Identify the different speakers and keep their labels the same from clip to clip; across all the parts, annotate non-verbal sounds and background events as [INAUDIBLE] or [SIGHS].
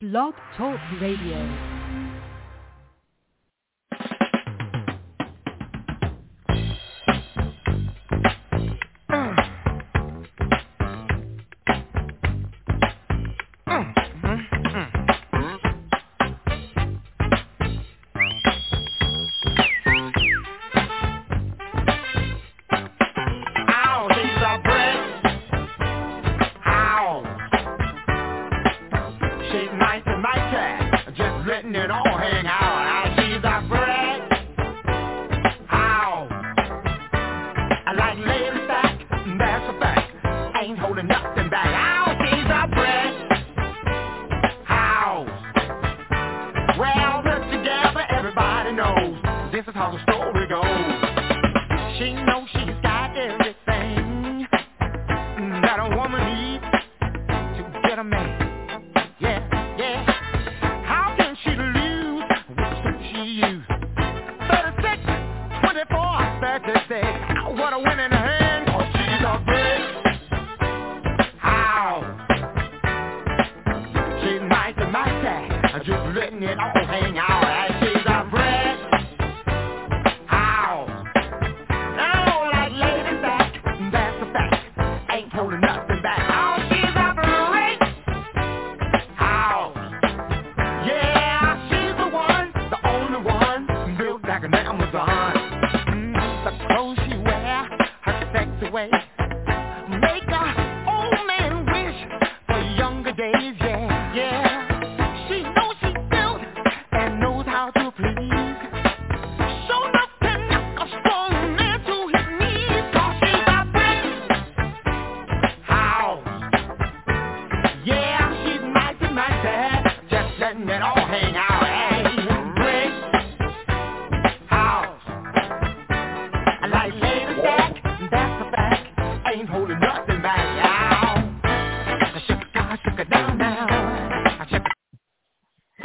Speaker 1: Blog Talk Radio.
Speaker 2: Ow, things are bread. Ow. She's nice to my cat. Just letting it all hang out. Ow, she's a bread. Ow. I like ladies back. That's a fact. Ain't holding nothing back. Ow, she's a bread. Ow. Well, put together, everybody knows this is how the story goes. She knows she's got everything that a woman needs to get a man. Yeah, yeah. How can she lose with who she used? 36, 24, 36. What a win in the hand. Oh, she's a bitch. How? She's nice and my cat. I'm just letting it all hang out. And she's a bread. Ow. I don't like ladies back. That's a fact. Ain't holding nothing back. Oh, she's a bread. Ow. Yeah, she's the one, the only one, built like an Amazon. Mm, the clothes she wear, her sexy way. Make a old man wish for younger days, yeah, yeah. She knows she's built and knows how to please. So nothing knock a strong man to his knees, 'cause she's a brick house. Yeah, she's nice and nice to have, just letting it all hang out. Hey, brick house. I like ladies back, that's a fact. Ain't holding nothing back. Ow. I shook it down, I shook it down now. I shook it.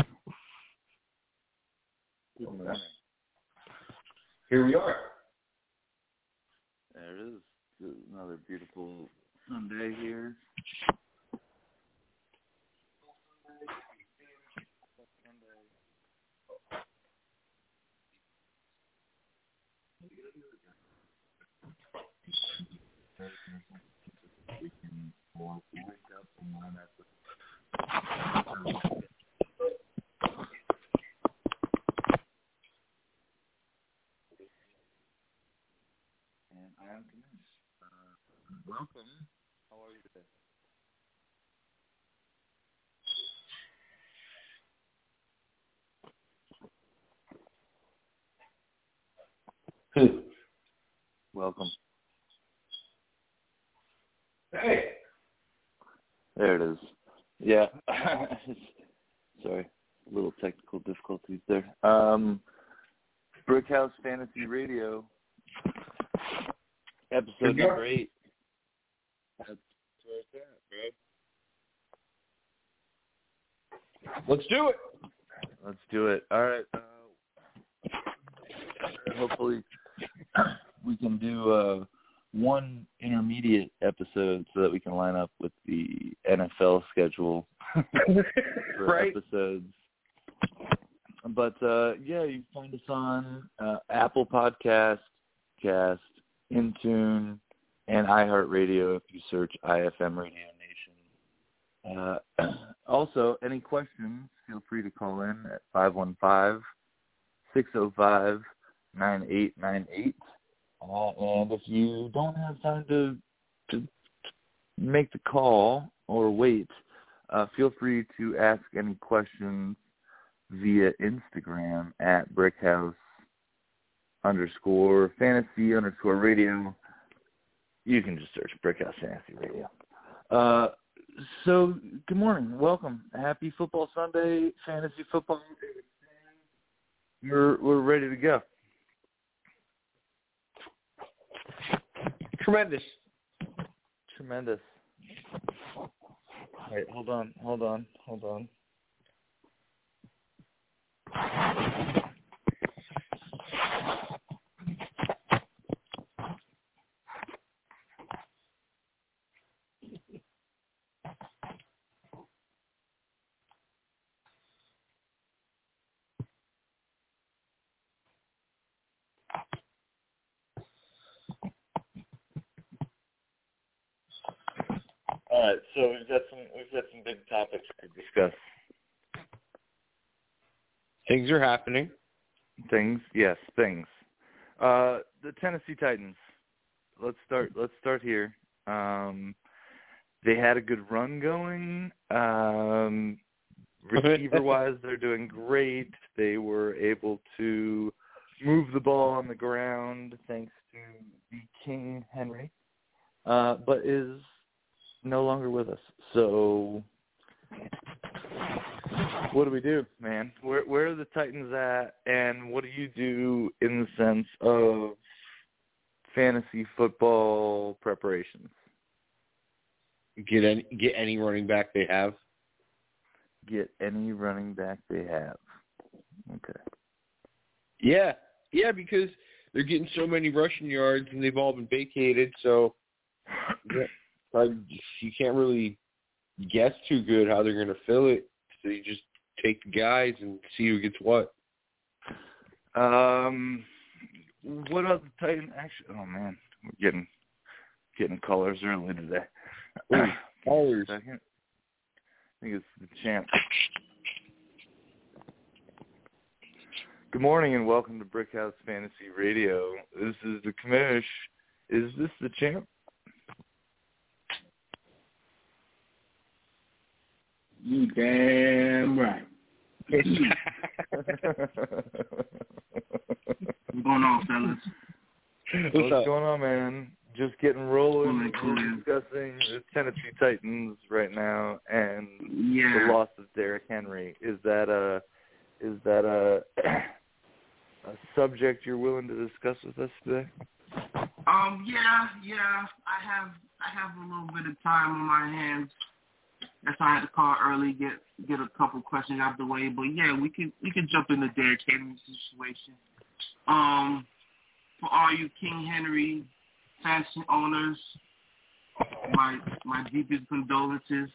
Speaker 3: Here we are.
Speaker 4: There it is. It's another beautiful Sunday here. And I am convinced. Uh, welcome. How are you today?
Speaker 5: Hmm.
Speaker 3: Who?
Speaker 4: Welcome.
Speaker 3: Hey.
Speaker 4: There it is. Yeah. [LAUGHS] Sorry, little technical difficulties there. Um, Brickhouse Fantasy Radio, episode
Speaker 3: Yeah.
Speaker 4: number eight. That's where it's at,
Speaker 3: Let's do it.
Speaker 4: bro. Let's do it. All right. Uh, hopefully, we can do uh, one intermediate episode so that we can line up with the NFL schedule for
Speaker 3: Right.
Speaker 4: episodes. But uh, yeah, you can find us on uh, Apple Podcast, Cast, Intune, and iHeartRadio if you search IFM Radio Nation. Uh, [CLEARS THROAT] also, any questions, feel free to call in at 515-605-9898. Uh, and if you don't have time to, to, to make the call or wait, uh, feel free to ask any questions via Instagram at brickhouse underscore fantasy underscore radio. You can just search Brickhouse Fantasy Radio. Uh, so, good morning. Welcome. Happy Football Sunday. Fantasy football. We're, we're ready to go.
Speaker 3: Tremendous.
Speaker 4: Tremendous. All right, hold on, hold on, hold on. All right, so we've got some we've got some big topics to discuss.
Speaker 5: Things are happening.
Speaker 4: Things, yes, things. Uh, the Tennessee Titans. Let's start. Let's start here. Um, they had a good run going. Um, receiver wise, they're doing great. They were able to move the ball on the ground thanks to the King Henry, uh, but is no longer with us. So what do we do, man? Where where are the Titans at, and what do you do in the sense of fantasy football preparations?
Speaker 5: Get any get any running back they have.
Speaker 4: Get any running back they have. Okay.
Speaker 5: Yeah, yeah, because they're getting so many rushing yards and they've all been vacated, so [CLEARS THROAT] yeah, like, you can't really guess too good how they're going to fill it. So you just take the guys and see who gets what.
Speaker 4: Um, what other Titan action? Oh man, we're getting getting callers early today.
Speaker 5: Ooh, [LAUGHS]
Speaker 4: callers. Second. I think it's the champ. Good morning and welcome to Brickhouse Fantasy Radio. This is the commish. Is this the [LAUGHS] champ?
Speaker 6: You damn right.
Speaker 7: What's going on, fellas?
Speaker 4: What's going on, man? Just getting rolling.
Speaker 7: What's going
Speaker 4: We're
Speaker 7: on?
Speaker 4: discussing the Tennessee Titans right now and
Speaker 7: Yeah.
Speaker 4: the loss of Derrick Henry. Is that a is that a [CLEARS THROAT] a subject you're willing to discuss with us today?
Speaker 7: Um, yeah, yeah. I have I have a little bit of time on my hands. That's why I had to call early, get get a couple questions out the way. But yeah, we can we can jump into Derrick Henry situation. Um, for all you King Henry fashion owners, my my deepest condolences.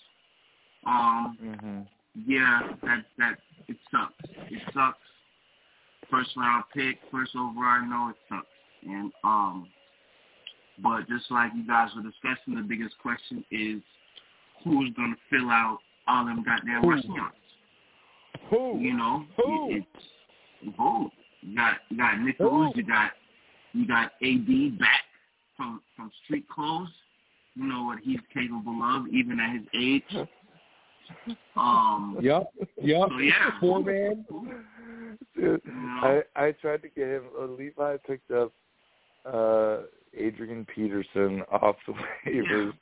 Speaker 7: Um,
Speaker 4: Mm-hmm.
Speaker 7: yeah, that that it sucks. It sucks. First round pick, first overall, I know it sucks. And um but just like you guys were discussing, the biggest question is who's gonna fill out all them goddamn rushing yards?
Speaker 5: Who?
Speaker 7: You know?
Speaker 5: Who?
Speaker 7: It, it's who? You got you got Nichols,
Speaker 5: Who?
Speaker 7: you got you got A D back from from street clothes. You know what he's capable of, even at his age.
Speaker 5: [LAUGHS]
Speaker 7: Um
Speaker 5: Yep, yep.
Speaker 7: So, yeah.
Speaker 5: Four man.
Speaker 4: Dude, I I tried to get him. Uh, Levi picked up uh Adrian Peterson off the [LAUGHS] waivers,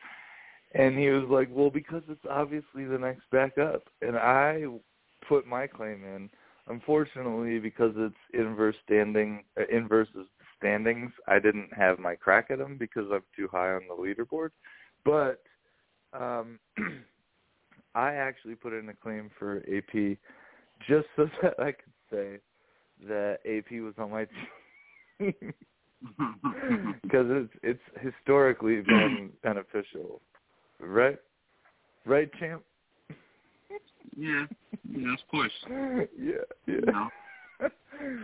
Speaker 4: and he was like, "Well, because it's obviously the next backup," and I put my claim in. Unfortunately, because it's inverse standing, uh, inverse is standings, I didn't have my crack at him because I'm too high on the leaderboard. But um, [CLEARS THROAT] I actually put in a claim for AP just so [LAUGHS] that I could say that AP was on my [LAUGHS] team
Speaker 7: [LAUGHS]
Speaker 4: because it's it's historically been beneficial, right? Right, champ? [CLEARS THROAT]
Speaker 7: Yeah, yeah, of course.
Speaker 4: Yeah,
Speaker 7: You
Speaker 4: yeah.
Speaker 7: know,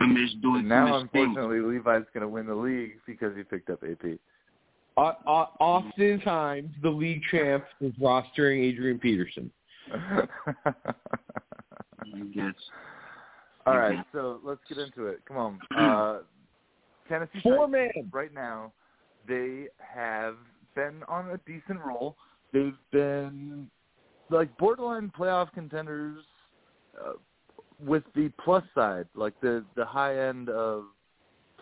Speaker 7: Commish
Speaker 4: [LAUGHS]
Speaker 7: doing
Speaker 4: now,
Speaker 7: Commish things.
Speaker 4: unfortunately, Levi's going to win the league because he picked up AP. [LAUGHS]
Speaker 5: Uh, uh, oftentimes, the league champ is rostering Adrian Peterson.
Speaker 7: I guess.
Speaker 4: All right, so let's get into it. Come on, uh, Tennessee
Speaker 5: Four
Speaker 4: Titans.
Speaker 5: man.
Speaker 4: right now, they have been on a decent roll. They've been like borderline playoff contenders uh, with the plus side, like the the high end of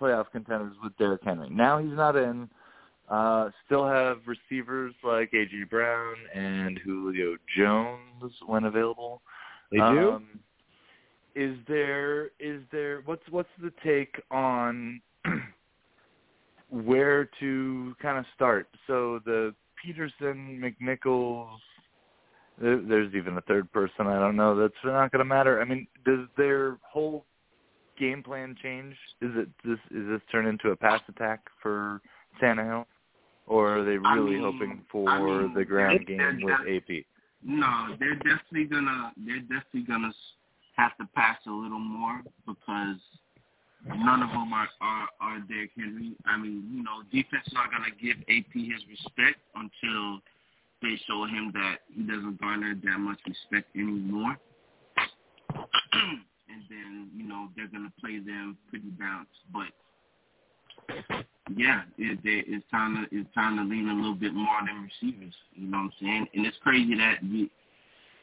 Speaker 4: playoff contenders with Derrick Henry. Now he's not in. Uh, still have receivers like A.G. Brown and Julio Jones when available.
Speaker 5: They do.
Speaker 4: Um, is there is there what's what's the take on [CLEARS THROAT] where to kind of start? So the Peterson McNichols. there- There's even a third person I don't know. That's not going to matter. I mean, does their whole game plan change? Is it this? Is this turn into a pass attack for Tannehill, or are they
Speaker 7: I
Speaker 4: really
Speaker 7: mean-
Speaker 4: hoping for
Speaker 7: I mean,
Speaker 4: the ground
Speaker 7: they're-
Speaker 4: game with
Speaker 7: they're-
Speaker 4: AP?
Speaker 7: No, they're definitely gonna they're definitely gonna s- have to pass a little more because none of them are are, are Derrick Henry. I mean, you know, defense not gonna give AP his respect until they show him that he doesn't garner that much respect anymore. [CLEARS THROAT] and then, you know, they're going to play them pretty balanced. But, yeah, it, they, it's time to it's time to lean a little bit more on them receivers. You know what I'm saying? And it's crazy that you,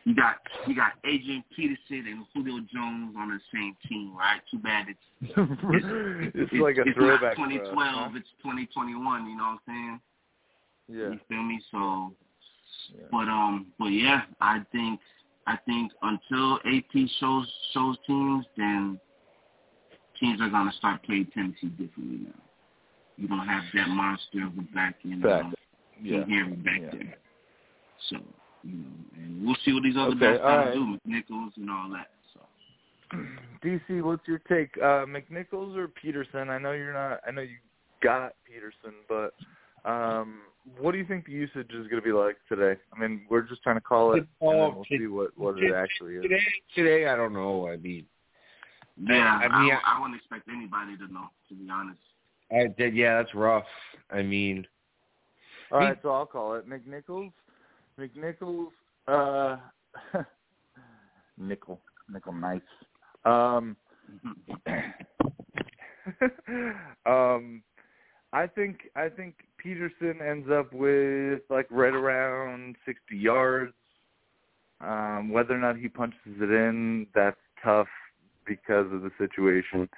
Speaker 7: you got you got Adrian Peterson and Julio Jones on the same team, right? Too bad it's
Speaker 4: it's, like a
Speaker 7: it's
Speaker 4: throwback.
Speaker 7: Not
Speaker 4: for us,
Speaker 7: 2012,
Speaker 4: huh?
Speaker 7: it's 2021. You know what I'm saying?
Speaker 4: Yeah.
Speaker 7: You feel me? So,
Speaker 4: Yeah.
Speaker 7: but um, but yeah, I think I think until AP shows shows teams, then teams are gonna start playing Tennessee differently now. You don't have that monster of a back end.
Speaker 4: Back,
Speaker 7: um,
Speaker 4: Yeah.
Speaker 7: from here and back
Speaker 4: Yeah.
Speaker 7: there. So, you know, and we'll see what these other
Speaker 4: Okay,
Speaker 7: guys
Speaker 4: all
Speaker 7: gotta
Speaker 4: right.
Speaker 7: do, McNichols and all that. So.
Speaker 4: DC, what's your take? Uh McNichols or Peterson? I know you're not I know you got Peterson, but um what do you think the usage is going to be like today? I mean, we're just trying to call it and then we'll see what what it actually is.
Speaker 5: Today, today, I don't know. I mean,
Speaker 7: Yeah,
Speaker 5: I mean,
Speaker 7: I, I wouldn't expect anybody to know, to be honest.
Speaker 5: I, did- yeah, that's rough. I mean,
Speaker 4: All right, so I'll call it McNichols. McNichols. Uh, [LAUGHS] nickel. Nickel nice. Um, [LAUGHS] um, I think I think Peterson ends up with like right around sixty yards. Um, whether or not he punches it in, that's tough because of the situation.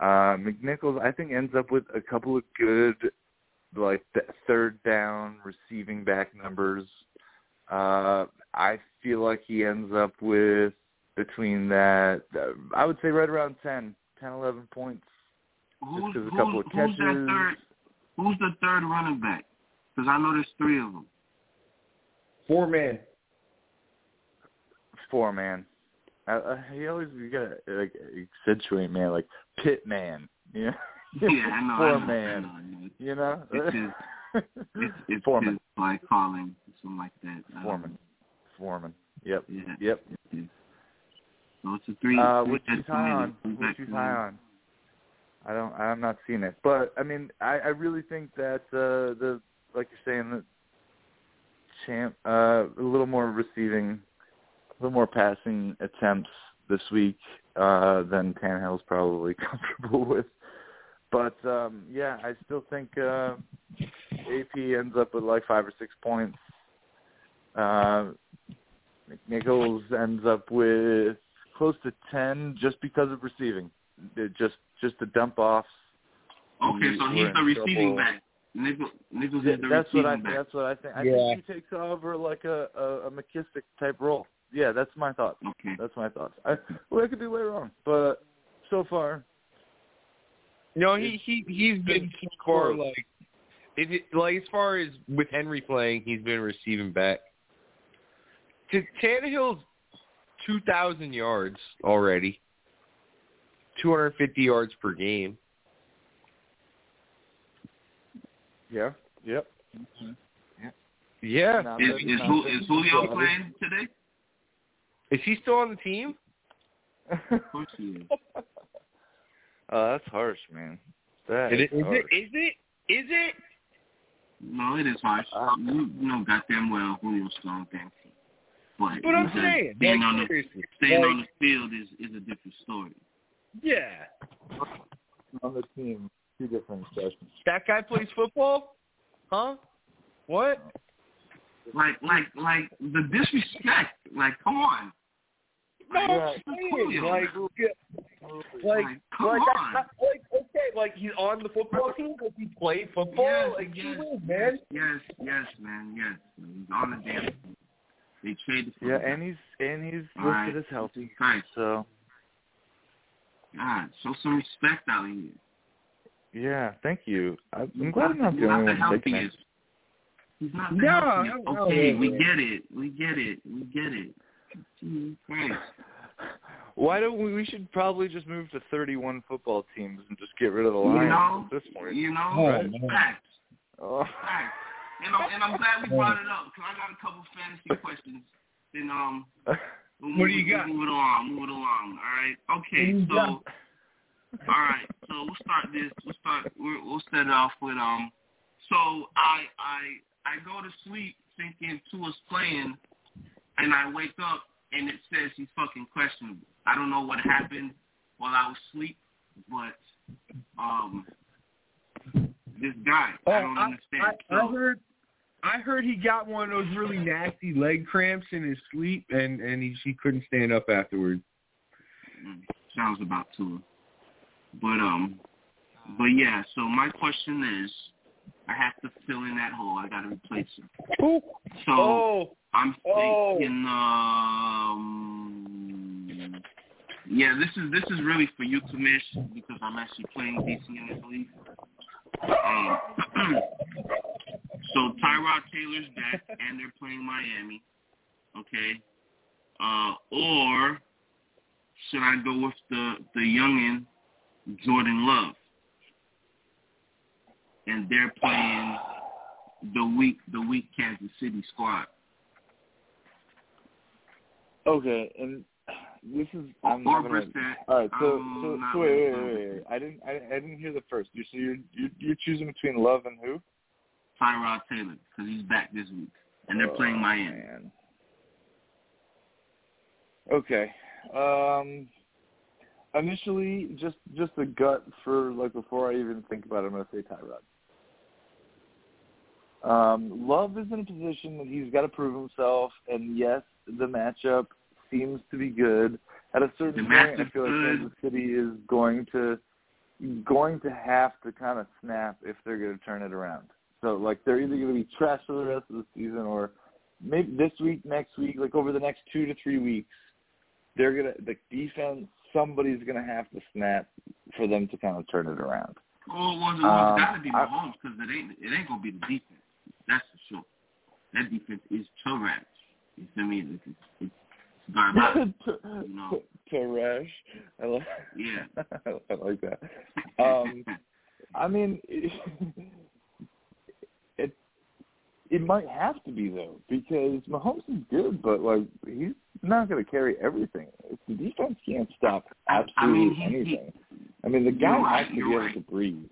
Speaker 4: Uh, McNichols, I think, ends up with a couple of good like th- third down receiving back numbers. Uh, I feel like he ends up with between that, uh, I would say right around 10, 10, 11 points.
Speaker 7: Who's,
Speaker 4: just 'cause a
Speaker 7: who's-
Speaker 4: couple of
Speaker 7: who's
Speaker 4: catches.
Speaker 7: that third? Who's the third running back? Because I know there's three of them.
Speaker 5: four man.
Speaker 4: Four man. I, I, he always you gotta like accentuate man, like pit man. [LAUGHS] Yeah.
Speaker 7: Yeah, I know. I
Speaker 4: Four
Speaker 7: know,
Speaker 4: man.
Speaker 7: I know, I know.
Speaker 4: You know.
Speaker 7: It's his-
Speaker 4: [LAUGHS]
Speaker 7: It's, it's
Speaker 4: Foreman.
Speaker 7: his by calling something like that. I don't
Speaker 4: Foreman. Foreman. Yep.
Speaker 7: know. Yeah.
Speaker 4: Yep.
Speaker 7: So it's a three.
Speaker 4: Uh,
Speaker 7: three
Speaker 4: which is
Speaker 7: that's
Speaker 4: high on.
Speaker 7: committed.
Speaker 4: Which is high on. I don't. I'm not seeing it, but I mean, I, I really think that uh, the like you're saying, the champ uh, a little more receiving, a little more passing attempts this week uh, than Tannehill's probably [LAUGHS] comfortable with. But um, yeah, I still think uh, AP ends up with like five or six points. Uh, McNichols ends up with close to ten just because of receiving. They're just just the dump offs.
Speaker 7: Okay, so
Speaker 4: We're
Speaker 7: he's
Speaker 4: in
Speaker 7: the receiving
Speaker 4: trouble.
Speaker 7: back. Nichols, Nichols is the
Speaker 4: That's what I
Speaker 7: receiving back.
Speaker 4: that's what I think. I
Speaker 5: Yeah.
Speaker 4: think he takes over like a, a, a McKissick type role. Yeah, that's my thoughts.
Speaker 7: Okay.
Speaker 4: That's my thoughts. I, well, I could be way wrong, but so far,
Speaker 5: No, he he he's been so far like, if it, like as far as with Henry playing, he's been receiving back. To Tannehill's two thousand yards already, two hundred fifty yards per game.
Speaker 4: yeah, yep.
Speaker 5: Yeah,
Speaker 4: Not
Speaker 7: Is,
Speaker 4: bad,
Speaker 7: is,
Speaker 4: not
Speaker 7: Ju-
Speaker 4: bad.
Speaker 7: is Julio playing today?
Speaker 5: is he still on the team?
Speaker 7: Of course he is.
Speaker 4: [LAUGHS] oh, that's harsh, man. That
Speaker 5: Is
Speaker 4: is
Speaker 5: it, is
Speaker 4: harsh.
Speaker 5: it? Is it? Is it?
Speaker 7: No, it is harsh.
Speaker 4: Uh,
Speaker 7: you, you know goddamn well Julio Strong thanks you. But,
Speaker 5: But I'm
Speaker 7: he's a-
Speaker 5: saying,
Speaker 7: being
Speaker 5: like,
Speaker 7: on the
Speaker 5: seriously,
Speaker 7: staying
Speaker 5: like,
Speaker 7: on the field is, is a different story.
Speaker 5: yeah,
Speaker 4: on the team? Two different sessions.
Speaker 5: that guy plays football, huh? What?
Speaker 7: Like like like the disrespect. Like come on.
Speaker 5: No, I'm
Speaker 4: Right.
Speaker 5: saying, like, like,
Speaker 7: Like come
Speaker 5: like,
Speaker 7: on.
Speaker 5: I, I- like, okay, like he's on the football team because he played football.
Speaker 7: yes,
Speaker 5: like, he
Speaker 7: yes,
Speaker 5: wins,
Speaker 7: yes,
Speaker 5: man.
Speaker 7: yes, yes, man, yes. man. He's on the damn team. They traded for
Speaker 4: Yeah,
Speaker 7: him.
Speaker 4: and he's and he's listed
Speaker 7: All right.
Speaker 4: as healthy,
Speaker 7: Christ,
Speaker 4: so
Speaker 7: God, show some respect out here.
Speaker 4: yeah. Thank you. I'm I'm glad I'm not
Speaker 7: He's
Speaker 4: the only
Speaker 7: the
Speaker 4: one thinking that.
Speaker 7: healthiest. He's not the
Speaker 5: No,
Speaker 7: healthiest.
Speaker 5: no, no.
Speaker 7: Okay, we get it. We get it. We get it. Jesus Christ.
Speaker 4: Why don't we? We should probably just move to 31 football teams and just get rid of the
Speaker 7: You
Speaker 4: Lions
Speaker 7: know?
Speaker 4: at this point.
Speaker 7: You know?
Speaker 4: Right.
Speaker 7: Facts.
Speaker 4: Oh.
Speaker 7: Facts. And I'm, and I'm glad we brought it up because I got a couple fantasy questions. Then
Speaker 5: [LAUGHS]
Speaker 7: um, we'll
Speaker 5: What do
Speaker 7: move-
Speaker 5: you got?
Speaker 7: Move it along. Move it along. All right.
Speaker 5: What do
Speaker 7: Okay.
Speaker 5: you
Speaker 7: So, all
Speaker 5: got?
Speaker 7: [LAUGHS] right. So we'll start this. We'll start. We're, we'll set it off with um. So I I I go to sleep thinking Tua's playing, and I wake up and it says he's fucking questionable. I don't know what happened while I was asleep, but um, this guy,
Speaker 5: Oh,
Speaker 7: I don't
Speaker 5: I-
Speaker 7: understand.
Speaker 5: I, I heard, I heard he got one of those really nasty leg cramps in his sleep, and and he she couldn't stand up afterwards.
Speaker 7: Mm, sounds about Tua. But um, but yeah. So my question is, I have to fill in that hole. I got to replace it.
Speaker 4: Oh,
Speaker 7: So I'm
Speaker 5: Oh.
Speaker 7: thinking, um, yeah. This is this is really for you, Kamish, because I'm actually playing DC in this league. Um, [CLEARS THROAT] so Tyrod Taylor's back, and they're playing Miami. Okay. Uh, or should I go with the the youngin Jordan Love? And they're playing the weak the weak Kansas City squad.
Speaker 4: Okay, and this is I'm not
Speaker 7: or
Speaker 4: gonna-
Speaker 7: Brissett.
Speaker 4: All right, so
Speaker 7: I'm
Speaker 4: so,
Speaker 7: Um, not
Speaker 4: so wait, wait,
Speaker 7: really-
Speaker 4: wait, wait, wait. I didn't I, I didn't hear the first. You so [LAUGHS] you're, you're you're choosing between love and who?
Speaker 7: Tyrod Taylor, because he's back this week. And they're playing
Speaker 4: Oh,
Speaker 7: Miami.
Speaker 4: man. Okay. Um initially just just the gut for like before I even think about it, I'm gonna say Tyrod. Um, Love is in a position that he's gotta prove himself and yes, the matchup seems to be good. At a certain
Speaker 7: The
Speaker 4: point I
Speaker 7: matchup's
Speaker 4: feel like
Speaker 7: good.
Speaker 4: Kansas City is going to going to have to kind of snap if they're going to turn it around. So like they're either going to be trash for the rest of the season or maybe this week, next week, like over the next two to three weeks, they're going to the defense. Somebody's going to have to snap for them to kind of turn it around.
Speaker 7: Oh, it was, it
Speaker 4: Um,
Speaker 7: was got to be
Speaker 4: I-
Speaker 7: Mahomes because it ain't it ain't gonna be the defense. That's for sure. That defense is toe rash. You feel me? It's, it's,
Speaker 4: [LAUGHS]
Speaker 7: it's garbage. No.
Speaker 4: Teresh, I like,
Speaker 7: Yeah.
Speaker 4: [LAUGHS] I like that. Um, I mean, [LAUGHS] it, it it might have to be though because Mahomes is good, but like he's not going to carry everything. If the defense can't stop
Speaker 7: I-
Speaker 4: absolutely
Speaker 7: I mean, he-
Speaker 4: anything, I mean the guy
Speaker 7: You're right,
Speaker 4: has to be
Speaker 7: you're
Speaker 4: able
Speaker 7: right.
Speaker 4: to breathe.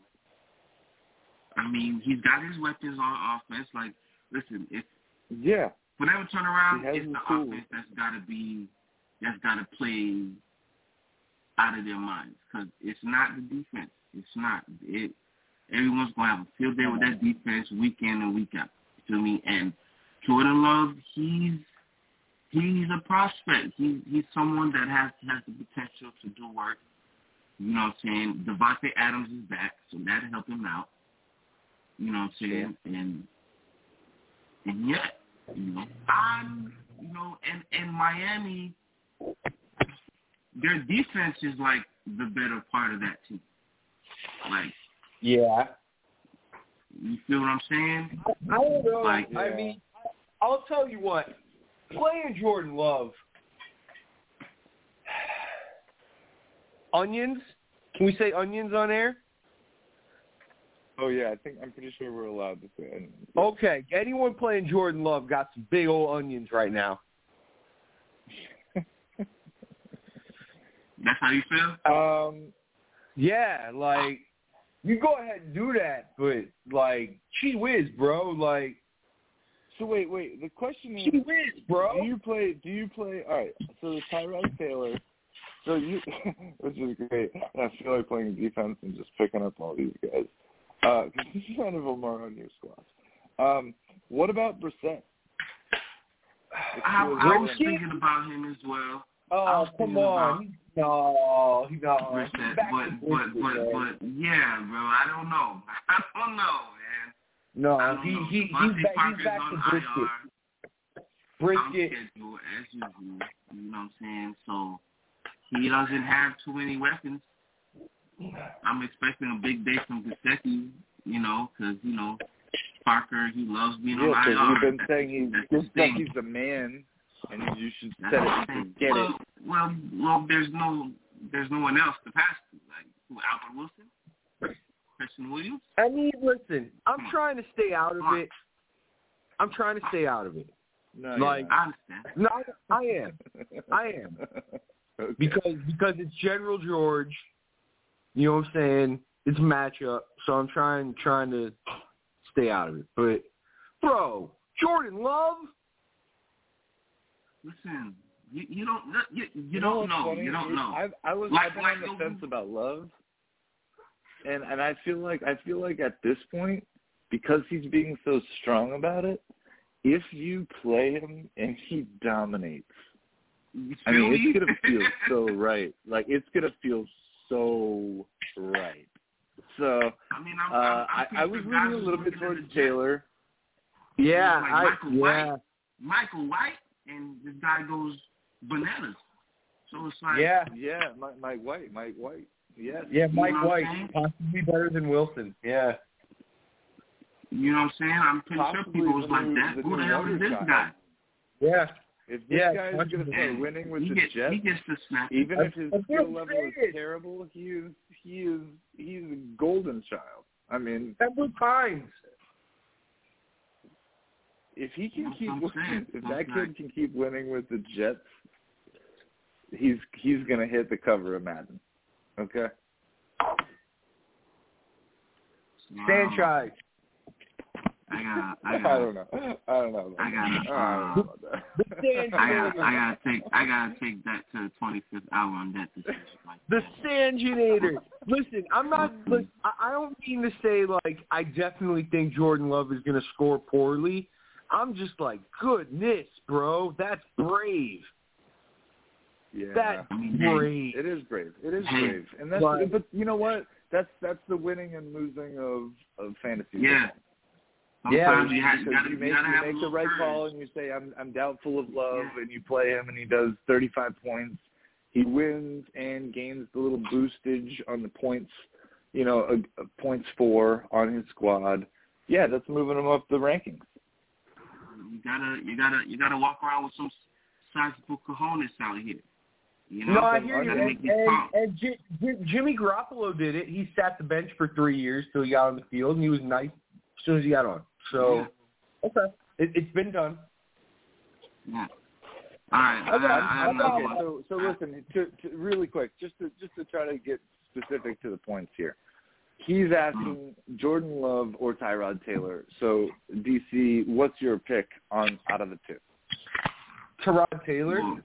Speaker 7: [LAUGHS] I mean, he's got his weapons on offense. Like, listen, if
Speaker 4: Yeah,
Speaker 7: whenever turn around,
Speaker 4: He has
Speaker 7: it's
Speaker 4: his
Speaker 7: the
Speaker 4: tools.
Speaker 7: offense that's got to be that's got to play out of their minds because it's not the defense. It's not it. Everyone's gonna have a field day with that defense week in and week out. You feel me? And Jordan Love, he's he's a prospect. He he's someone that has has the potential to do work. You know what I'm saying? Devontae Adams is back, so that'll help him out. You know what I'm saying? And and yet, you know, I'm you know, and and Miami, their defense is like the better part of that team. Like,
Speaker 5: Yeah,
Speaker 7: you feel what I'm saying?
Speaker 5: I don't know.
Speaker 7: Like,
Speaker 5: I
Speaker 4: yeah.
Speaker 5: mean, I'll tell you what. Playing Jordan Love, [SIGHS] onions. Can we say onions on air?
Speaker 4: Oh yeah, I think I'm pretty sure we're allowed to say. It.
Speaker 5: Okay. Anyone playing Jordan Love got some big old onions right now.
Speaker 7: That's how you feel?
Speaker 4: Um,
Speaker 5: Yeah, like you go ahead and do that, but like, gee whiz, bro. Like,
Speaker 4: so wait, wait. The question is,
Speaker 5: gee whiz,
Speaker 4: Do
Speaker 5: bro.
Speaker 4: you play? Do you play? All right. So Tyrod Taylor. So you, [LAUGHS] which is great. And I feel like playing defense and just picking up all these guys. Uh, [LAUGHS] 'cause none of them are on your squad. Um, what about Brissett?
Speaker 7: I, I was
Speaker 5: Brissett?
Speaker 7: thinking about him as well. I
Speaker 5: Oh,
Speaker 7: was
Speaker 5: come
Speaker 7: thinking
Speaker 5: on. No, no.
Speaker 7: Brissett,
Speaker 5: Back to
Speaker 7: but but
Speaker 5: Brissett, man.
Speaker 7: but but yeah, bro, I don't know. [LAUGHS] I don't know, man. I
Speaker 5: No,
Speaker 7: don't
Speaker 5: Uh, he,
Speaker 7: know.
Speaker 5: he,
Speaker 7: Devontae
Speaker 5: he's back,
Speaker 7: Parker's
Speaker 5: he's back
Speaker 7: on
Speaker 5: to
Speaker 7: IR.
Speaker 5: brisket.
Speaker 7: I'm
Speaker 5: Brisket.
Speaker 7: scheduled as usual. You know what I'm saying? So he doesn't have too many weapons. I'm expecting a big day from Gusecki, you know, because you know Parker he loves being
Speaker 4: Yeah,
Speaker 7: on
Speaker 4: 'cause
Speaker 7: IR.
Speaker 4: you've been
Speaker 7: That's-
Speaker 4: saying he's
Speaker 7: that's
Speaker 4: just
Speaker 7: the thing.
Speaker 4: he's the man, and you should
Speaker 7: that's
Speaker 4: set
Speaker 7: the
Speaker 4: it
Speaker 7: thing.
Speaker 4: and get
Speaker 7: well,
Speaker 4: it.
Speaker 7: well, well, there's no there's no one else to pass to. Like who, Albert Wilson, Christian Williams.
Speaker 5: I mean, listen, I'm trying to stay out of it. I'm trying to stay out of it.
Speaker 4: No,
Speaker 5: Like,
Speaker 7: I understand.
Speaker 5: No, I, I am. I am.
Speaker 4: [LAUGHS] Okay.
Speaker 5: Because because it's General George. You know what I'm saying? It's a matchup, so I'm trying trying to stay out of it. But bro, Jordan Love.
Speaker 7: Listen, you, you don't know- you, you don't
Speaker 4: what's
Speaker 7: know.
Speaker 4: funny?
Speaker 7: You don't know.
Speaker 4: I've, I was
Speaker 7: Like-
Speaker 4: I've been
Speaker 7: like
Speaker 4: on the
Speaker 7: Lil-
Speaker 4: fence about love, and and I feel like I feel like at this point, because he's being so strong about it, if you play him and he dominates,
Speaker 7: You
Speaker 4: I
Speaker 7: feel
Speaker 4: mean,
Speaker 7: me?
Speaker 4: it's gonna
Speaker 7: [LAUGHS]
Speaker 4: feel so right. Like it's gonna feel so right. So
Speaker 7: I mean, I'm,
Speaker 4: uh,
Speaker 7: I'm,
Speaker 4: I,
Speaker 7: I'm
Speaker 4: I was
Speaker 7: picturing guys
Speaker 4: leaning a little
Speaker 7: who's
Speaker 4: bit
Speaker 7: looking at
Speaker 4: towards
Speaker 7: the Jets.
Speaker 4: Taylor.
Speaker 7: Yeah, Like I- Michael White?
Speaker 4: yeah.
Speaker 7: Michael White, and this guy goes bananas. So it's like,
Speaker 5: Yeah,
Speaker 4: Yeah, Mike, Mike White, Mike White. Yes.
Speaker 5: yeah, Mike
Speaker 7: You know what
Speaker 5: White,
Speaker 7: I'm
Speaker 5: possibly better than Wilson. Yeah,
Speaker 7: you know what I'm saying? I'm pretty sure
Speaker 4: Possibly
Speaker 7: people was
Speaker 4: the
Speaker 7: like
Speaker 4: new-
Speaker 7: that.
Speaker 4: the
Speaker 7: Who the
Speaker 4: new
Speaker 7: hell is
Speaker 4: younger
Speaker 7: this
Speaker 4: guy.
Speaker 7: guy?
Speaker 5: yeah.
Speaker 4: If this
Speaker 5: Yeah,
Speaker 4: guy is
Speaker 5: watch
Speaker 4: going
Speaker 5: him.
Speaker 4: to start winning with
Speaker 7: he
Speaker 4: the
Speaker 7: gets,
Speaker 4: Jets,
Speaker 7: He gets the snap.
Speaker 4: even if his
Speaker 5: That's
Speaker 4: skill
Speaker 5: what
Speaker 4: level
Speaker 5: I'm
Speaker 4: is
Speaker 5: saying.
Speaker 4: terrible, he is he is he's a golden child. I mean,
Speaker 5: Pembroke Pines.
Speaker 4: if he can
Speaker 7: That's
Speaker 4: keep
Speaker 7: what I'm
Speaker 4: winning,
Speaker 7: saying.
Speaker 4: if
Speaker 7: That's
Speaker 4: that
Speaker 7: right.
Speaker 4: kid can keep winning with the Jets, he's he's going to hit the cover of Madden. Okay.
Speaker 7: Wow.
Speaker 5: Sanchez.
Speaker 4: [LAUGHS]
Speaker 7: I got,
Speaker 4: I
Speaker 7: I got,
Speaker 4: don't know. I don't know.
Speaker 7: I
Speaker 4: I
Speaker 7: got,
Speaker 4: don't know about that. [LAUGHS]
Speaker 7: I got, I got to take, I got to take that to the 25th hour on that decision. Like
Speaker 5: The
Speaker 7: that.
Speaker 5: Sanginator. Listen, I'm not. Listen, I I don't mean to say like I definitely think Jordan Love is going to score poorly. I'm just like, goodness, bro, that's brave.
Speaker 4: yeah.
Speaker 5: That's
Speaker 7: I mean, hey,
Speaker 5: brave.
Speaker 4: It is brave. It is
Speaker 7: Hey.
Speaker 4: brave. And that's
Speaker 5: Right.
Speaker 4: but you know what? That's that's the winning and losing of of fantasy.
Speaker 7: Yeah.
Speaker 4: football.
Speaker 7: sometimes
Speaker 5: Yeah,
Speaker 7: you, ha- you
Speaker 4: Because
Speaker 7: gotta,
Speaker 4: you
Speaker 7: you
Speaker 4: make
Speaker 7: gotta
Speaker 4: you
Speaker 7: have a
Speaker 4: make the
Speaker 7: little
Speaker 4: right
Speaker 7: courage.
Speaker 4: call and you say I'm I'm doubtful of love
Speaker 7: Yeah.
Speaker 4: and you play him and he does 35 points. He wins and gains the little boostage on the points, you know, a, a points four on his squad. Yeah, that's moving him up the rankings.
Speaker 7: You gotta, you gotta, you gotta walk around with some sizable cojones out here. You know,
Speaker 5: No, I
Speaker 4: some
Speaker 5: hear you. And,
Speaker 4: other-
Speaker 7: Gotta make these
Speaker 5: and,
Speaker 7: calls.
Speaker 5: and J- J- Jimmy Garoppolo did it. He sat the bench for three years till he got on the field, and he was nice as soon as he got on. So, okay, it, it's been done.
Speaker 7: Yeah. All right, I got, I got another
Speaker 4: Okay,
Speaker 7: one.
Speaker 4: so so listen, to, to, really quick, just to just to try to get specific to the points here. He's asking Jordan Love or Tyrod Taylor. So DC, what's your pick on out of the two?
Speaker 5: Terod Taylor.
Speaker 7: Well,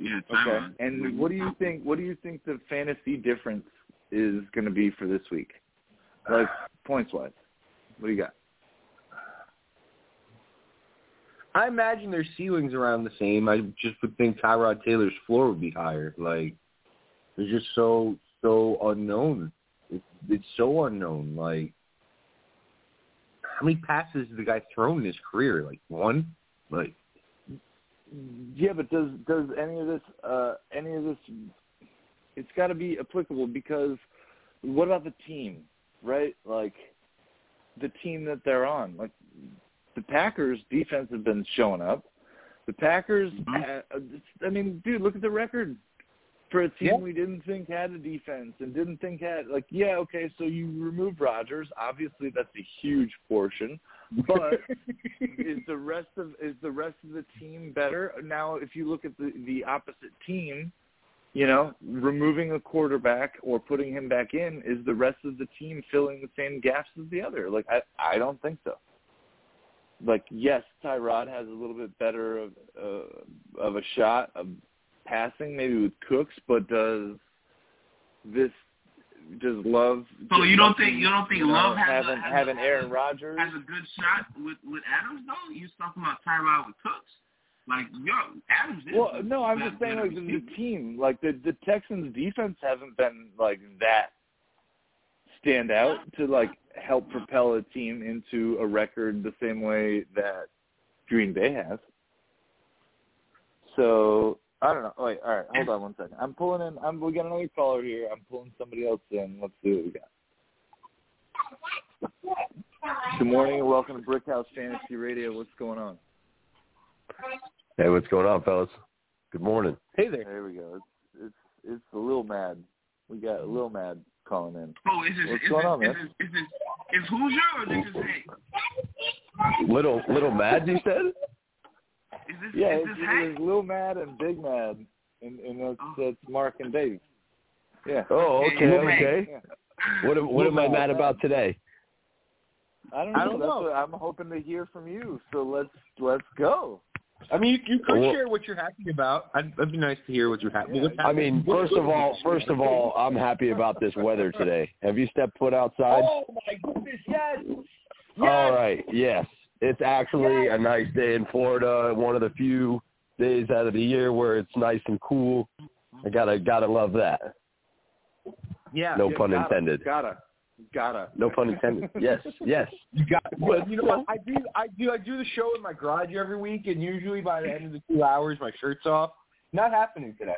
Speaker 7: Yeah,
Speaker 4: Okay,
Speaker 7: Tyrod.
Speaker 4: and what do you think? What do you think the fantasy difference is going to be for this week? Like points wise, what do you got?
Speaker 5: I imagine their ceilings around the same. I just would think Tyrod Taylor's floor would be higher. Like they're just so so unknown. It's, it's so unknown. Like how many passes has the guy thrown in his career? Like one. Like
Speaker 4: Yeah, but does does any of this uh any of this it's got to be applicable because what about the team, right? Like the team that they're on. Like the Packers defense has been showing up. The Packers
Speaker 7: Mhm.
Speaker 4: uh, I mean, dude, look at the record for a team
Speaker 5: Yeah.
Speaker 4: we didn't think had a defense and didn't think had like yeah, okay, so you remove Rodgers, obviously that's a huge portion, but is the rest of is the rest of the team better now? If you look at the the opposite team, you know, removing a quarterback or putting him back in, is the rest of the team filling the same gaps as the other? Like I I don't think so. Like yes, Tyrod has a little bit better of uh, of a shot of passing maybe with Cooks, but does this does Love?
Speaker 7: So you don't think-
Speaker 4: does,
Speaker 7: you don't think
Speaker 4: you know,
Speaker 7: Love has a-
Speaker 4: have an,
Speaker 7: has a-
Speaker 4: have an
Speaker 7: has a-
Speaker 4: Aaron Rodgers?
Speaker 7: Has a good shot with with Adams though. You was talking about Tyrod with Cooks. Like yo, Adams. is
Speaker 4: Well, no, I'm
Speaker 7: better-
Speaker 4: just saying
Speaker 7: better
Speaker 4: like the,
Speaker 7: [LAUGHS] receiver.
Speaker 4: the team, like the the Texans defense hasn't been like that stand out to like help propel a team into a record the same way that Green Bay has. So I don't know. Wait, all right, hold on one second. I'm pulling in. I'm we got another caller here. I'm pulling somebody else in. Let's see what we got. Good morning and welcome to Brickhouse Fantasy Radio. What's going on?
Speaker 8: Hey, what's going on, fellas? Good morning.
Speaker 5: hey there.
Speaker 4: There we go. It's it's it's a little mad. We got a little mad calling in.
Speaker 7: Oh, is this
Speaker 4: What's
Speaker 7: is
Speaker 4: going
Speaker 7: this,
Speaker 4: on,
Speaker 7: is
Speaker 4: man?
Speaker 7: this, is this, is Hoosier or this
Speaker 4: [LAUGHS]
Speaker 7: is Hank?
Speaker 8: Little little Mads, you said?
Speaker 7: Is this
Speaker 4: Yeah,
Speaker 7: is
Speaker 4: it's,
Speaker 7: this
Speaker 4: it's
Speaker 7: Hank?
Speaker 4: Lil Mad and Big Mad, and and that's,
Speaker 7: Oh.
Speaker 4: that's Mark and Dave. Yeah.
Speaker 8: Oh, okay,
Speaker 7: Hey,
Speaker 8: okay.
Speaker 4: Yeah.
Speaker 8: What am, what am I mad about today?
Speaker 4: I don't know.
Speaker 5: I don't
Speaker 4: That's
Speaker 5: know.
Speaker 4: what I'm hoping to hear from you. So let's let's go.
Speaker 5: I mean, you, you could
Speaker 8: Well-
Speaker 5: share what you're happy about. I'd, that'd be nice to hear what you're happy.
Speaker 4: Yeah,
Speaker 5: what's
Speaker 8: I
Speaker 5: happening-
Speaker 8: mean,
Speaker 5: what-
Speaker 8: first of all, first of all, I'm happy about this weather today. Have you stepped foot outside?
Speaker 5: Oh my goodness! Yes.
Speaker 8: All right. Yes. It's actually a nice day in Florida. One of the few days out of the year where it's nice and cool. I gotta gotta love that.
Speaker 5: Yeah.
Speaker 8: No
Speaker 5: yeah,
Speaker 8: pun
Speaker 5: gotta,
Speaker 8: intended.
Speaker 5: Gotta. Gotta.
Speaker 8: No
Speaker 5: [LAUGHS]
Speaker 8: pun intended. Yes. Yes.
Speaker 5: You got. But
Speaker 8: [LAUGHS]
Speaker 5: you know what? I do. I do. I do the show in my garage every week, and usually by the end of the two hours, my shirt's off. Not happening
Speaker 8: [LAUGHS]
Speaker 5: today.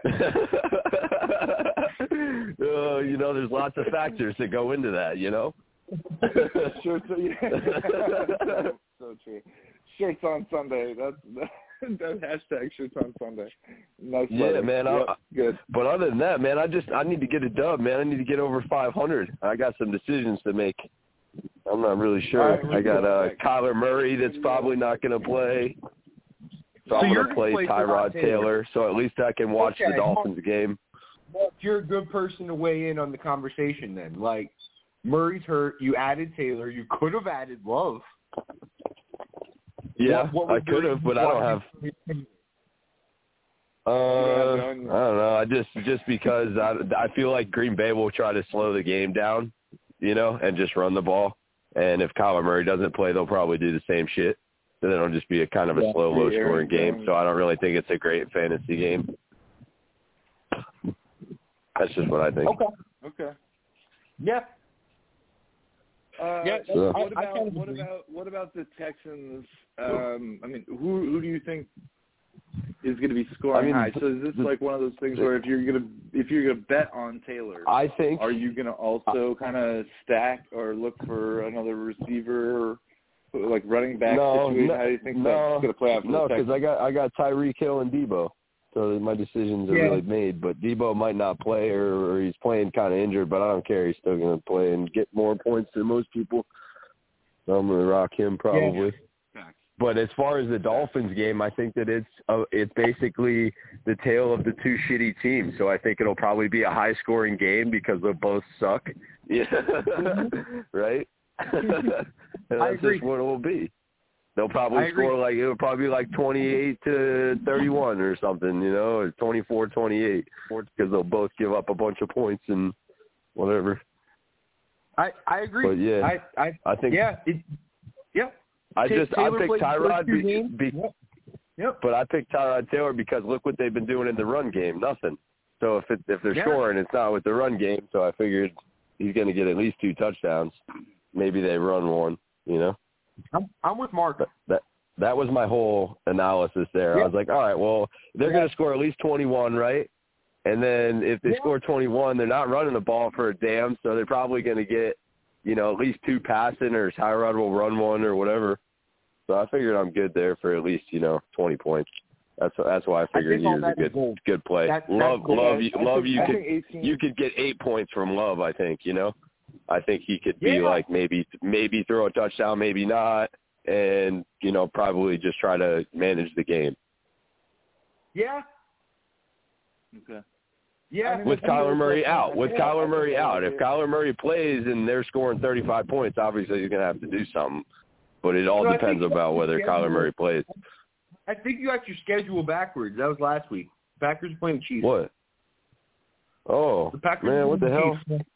Speaker 8: Uh, you know, there's lots of factors that go into that.
Speaker 5: [LAUGHS]
Speaker 8: You know.
Speaker 4: [LAUGHS] Shirts yeah. so true. Shirts on Sunday. That's [LAUGHS] that, hashtag shirts on Sunday. Nice
Speaker 8: Yeah,
Speaker 4: letter.
Speaker 8: man, I-
Speaker 4: Yep, good.
Speaker 8: But other than that, man, I just I need to get a dub, man. I need to get over 500. I got some decisions to make. I'm not really
Speaker 4: All
Speaker 8: sure.
Speaker 4: right,
Speaker 8: I
Speaker 4: let's
Speaker 8: got
Speaker 4: go
Speaker 8: uh,
Speaker 4: back.
Speaker 8: Kyler Murray that's probably not going to play. So,
Speaker 5: So
Speaker 8: I'm
Speaker 5: you're
Speaker 8: going to
Speaker 5: gonna play
Speaker 8: play Tyrod
Speaker 5: Tyrod
Speaker 8: Taylor.
Speaker 5: Taylor.
Speaker 8: so at least I can watch
Speaker 5: Okay.
Speaker 8: the Dolphins game.
Speaker 5: Well, you're a good person to weigh in on the conversation. Then, like, Murray's hurt. You added Taylor. You could have added Love.
Speaker 8: Yeah,
Speaker 5: What- what
Speaker 8: I
Speaker 5: was your
Speaker 8: could have, but I
Speaker 5: reason
Speaker 8: don't
Speaker 5: why
Speaker 8: have.
Speaker 5: you-
Speaker 8: Uh,
Speaker 4: have
Speaker 8: I don't
Speaker 4: none?
Speaker 8: know. I just just because I I feel like Green Bay will try to slow the game down, you know, and just run the ball. And if Kyler Murray doesn't play, they'll probably do the same shit. So then it'll just be a kind of a
Speaker 4: Yeah,
Speaker 8: slow, low
Speaker 4: Aaron
Speaker 8: scoring game.
Speaker 4: Jones.
Speaker 8: So I don't really think it's a great fantasy game. That's just what I think.
Speaker 5: Okay.
Speaker 4: Okay.
Speaker 5: Yeah.
Speaker 4: Uh,
Speaker 5: Yeah,
Speaker 8: so-
Speaker 4: what
Speaker 5: I- I
Speaker 4: about
Speaker 5: kind of
Speaker 4: what
Speaker 5: agree.
Speaker 4: about what about the Texans? Um, I mean, who who do you think is going to be scoring
Speaker 8: I mean,
Speaker 4: high? So is this
Speaker 8: the-
Speaker 4: like one of those things where if you're gonna if you're gonna bet on Taylor,
Speaker 8: I think
Speaker 4: are you going to also kind of stack or look for another receiver, like running back
Speaker 8: No,
Speaker 4: situation?
Speaker 8: no,
Speaker 4: How do you think
Speaker 8: no,
Speaker 4: that's going to play out for the
Speaker 8: no because
Speaker 4: Texans?
Speaker 8: I got I got Tyreek Hill and Debo, so my decisions are
Speaker 5: Yeah.
Speaker 8: really made. But Debo might not play, or, or he's playing kind of injured, but I don't care. He's still going to play and get more points than most people. So I'm going to rock him probably.
Speaker 7: Facts.
Speaker 8: But as far as the Dolphins game, I think that it's uh, it's basically the tale of the two shitty teams. So I think it'll probably be a high scoring game because they both suck. Yeah. [LAUGHS] right? [LAUGHS] And that's
Speaker 5: agree.
Speaker 8: just what it will be. They'll
Speaker 5: I
Speaker 8: probably
Speaker 5: agree.
Speaker 8: score like it'll probably be like 28 to 31 or something, you know, or 24-28 because they'll both give up a bunch of points and whatever.
Speaker 5: I I agree.
Speaker 8: But yeah.
Speaker 5: I I
Speaker 8: I think
Speaker 5: yeah. It, yeah.
Speaker 8: I
Speaker 5: Ta-
Speaker 8: just
Speaker 5: Taylor
Speaker 8: I picked
Speaker 5: played the
Speaker 8: Tyrod
Speaker 5: first two
Speaker 8: be,
Speaker 5: games.
Speaker 8: be,
Speaker 5: Yep. Yep.
Speaker 8: But I picked Tyrod Taylor because look what they've been doing in the run game, nothing. So if it, if they're
Speaker 5: Yeah.
Speaker 8: scoring, it's not with the run game. So I figured he's going to get at least two touchdowns. Maybe they run one. You know,
Speaker 5: I'm I'm with Mark.
Speaker 8: but that that was my whole analysis there. I
Speaker 5: Yeah.
Speaker 8: was like, all right, well they're
Speaker 5: Yeah.
Speaker 8: going to score at least twenty one, right? And then if they
Speaker 5: Yeah.
Speaker 8: score twenty one, they're not running the ball for a damn. So they're probably going to get you know at least two passing, or Tyrod will run one or whatever. So I figured I'm good there for at least you know twenty points. That's that's why I
Speaker 5: I think
Speaker 8: figured he
Speaker 5: all
Speaker 8: was a
Speaker 5: that
Speaker 8: good
Speaker 5: is gold.
Speaker 8: good play.
Speaker 5: That- that's
Speaker 8: love,
Speaker 5: cool.
Speaker 8: love, you,
Speaker 4: I
Speaker 8: love.
Speaker 4: think-
Speaker 8: you
Speaker 4: I
Speaker 8: could
Speaker 4: think 18
Speaker 8: you could get eight points from Love. I think you know. I think he could be
Speaker 5: Yeah.
Speaker 8: like maybe maybe throw a touchdown, maybe not, and you know probably just try to manage the game
Speaker 5: Yeah.
Speaker 4: Okay.
Speaker 5: Yeah.
Speaker 4: I mean,
Speaker 8: with
Speaker 4: that's another
Speaker 8: Kyler Murray
Speaker 4: question.
Speaker 8: out. With
Speaker 4: Yeah,
Speaker 8: Kyler
Speaker 4: that's
Speaker 8: Murray
Speaker 4: another
Speaker 8: out, if
Speaker 4: idea.
Speaker 8: Kyler Murray plays and they're scoring 35 points, obviously he's gonna have to do something. But it all
Speaker 5: No, I
Speaker 8: depends
Speaker 5: think-
Speaker 8: about whether
Speaker 5: yeah.
Speaker 8: Kyler Murray plays.
Speaker 5: I think you got your schedule backwards. That was last week. Packers playing Chiefs.
Speaker 8: What? Oh
Speaker 5: The Packers
Speaker 8: man, what the
Speaker 5: playing
Speaker 8: hell?
Speaker 5: Chiefs.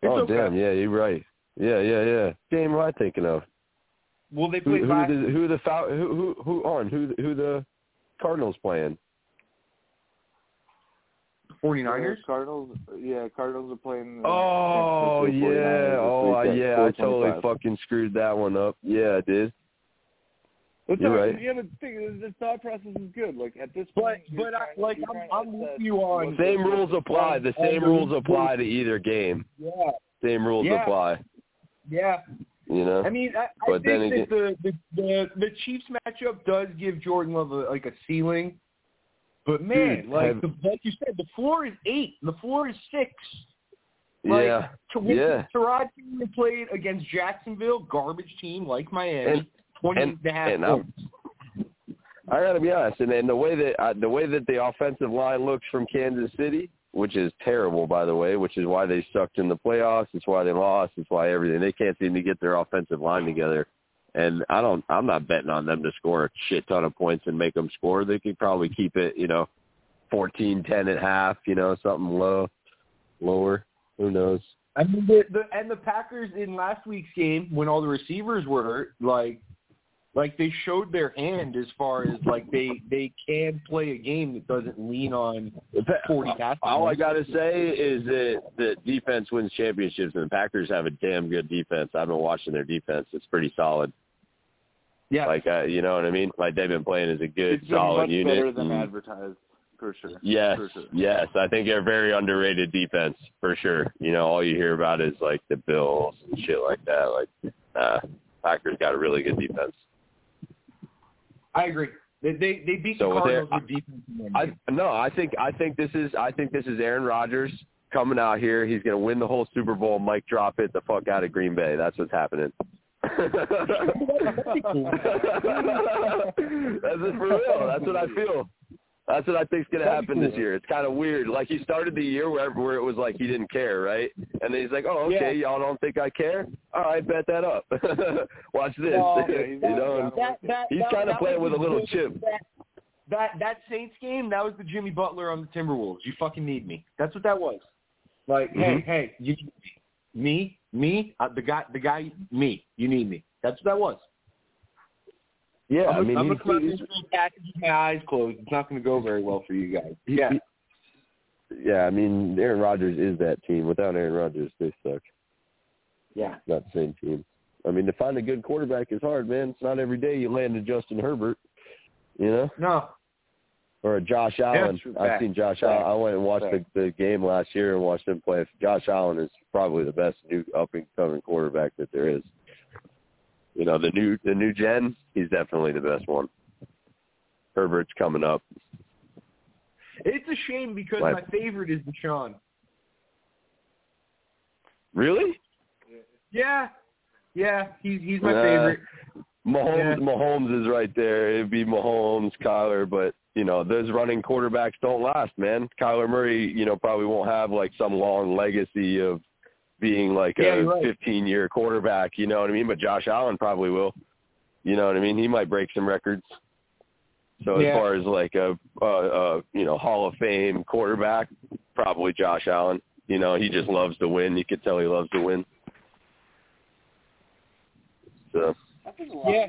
Speaker 5: It's
Speaker 8: Oh
Speaker 5: okay.
Speaker 8: damn, yeah, you're right. Yeah, yeah, yeah. Game am I thinking of?
Speaker 5: Well, they
Speaker 8: Who,
Speaker 5: played
Speaker 8: who
Speaker 5: last.
Speaker 8: the who the Fal- who who who on who who the Cardinals playing?
Speaker 5: Forty Niners.
Speaker 4: Cardinals. Yeah, Cardinals are playing. the
Speaker 8: Oh
Speaker 4: San Francisco 49ers this
Speaker 8: yeah, oh I-
Speaker 4: week at
Speaker 8: yeah, I
Speaker 4: 4:25.
Speaker 8: totally fucking screwed that one up. Yeah, I did.
Speaker 4: It's
Speaker 8: You're
Speaker 4: all
Speaker 8: right.
Speaker 4: Yeah, but the thing, the thought process is good. Like at this
Speaker 5: But
Speaker 4: point, you're
Speaker 5: but I,
Speaker 4: trying-
Speaker 5: like
Speaker 4: you're
Speaker 5: I'm
Speaker 4: trying to
Speaker 5: I'm with
Speaker 4: assess
Speaker 5: you on.
Speaker 8: Same rules apply. The same rules apply to either game.
Speaker 5: Yeah.
Speaker 8: Same rules
Speaker 5: Yeah.
Speaker 8: apply.
Speaker 5: Yeah.
Speaker 8: You know.
Speaker 5: I mean, I, I
Speaker 8: But
Speaker 5: think
Speaker 8: then
Speaker 5: that the, the the the Chiefs matchup does give Jordan Love a, like a ceiling, but man,
Speaker 8: Dude,
Speaker 5: like
Speaker 8: have-
Speaker 5: the, like you said, the floor is eight, the floor is six. Like,
Speaker 8: yeah.
Speaker 5: To win,
Speaker 8: Yeah.
Speaker 5: Tyrod Taylor played against Jacksonville, garbage team like Miami,
Speaker 8: And-
Speaker 5: twenty
Speaker 8: and-
Speaker 5: and a half
Speaker 8: and I'm-
Speaker 5: points.
Speaker 8: I gotta be honest, and then the way that uh, the way that the offensive line looks from Kansas City, which is terrible, by the way, which is why they sucked in the playoffs. It's why they lost. It's why everything. They can't seem to get their offensive line together. And I don't. I'm not betting on them to score a shit ton of points and make them score. They could probably keep it, you know, 14-10 at half. You know, something low, lower. Who knows?
Speaker 5: I mean, the, the and the Packers in last week's game when all the receivers were hurt, like, like they showed their hand as far as like they they can play a game that doesn't lean on forty passes.
Speaker 8: uh, All I gotta say is that the defense wins championships, and the Packers have a damn good defense. I've been watching their defense; it's pretty solid.
Speaker 5: Yeah,
Speaker 8: Like, uh, you know what I mean? Like they've been playing as a good,
Speaker 4: It's been
Speaker 8: solid
Speaker 4: much
Speaker 8: unit.
Speaker 4: better than
Speaker 8: Mm.
Speaker 4: advertised, for [LAUGHS] sure.
Speaker 8: Yes,
Speaker 4: For sure.
Speaker 8: yes. I think they're a very underrated defense for sure. You know, all you hear about is like the Bills and shit like that. Like, uh, Packers got a really good defense.
Speaker 5: I agree. They they, they beat
Speaker 8: So
Speaker 5: the
Speaker 8: with their-
Speaker 5: Cardinals with defense. in that
Speaker 8: I
Speaker 5: game.
Speaker 8: no, I think I think this is I think this is Aaron Rodgers coming out here. He's gonna win the whole Super Bowl. Mike, drop it the fuck out of Green Bay. That's what's happening. [LAUGHS] That's it for real. That's what I feel. That's what I think's gonna happen this year. It's kind of weird. Like he started the year where where it was like he didn't care, right? And then he's like, oh okay, y'all don't think I care? All right, bet that up. [LAUGHS] Watch this.
Speaker 9: Oh,
Speaker 4: [LAUGHS]
Speaker 5: Well,
Speaker 8: [LAUGHS] you know,
Speaker 5: that, that,
Speaker 8: he's
Speaker 5: that,
Speaker 8: kind of
Speaker 5: that
Speaker 8: playing
Speaker 5: was
Speaker 8: with
Speaker 5: the
Speaker 8: a little
Speaker 5: Jimmy-
Speaker 8: chip.
Speaker 5: That, that that Saints game, that was the Jimmy Butler on the Timberwolves. You fucking need me. That's what that was. Like, hey,
Speaker 8: Mhm.
Speaker 5: hey, you need me, me, me, uh, the guy, the guy, me. You need me. That's what that was.
Speaker 8: Yeah,
Speaker 5: I'm,
Speaker 8: I mean,
Speaker 5: am
Speaker 8: he-
Speaker 5: gonna come out
Speaker 8: he's-
Speaker 5: this with my eyes closed. It's not gonna go very well for you guys.
Speaker 8: Yeah. Yeah, I mean Aaron Rodgers is that team. Without Aaron Rodgers, they suck.
Speaker 5: Yeah.
Speaker 8: Not the same team. I mean, to find a good quarterback is hard, man. It's not every day you land a Justin Herbert, you know,
Speaker 5: No.
Speaker 8: or a Josh Allen.
Speaker 5: true.
Speaker 8: I've
Speaker 5: Fact.
Speaker 8: seen Josh
Speaker 5: Fact.
Speaker 8: Allen. I went and watched the, the game last year and watched him play. Josh Allen is probably the best new up and coming quarterback that there is. You know, the new the new gen, he's definitely the best one. Herbert's coming up.
Speaker 5: It's a shame because
Speaker 8: Right.
Speaker 5: my favorite is Deshaun.
Speaker 8: Really?
Speaker 5: Yeah. Yeah, he's he's my
Speaker 8: Uh,
Speaker 5: favorite.
Speaker 8: Mahomes,
Speaker 5: Yeah.
Speaker 8: Mahomes is right there. It'd be Mahomes, Kyler, but you know those running quarterbacks don't last, man. Kyler Murray, you know, probably won't have like some long legacy of being like
Speaker 5: Yeah,
Speaker 8: a
Speaker 5: you're right.
Speaker 8: 15-year quarterback. You know what I mean? But Josh Allen probably will. You know what I mean? He might break some records. So
Speaker 5: Yeah.
Speaker 8: as far as like a, a, a you know Hall of Fame quarterback, probably Josh Allen. You know, he just loves to win. You could tell he loves to win. So.
Speaker 5: Yeah.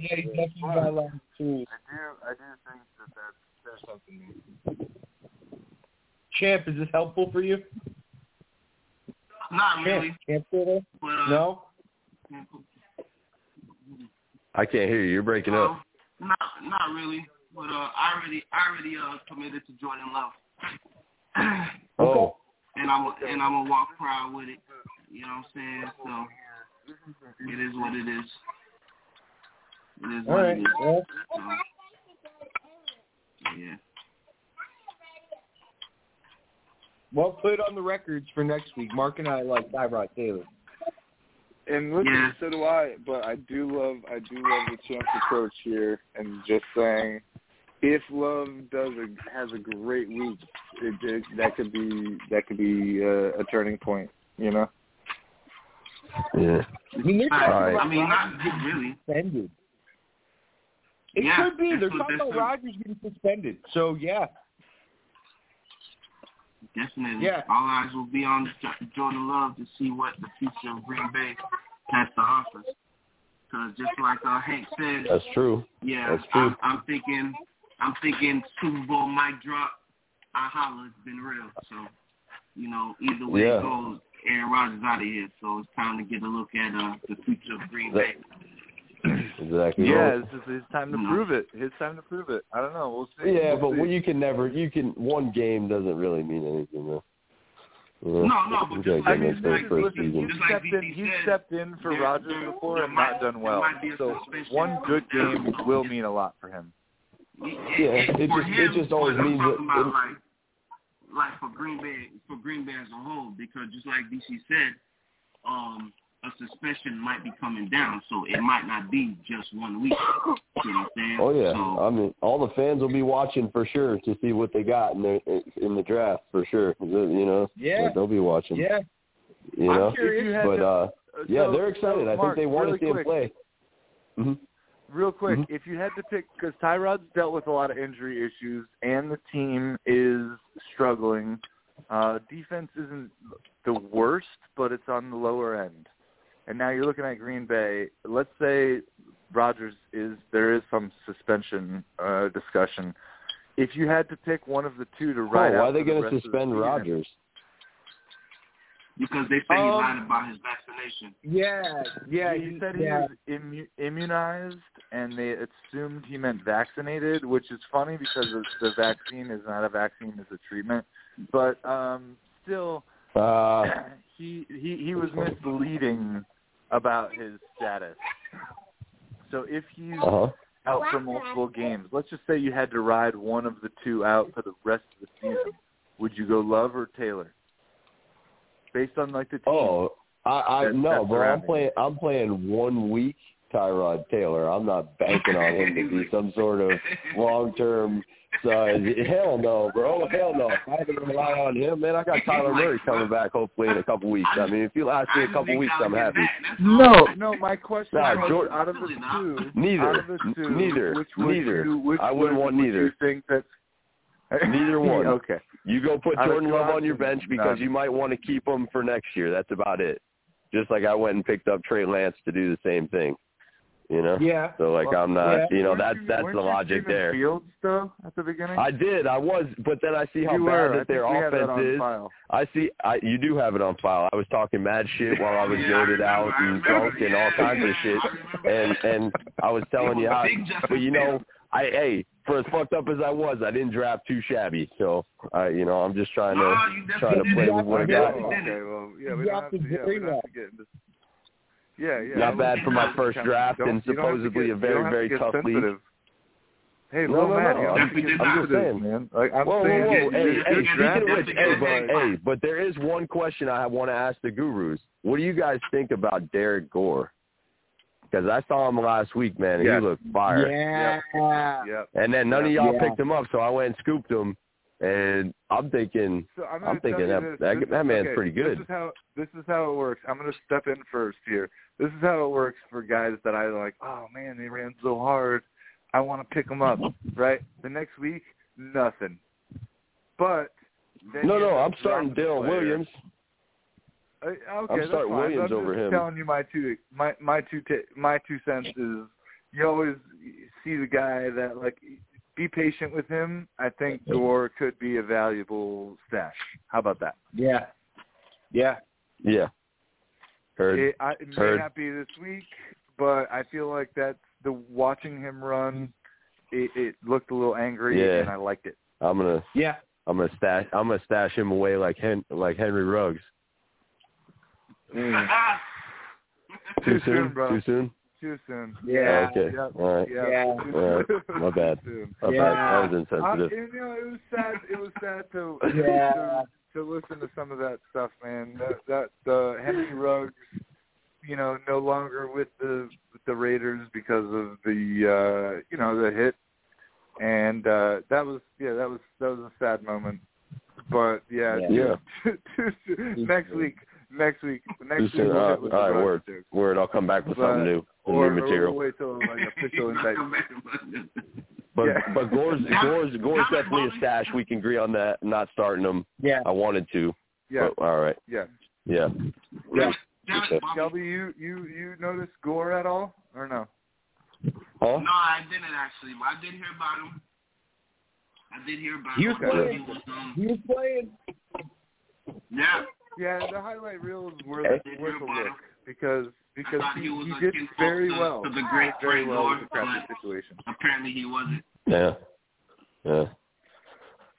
Speaker 5: Yeah, he's definitely my last two.
Speaker 4: I do. I do think that that's, there's something there.
Speaker 5: Champ, is this helpful for you?
Speaker 7: Not
Speaker 5: Champ,
Speaker 7: really.
Speaker 5: Champ Portal?
Speaker 7: But, uh,
Speaker 5: No?
Speaker 8: I can't hear you. You're breaking
Speaker 7: no,
Speaker 8: up.
Speaker 7: not not really. But uh, I already I already uh, committed to Jordan Love, [CLEARS THROAT] and
Speaker 8: Oh,
Speaker 7: I'm a- and I'm gonna walk proud with it. You know what I'm saying? So it is what it is. It is
Speaker 5: All
Speaker 7: what
Speaker 5: right.
Speaker 7: it is.
Speaker 5: Well,
Speaker 7: So, yeah.
Speaker 5: well, put it on the records for next week. Mark and I like Tyrod Taylor.
Speaker 9: And listen,
Speaker 7: Yeah.
Speaker 9: so do I. But I do love, I do love the chance to coach here, and just saying, if Love does a, has a great week, it, it, that could be that could be uh, a turning point. You know,
Speaker 8: yeah.
Speaker 5: I mean, they're talking
Speaker 8: All right.
Speaker 5: about
Speaker 7: I mean, not not really.
Speaker 5: suspended. It
Speaker 7: Yeah,
Speaker 5: could be.
Speaker 7: that's
Speaker 5: They're
Speaker 7: what
Speaker 5: talking
Speaker 7: this
Speaker 5: about
Speaker 7: is.
Speaker 5: Rodgers getting suspended. So, yeah.
Speaker 7: Definitely.
Speaker 5: Yeah.
Speaker 7: All eyes will be on Jo- Jordan Love to see what the future of Green Bay has to offer. Because just like uh, Hank said,
Speaker 8: That's true.
Speaker 7: yeah,
Speaker 8: that's true.
Speaker 7: I'm, I'm thinking, I'm thinking Super Bowl mic drop. I holla, it's been real. So, you know, either way
Speaker 8: Yeah.
Speaker 7: it goes, Aaron Rodgers out of here. So it's time to get a look at uh, the future of Green Bay.
Speaker 8: Exactly.
Speaker 4: Yeah,
Speaker 8: right.
Speaker 4: it's just his time to
Speaker 5: hmm.
Speaker 7: No.
Speaker 4: prove it. His time to prove it. I don't know. We'll see.
Speaker 8: Yeah,
Speaker 4: We'll
Speaker 8: but
Speaker 4: see.
Speaker 8: when you can never, you can. One game doesn't really mean anything, though.
Speaker 7: No, no, but
Speaker 8: You
Speaker 7: just
Speaker 4: I
Speaker 8: gotta
Speaker 7: like,
Speaker 8: give
Speaker 4: mean,
Speaker 8: him
Speaker 7: just
Speaker 8: his
Speaker 7: like,
Speaker 8: first
Speaker 4: listen, listen,
Speaker 8: season.
Speaker 4: you
Speaker 7: Just like
Speaker 4: stepped
Speaker 7: DT
Speaker 4: in. You
Speaker 7: said,
Speaker 4: stepped in for
Speaker 7: there-
Speaker 4: Rogers
Speaker 7: there-
Speaker 4: before
Speaker 7: there
Speaker 4: and
Speaker 7: might-
Speaker 4: not done
Speaker 7: there
Speaker 4: well.
Speaker 7: might be a
Speaker 4: So
Speaker 7: suspension.
Speaker 4: one good game will mean a lot for him.
Speaker 8: Yeah, it
Speaker 7: for
Speaker 8: just-
Speaker 7: him,
Speaker 8: it just always
Speaker 7: but I'm
Speaker 8: means
Speaker 7: talking
Speaker 8: that-
Speaker 7: about like, like for Green Bay, for Green Bay as a whole, because just like DC said, um, a suspension might be coming down, so it might not be just one week. You know what I'm saying?
Speaker 8: Oh yeah,
Speaker 7: So,
Speaker 8: I mean, all the fans will be watching for sure to see what they got in their in the draft for sure. You know,
Speaker 5: Yeah.
Speaker 8: they'll be watching.
Speaker 5: Yeah.
Speaker 8: you know,
Speaker 5: I'm curious. If you had
Speaker 8: but
Speaker 5: to-
Speaker 8: uh, yeah,
Speaker 4: So-
Speaker 8: they're
Speaker 4: so,
Speaker 8: excited. I think
Speaker 4: Mark,
Speaker 8: they want
Speaker 4: really
Speaker 8: to see
Speaker 4: quick,
Speaker 8: him play. hmm
Speaker 4: Real quick,
Speaker 8: Mhm.
Speaker 4: if you had to pick, because Tyrod's dealt with a lot of injury issues, and the team is struggling. Uh, defense isn't the worst, but it's on the lower end. And now you're looking at Green Bay. Let's say Rodgers is there is some suspension uh, discussion. If you had to pick one of the two to ride
Speaker 8: oh, why
Speaker 4: out
Speaker 8: are they
Speaker 4: for the
Speaker 8: going
Speaker 4: rest
Speaker 8: to
Speaker 4: of the
Speaker 8: suspend
Speaker 4: season-
Speaker 8: Rodgers?
Speaker 7: because they say he
Speaker 5: Um,
Speaker 7: lied about his vaccination.
Speaker 5: Yeah. Yeah.
Speaker 4: he said he
Speaker 5: yeah.
Speaker 4: was immu- immunized, and they assumed he meant vaccinated, which is funny because it's, the vaccine is not a vaccine; it's a treatment. But um, still,
Speaker 8: Uh,
Speaker 4: [CLEARS THROAT] [LAUGHS] he he he was misleading about his status. So if he's
Speaker 8: uh-huh.
Speaker 4: out for multiple games, let's just say you had to ride one of the two out for the rest of the season, would you go Love or Taylor? Based on like the team.
Speaker 8: Oh, I, I
Speaker 4: That's- that's
Speaker 8: no, bro. I'm
Speaker 4: surrounding
Speaker 8: playing. I'm playing one week. Tyrod Taylor. I'm not banking on him to
Speaker 4: [LAUGHS]
Speaker 8: be some sort of long-term. So hell no, bro. Hell no. If I had to rely on him, man, I got Tyler Murray coming back hopefully in a couple weeks. I mean, if you last me a couple weeks, I'm happy.
Speaker 4: No, no. My question
Speaker 8: Nah,
Speaker 4: was
Speaker 8: Jordan-
Speaker 4: out of the
Speaker 7: Absolutely not.
Speaker 4: two,
Speaker 8: Neither.
Speaker 4: out of the two,
Speaker 8: N- neither.
Speaker 4: which would
Speaker 8: Neither.
Speaker 4: You, which
Speaker 8: I wouldn't
Speaker 4: would-
Speaker 8: want
Speaker 4: would
Speaker 8: neither.
Speaker 4: You think that's
Speaker 8: [LAUGHS] Neither
Speaker 4: [LAUGHS]
Speaker 8: one.
Speaker 4: okay.
Speaker 8: You go put
Speaker 4: Out of
Speaker 8: Jordan
Speaker 4: two
Speaker 8: Love on your
Speaker 4: options,
Speaker 8: bench because
Speaker 4: none.
Speaker 8: you might want to keep him for next year. That's about it. Just like I went and picked up Trey Lance to do the same thing. You know.
Speaker 5: Yeah.
Speaker 8: So like
Speaker 4: Well,
Speaker 8: I'm not.
Speaker 5: yeah.
Speaker 8: You know
Speaker 4: Weren't
Speaker 8: that's
Speaker 4: you-
Speaker 8: that's
Speaker 4: weren't
Speaker 8: the
Speaker 4: you
Speaker 8: logic
Speaker 4: Stephen
Speaker 8: there.
Speaker 4: Fields though at the beginning.
Speaker 8: I did. I was, but then I see how
Speaker 4: you
Speaker 8: bad
Speaker 4: were. I
Speaker 8: that
Speaker 4: think
Speaker 8: their
Speaker 4: we have that
Speaker 8: offense
Speaker 4: on
Speaker 8: is.
Speaker 4: file.
Speaker 8: I see. I you do have it on file. I was talking mad shit while
Speaker 4: [LAUGHS]
Speaker 8: I was
Speaker 7: Yeah, I
Speaker 8: goaded
Speaker 7: remember,
Speaker 8: out
Speaker 7: I
Speaker 8: and
Speaker 7: remember,
Speaker 8: drunk and all
Speaker 7: yeah,
Speaker 8: kinds of
Speaker 7: yeah,
Speaker 8: shit,
Speaker 7: I remember [LAUGHS] that.
Speaker 8: and and I was telling
Speaker 7: was
Speaker 8: you,
Speaker 7: a
Speaker 8: I,
Speaker 7: big Justin
Speaker 8: but you know,
Speaker 7: Fields.
Speaker 8: I hey, for as fucked up as I was, I didn't draft too shabby. So I, you know, I'm just trying
Speaker 7: Nah,
Speaker 8: to
Speaker 7: you definitely
Speaker 8: trying to
Speaker 5: did
Speaker 8: play
Speaker 5: that.
Speaker 8: with what I
Speaker 5: You
Speaker 8: got.
Speaker 5: definitely
Speaker 7: did it.
Speaker 9: Okay, well, yeah, we
Speaker 5: You
Speaker 9: don't
Speaker 5: have
Speaker 9: have
Speaker 5: to
Speaker 9: to, yeah,
Speaker 5: bring
Speaker 9: we don't have to get into. Yeah, yeah.
Speaker 8: Not bad for my
Speaker 9: Don't-
Speaker 8: first draft
Speaker 9: don't-
Speaker 8: and
Speaker 9: you don't have to
Speaker 8: supposedly
Speaker 9: get-
Speaker 8: a
Speaker 9: you
Speaker 8: very
Speaker 9: don't have
Speaker 8: very
Speaker 9: to get
Speaker 8: tough league.
Speaker 9: sensitive. Hey,
Speaker 8: No,
Speaker 9: little
Speaker 8: no,
Speaker 9: man,
Speaker 8: no.
Speaker 9: you don't
Speaker 8: I'm,
Speaker 9: have to
Speaker 7: Definitely
Speaker 9: get
Speaker 7: not.
Speaker 8: I'm just
Speaker 9: sensitive.
Speaker 8: saying, man.
Speaker 4: Like I'm
Speaker 8: Whoa, whoa,
Speaker 4: saying,
Speaker 8: whoa.
Speaker 7: you-
Speaker 8: Hey,
Speaker 7: you-
Speaker 8: hey,
Speaker 7: you-
Speaker 8: speaking of
Speaker 7: you-
Speaker 8: which,
Speaker 7: you-
Speaker 8: hey,
Speaker 7: you-
Speaker 8: but,
Speaker 7: you-
Speaker 8: hey, but there is one question I want to ask the gurus. What do you guys think about Derek Gore? Because I saw him last week, man, and
Speaker 9: Yeah.
Speaker 8: he looked fire.
Speaker 5: Yeah.
Speaker 9: Yep.
Speaker 8: And then none
Speaker 5: Yeah.
Speaker 8: of y'all
Speaker 5: Yeah.
Speaker 8: picked him up, so I went and scooped him. And I'm thinking,
Speaker 9: So I'm,
Speaker 8: I'm
Speaker 9: gonna
Speaker 8: thinking
Speaker 9: tell
Speaker 8: that
Speaker 9: you this.
Speaker 8: that,
Speaker 9: This
Speaker 8: that
Speaker 9: is-
Speaker 8: man's
Speaker 9: okay,
Speaker 8: pretty
Speaker 9: This is
Speaker 8: good.
Speaker 9: how this is how it works. I'm gonna step in first here. This is how it works for guys that I like. Oh man, they ran so hard. I want to pick them up. Right. The next week, nothing. But then
Speaker 8: No,
Speaker 9: you
Speaker 8: no,
Speaker 9: end up
Speaker 8: I'm starting
Speaker 9: dropping a
Speaker 8: Dylan
Speaker 9: player.
Speaker 8: Williams.
Speaker 9: Uh, okay, that's fine.
Speaker 8: starting Williams
Speaker 9: I'm
Speaker 8: over
Speaker 9: just
Speaker 8: him.
Speaker 9: telling you my two my my two ta- my two cents is you always see the guy that like be patient with him. I think Gore could be a valuable stash. How about that?
Speaker 5: Yeah. Yeah.
Speaker 8: Yeah. Heard.
Speaker 9: It, I, it may
Speaker 8: Heard.
Speaker 9: not be this week, but I feel like that's the watching him run. It, it looked a little angry,
Speaker 8: Yeah.
Speaker 9: and I liked it.
Speaker 8: I'm gonna
Speaker 5: Yeah.
Speaker 8: I'm gonna stash I'm gonna stash him away like Hen, like Henry Ruggs. Too
Speaker 5: Mm.
Speaker 9: Too soon,
Speaker 8: soon?
Speaker 9: bro.
Speaker 8: Too soon?
Speaker 9: Too soon.
Speaker 5: Yeah.
Speaker 8: Oh, okay.
Speaker 9: Yeah.
Speaker 8: All right.
Speaker 9: Yeah.
Speaker 5: Yeah.
Speaker 9: Too
Speaker 8: All right.
Speaker 9: soon.
Speaker 8: My bad.
Speaker 9: [LAUGHS] Too soon.
Speaker 8: My
Speaker 5: Yeah.
Speaker 8: bad. That was
Speaker 9: I,
Speaker 8: insensitive.
Speaker 9: you know, it was sad. It was sad
Speaker 8: [LAUGHS]
Speaker 9: to,
Speaker 5: Yeah.
Speaker 9: to to listen to some of that stuff, man. That that the Henry Ruggs, you know, no longer with the with the Raiders because of the uh you know the hit, and uh that was yeah that was that was a sad moment. But yeah, [LAUGHS]
Speaker 8: Yeah.
Speaker 9: next week, next week, next
Speaker 8: Just, uh,
Speaker 9: week. we'll
Speaker 8: all
Speaker 9: hit with the
Speaker 8: right,
Speaker 9: Ruggs
Speaker 8: word,
Speaker 9: jokes.
Speaker 8: word. I'll come back with
Speaker 9: But-
Speaker 8: something new, some
Speaker 9: Or,
Speaker 8: new
Speaker 9: or
Speaker 8: material.
Speaker 9: we'll wait till like
Speaker 8: [LAUGHS]
Speaker 9: official invite.
Speaker 8: But
Speaker 9: yeah.
Speaker 8: but Gore's
Speaker 9: [LAUGHS]
Speaker 7: Now-
Speaker 8: Gore's Gore's
Speaker 7: now that
Speaker 8: definitely a
Speaker 7: moment-
Speaker 8: stash. We can agree on that. Not starting him.
Speaker 5: Yeah.
Speaker 8: I wanted to.
Speaker 9: Yeah,
Speaker 8: But, all right.
Speaker 9: yeah.
Speaker 8: Yeah.
Speaker 7: Damn
Speaker 8: Okay.
Speaker 7: it, Bobby.
Speaker 9: Shelby, you you you notice Gore at all or no?
Speaker 8: Huh?
Speaker 7: No, I didn't actually. But I did hear about him. I did hear about
Speaker 5: He
Speaker 7: him.
Speaker 5: was
Speaker 7: but
Speaker 5: good.
Speaker 7: he was, um,
Speaker 5: He was playing.
Speaker 7: yeah,
Speaker 9: Yeah, the highlight reels were
Speaker 7: I
Speaker 9: worth
Speaker 7: did hear
Speaker 9: worth a
Speaker 7: about
Speaker 9: look
Speaker 7: him.
Speaker 9: because
Speaker 7: I
Speaker 9: because
Speaker 7: thought
Speaker 9: he,
Speaker 7: he was
Speaker 9: he
Speaker 7: a
Speaker 9: did
Speaker 7: kinfolk
Speaker 9: very
Speaker 7: to-
Speaker 9: well.
Speaker 7: to the great
Speaker 9: very
Speaker 7: Frank
Speaker 9: well
Speaker 7: Gore,
Speaker 9: with the crappy
Speaker 7: but-
Speaker 9: situation.
Speaker 7: Apparently he wasn't.
Speaker 8: Yeah. Yeah.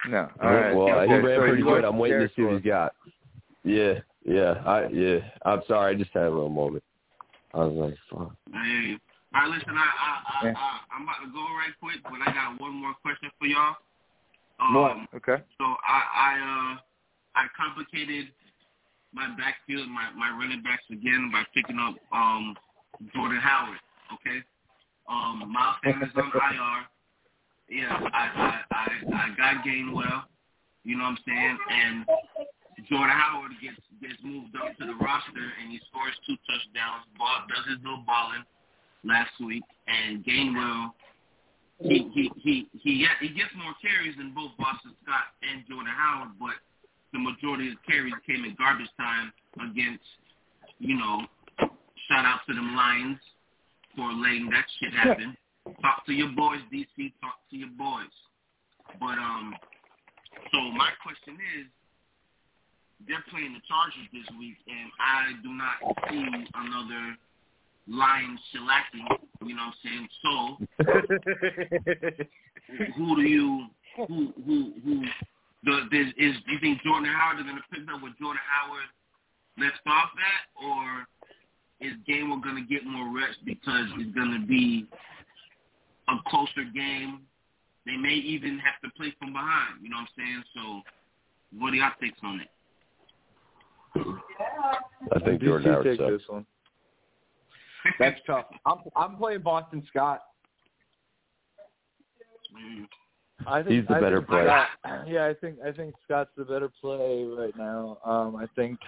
Speaker 9: No, all
Speaker 8: All
Speaker 9: right.
Speaker 8: right. Well,
Speaker 9: okay,
Speaker 8: he ran
Speaker 9: so
Speaker 8: pretty
Speaker 9: you
Speaker 8: good.
Speaker 9: watched
Speaker 8: I'm waiting to
Speaker 9: Derek
Speaker 8: see what
Speaker 9: Gore.
Speaker 8: he's got. Yeah. Yeah. I yeah. I'm sorry. I just had a little moment. I was like, fuck.
Speaker 7: I hear you. All right, listen, I, I, I,
Speaker 9: Yeah.
Speaker 7: I, I'm about to go right quick, but I got one more question for y'all. Um,
Speaker 9: Okay.
Speaker 7: So I, I, uh, I complicated my backfield, my, my running backs again by picking up um Jordan Howard. Okay, um, Miles Sanders on IR. Yeah, I I I, I got Gainwell. You know what I'm saying? And Jordan Howard gets gets moved up to the roster and he scores two touchdowns. Ball does his little balling last week, and Gainwell he he he he he gets more carries than both Boston Scott and Jordan Howard, but the majority of the carries came in garbage time against, you know, shout out to them Lions for letting that shit happen. Talk to your boys, DC. Talk to your boys. But um, so my question is, they're playing the Chargers this week, and I do not see another Lions shellacking. You know what I'm saying? So who do you who who who the this is do you think Jordan Howard is gonna pick up with Jordan Howard left off at or is Gamer gonna get more reps because it's gonna be a closer game? They may even have to play from behind, you know what I'm saying? So what are y'all takes on it?
Speaker 8: I think
Speaker 4: DC
Speaker 8: Jordan Howard
Speaker 4: take
Speaker 8: sucks.
Speaker 4: this one.
Speaker 5: That's tough. I'm I'm playing Boston Scott.
Speaker 7: Mm.
Speaker 4: I think
Speaker 8: He's the
Speaker 4: I
Speaker 8: better
Speaker 4: think
Speaker 8: player.
Speaker 4: Scott- yeah, I think I think Scott's the better play right now. Um, I think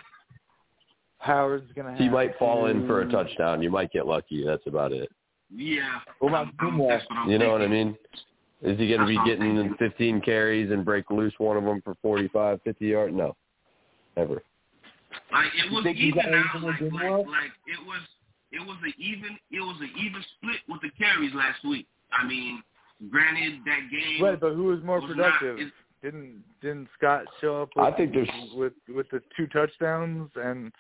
Speaker 4: Howard's gonna. Have
Speaker 8: He might fall in for a
Speaker 9: Mm.
Speaker 4: to-
Speaker 8: touchdown. You might get lucky. That's about it.
Speaker 7: Yeah.
Speaker 4: What about
Speaker 7: I'm- I'm-
Speaker 4: Gainwell?
Speaker 7: that's what I'm
Speaker 8: You know what I
Speaker 7: thinking.
Speaker 8: mean? Is he going to be
Speaker 4: Uh-huh.
Speaker 8: getting 15 carries and break loose one of them for 45, 50 yards? No, never.
Speaker 7: Like it was
Speaker 5: think you
Speaker 7: even
Speaker 5: got
Speaker 7: out.
Speaker 5: anything with
Speaker 7: Like, like
Speaker 5: Gainwell?
Speaker 7: like it was it was an even it was an even split with the carries last week. I mean, granted that game.
Speaker 4: Right, but who was more
Speaker 7: was
Speaker 4: productive?
Speaker 7: Not, it,
Speaker 4: Didn't didn't Scott show up? With,
Speaker 8: I think there's-
Speaker 4: with with the two touchdowns and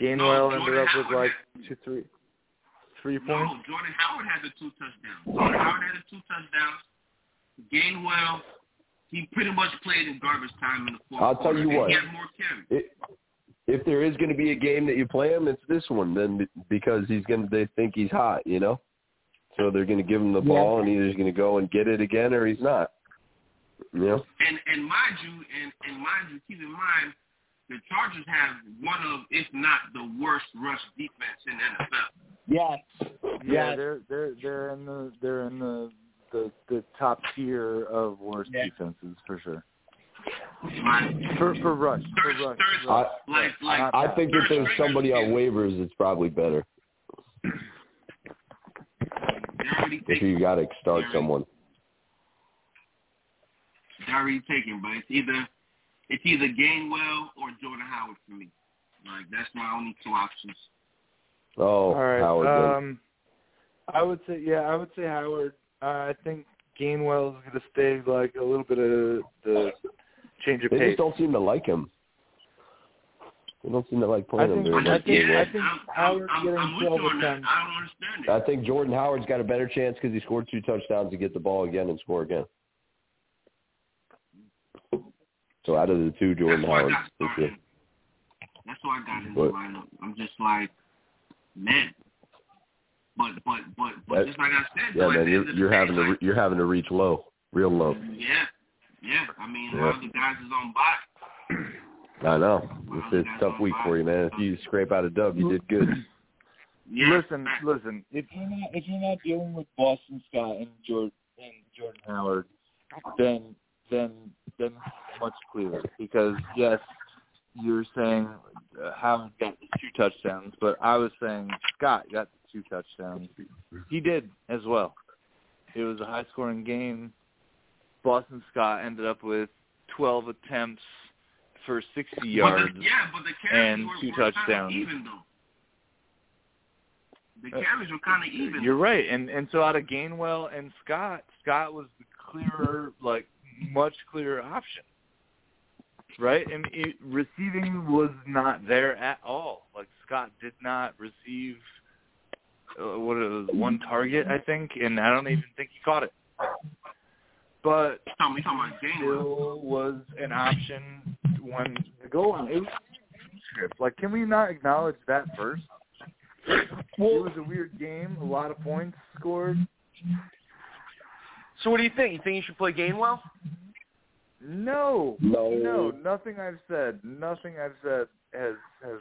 Speaker 4: Gainwell
Speaker 7: No,
Speaker 4: ended up with
Speaker 7: Jordan
Speaker 4: like
Speaker 7: Howard-
Speaker 4: two three three
Speaker 7: no,
Speaker 4: points.
Speaker 7: Jordan Howard had the two touchdowns. Jordan Howard had the two touchdowns. Gainwell, he pretty much played in garbage time in the fourth
Speaker 8: I'll tell
Speaker 7: quarter,
Speaker 8: you
Speaker 7: and
Speaker 8: what.
Speaker 7: He had more carries.
Speaker 8: It, if there is going to be a game that you play him, it's this one. Then because he's going, to they think he's hot, you know. So they're going to give him the ball, and either he's going to go and get it again, or he's not. You know.
Speaker 7: And and mind you, and and mind you, keep in mind, the Chargers have one of, if not the worst rush defense in the NFL.
Speaker 5: Yes.
Speaker 4: Yeah,
Speaker 5: Yes.
Speaker 4: they're they're they're in the they're in the the, the top tier of worst
Speaker 5: Yeah.
Speaker 4: defenses for sure.
Speaker 7: Like,
Speaker 4: For for rush, for
Speaker 7: Third,
Speaker 4: rush.
Speaker 7: third,
Speaker 8: I-
Speaker 7: like, like,
Speaker 8: I think if there's somebody on waivers, it's probably better
Speaker 7: they already
Speaker 8: if
Speaker 7: taken,
Speaker 8: you got to start someone.
Speaker 7: they already taken, but it's either, it's either Gainwell or Jordan Howard for me. Like, that's my only two options.
Speaker 8: Oh,
Speaker 4: All right.
Speaker 8: Howard. then.
Speaker 4: um, I would say yeah, I would say Howard. Uh, I think Gainwell's going to stay like a little bit of the change of
Speaker 8: they
Speaker 4: pace.
Speaker 8: just don't seem to like him. They don't seem to like
Speaker 4: I
Speaker 8: playing
Speaker 4: think
Speaker 8: him very
Speaker 4: I
Speaker 8: much.
Speaker 4: think
Speaker 8: anyway.
Speaker 4: I think
Speaker 7: I'm, I'm,
Speaker 4: Howard's
Speaker 7: I'm,
Speaker 4: getting
Speaker 7: I'm with
Speaker 4: twelve
Speaker 7: you on that.
Speaker 4: attempts.
Speaker 7: I don't understand it.
Speaker 8: I think Jordan Howard's got a better chance because he scored two touchdowns to get the ball again and score again. So out of the two, Jordan
Speaker 7: that's why I
Speaker 8: Howard.
Speaker 7: got
Speaker 8: this year.
Speaker 7: started. That's why I got in the
Speaker 8: But-
Speaker 7: lineup. I'm just like, man. But, but, but, but
Speaker 8: That-
Speaker 7: just like I said,
Speaker 8: Yeah,
Speaker 7: though, at
Speaker 8: man,
Speaker 7: the end
Speaker 8: you're
Speaker 7: of the
Speaker 8: you're
Speaker 7: day,
Speaker 8: having to
Speaker 7: like,
Speaker 8: re- oh. you're having to reach low, real low.
Speaker 7: Yeah, yeah. I mean, a lot of the guys is on bot.
Speaker 8: I know. It's a tough week for you, man. If you scrape out a dub, you did good.
Speaker 7: Yeah,
Speaker 4: Listen, listen. If you're not if you're not dealing with Boston Scott and Jordan and Jordan Howard, then then then much clearer. Because yes, you're saying uh, Howard got the two touchdowns, but I was saying Scott got the two touchdowns. He did as well. It was a high scoring game. Boston Scott ended up with 12 attempts for 60 yards.
Speaker 7: But the, yeah, but the carries
Speaker 4: and
Speaker 7: were,
Speaker 4: two
Speaker 7: were
Speaker 4: touchdowns.
Speaker 7: Kind of even though. The
Speaker 4: Uh,
Speaker 7: carries were kind of even.
Speaker 4: You're right, and and so out of Gainwell and Scott, Scott was the clearer, like much clearer option, right? And it, receiving was not there at all. Like Scott did not receive uh, what it was one target, I think, and I don't even think he caught it. But
Speaker 7: Tom, you talking about Gainwell?
Speaker 4: still was an option when the goal line. It was script. Like, can we not acknowledge that first? it was a weird game. A lot of points scored.
Speaker 10: So what do you think? You think you should play Gainwell?
Speaker 4: No,
Speaker 11: No.
Speaker 4: no, nothing I've said, nothing I've said has has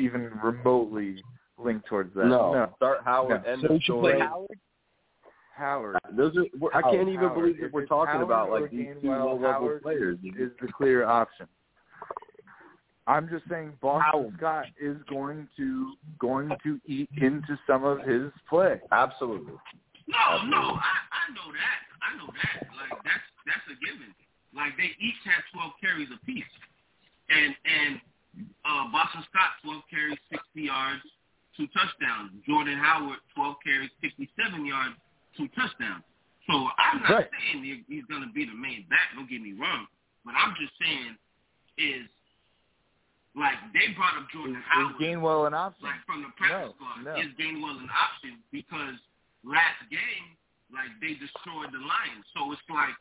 Speaker 4: even remotely linked towards that.
Speaker 8: No.
Speaker 4: Start Howard.
Speaker 8: End
Speaker 5: So
Speaker 8: of
Speaker 5: we should play
Speaker 8: story.
Speaker 5: Howard.
Speaker 4: Howard
Speaker 8: Those are, we're- I can't even
Speaker 4: Howard.
Speaker 8: believe that
Speaker 4: If
Speaker 8: we're
Speaker 4: it's
Speaker 8: talking
Speaker 4: Howard
Speaker 8: about
Speaker 4: or
Speaker 8: like these two
Speaker 4: Gainwell,
Speaker 8: low-level
Speaker 4: Howard
Speaker 8: players.
Speaker 4: is the clear option. I'm just saying Boston
Speaker 8: Howard.
Speaker 4: Scott is going to going to eat into some of his play.
Speaker 8: Absolutely.
Speaker 7: No, no, I, I know that. I know that. Like that's that's a given. Like they each had twelve carries apiece. And and uh Boston Scott twelve carries, sixty yards, two touchdowns. Jordan Howard twelve carries, sixty seven yards, two touchdowns. So I'm not
Speaker 4: Right.
Speaker 7: saying he, he's gonna be the main back, don't get me wrong. But I'm just saying is like they brought up
Speaker 4: Is,
Speaker 7: Jordan
Speaker 4: is
Speaker 7: Howard
Speaker 4: Gainwell an option?
Speaker 7: like from the
Speaker 4: No,
Speaker 7: practice squad,
Speaker 4: no.
Speaker 7: is Gainwell an option? Because last game, like they destroyed the Lions, so it's like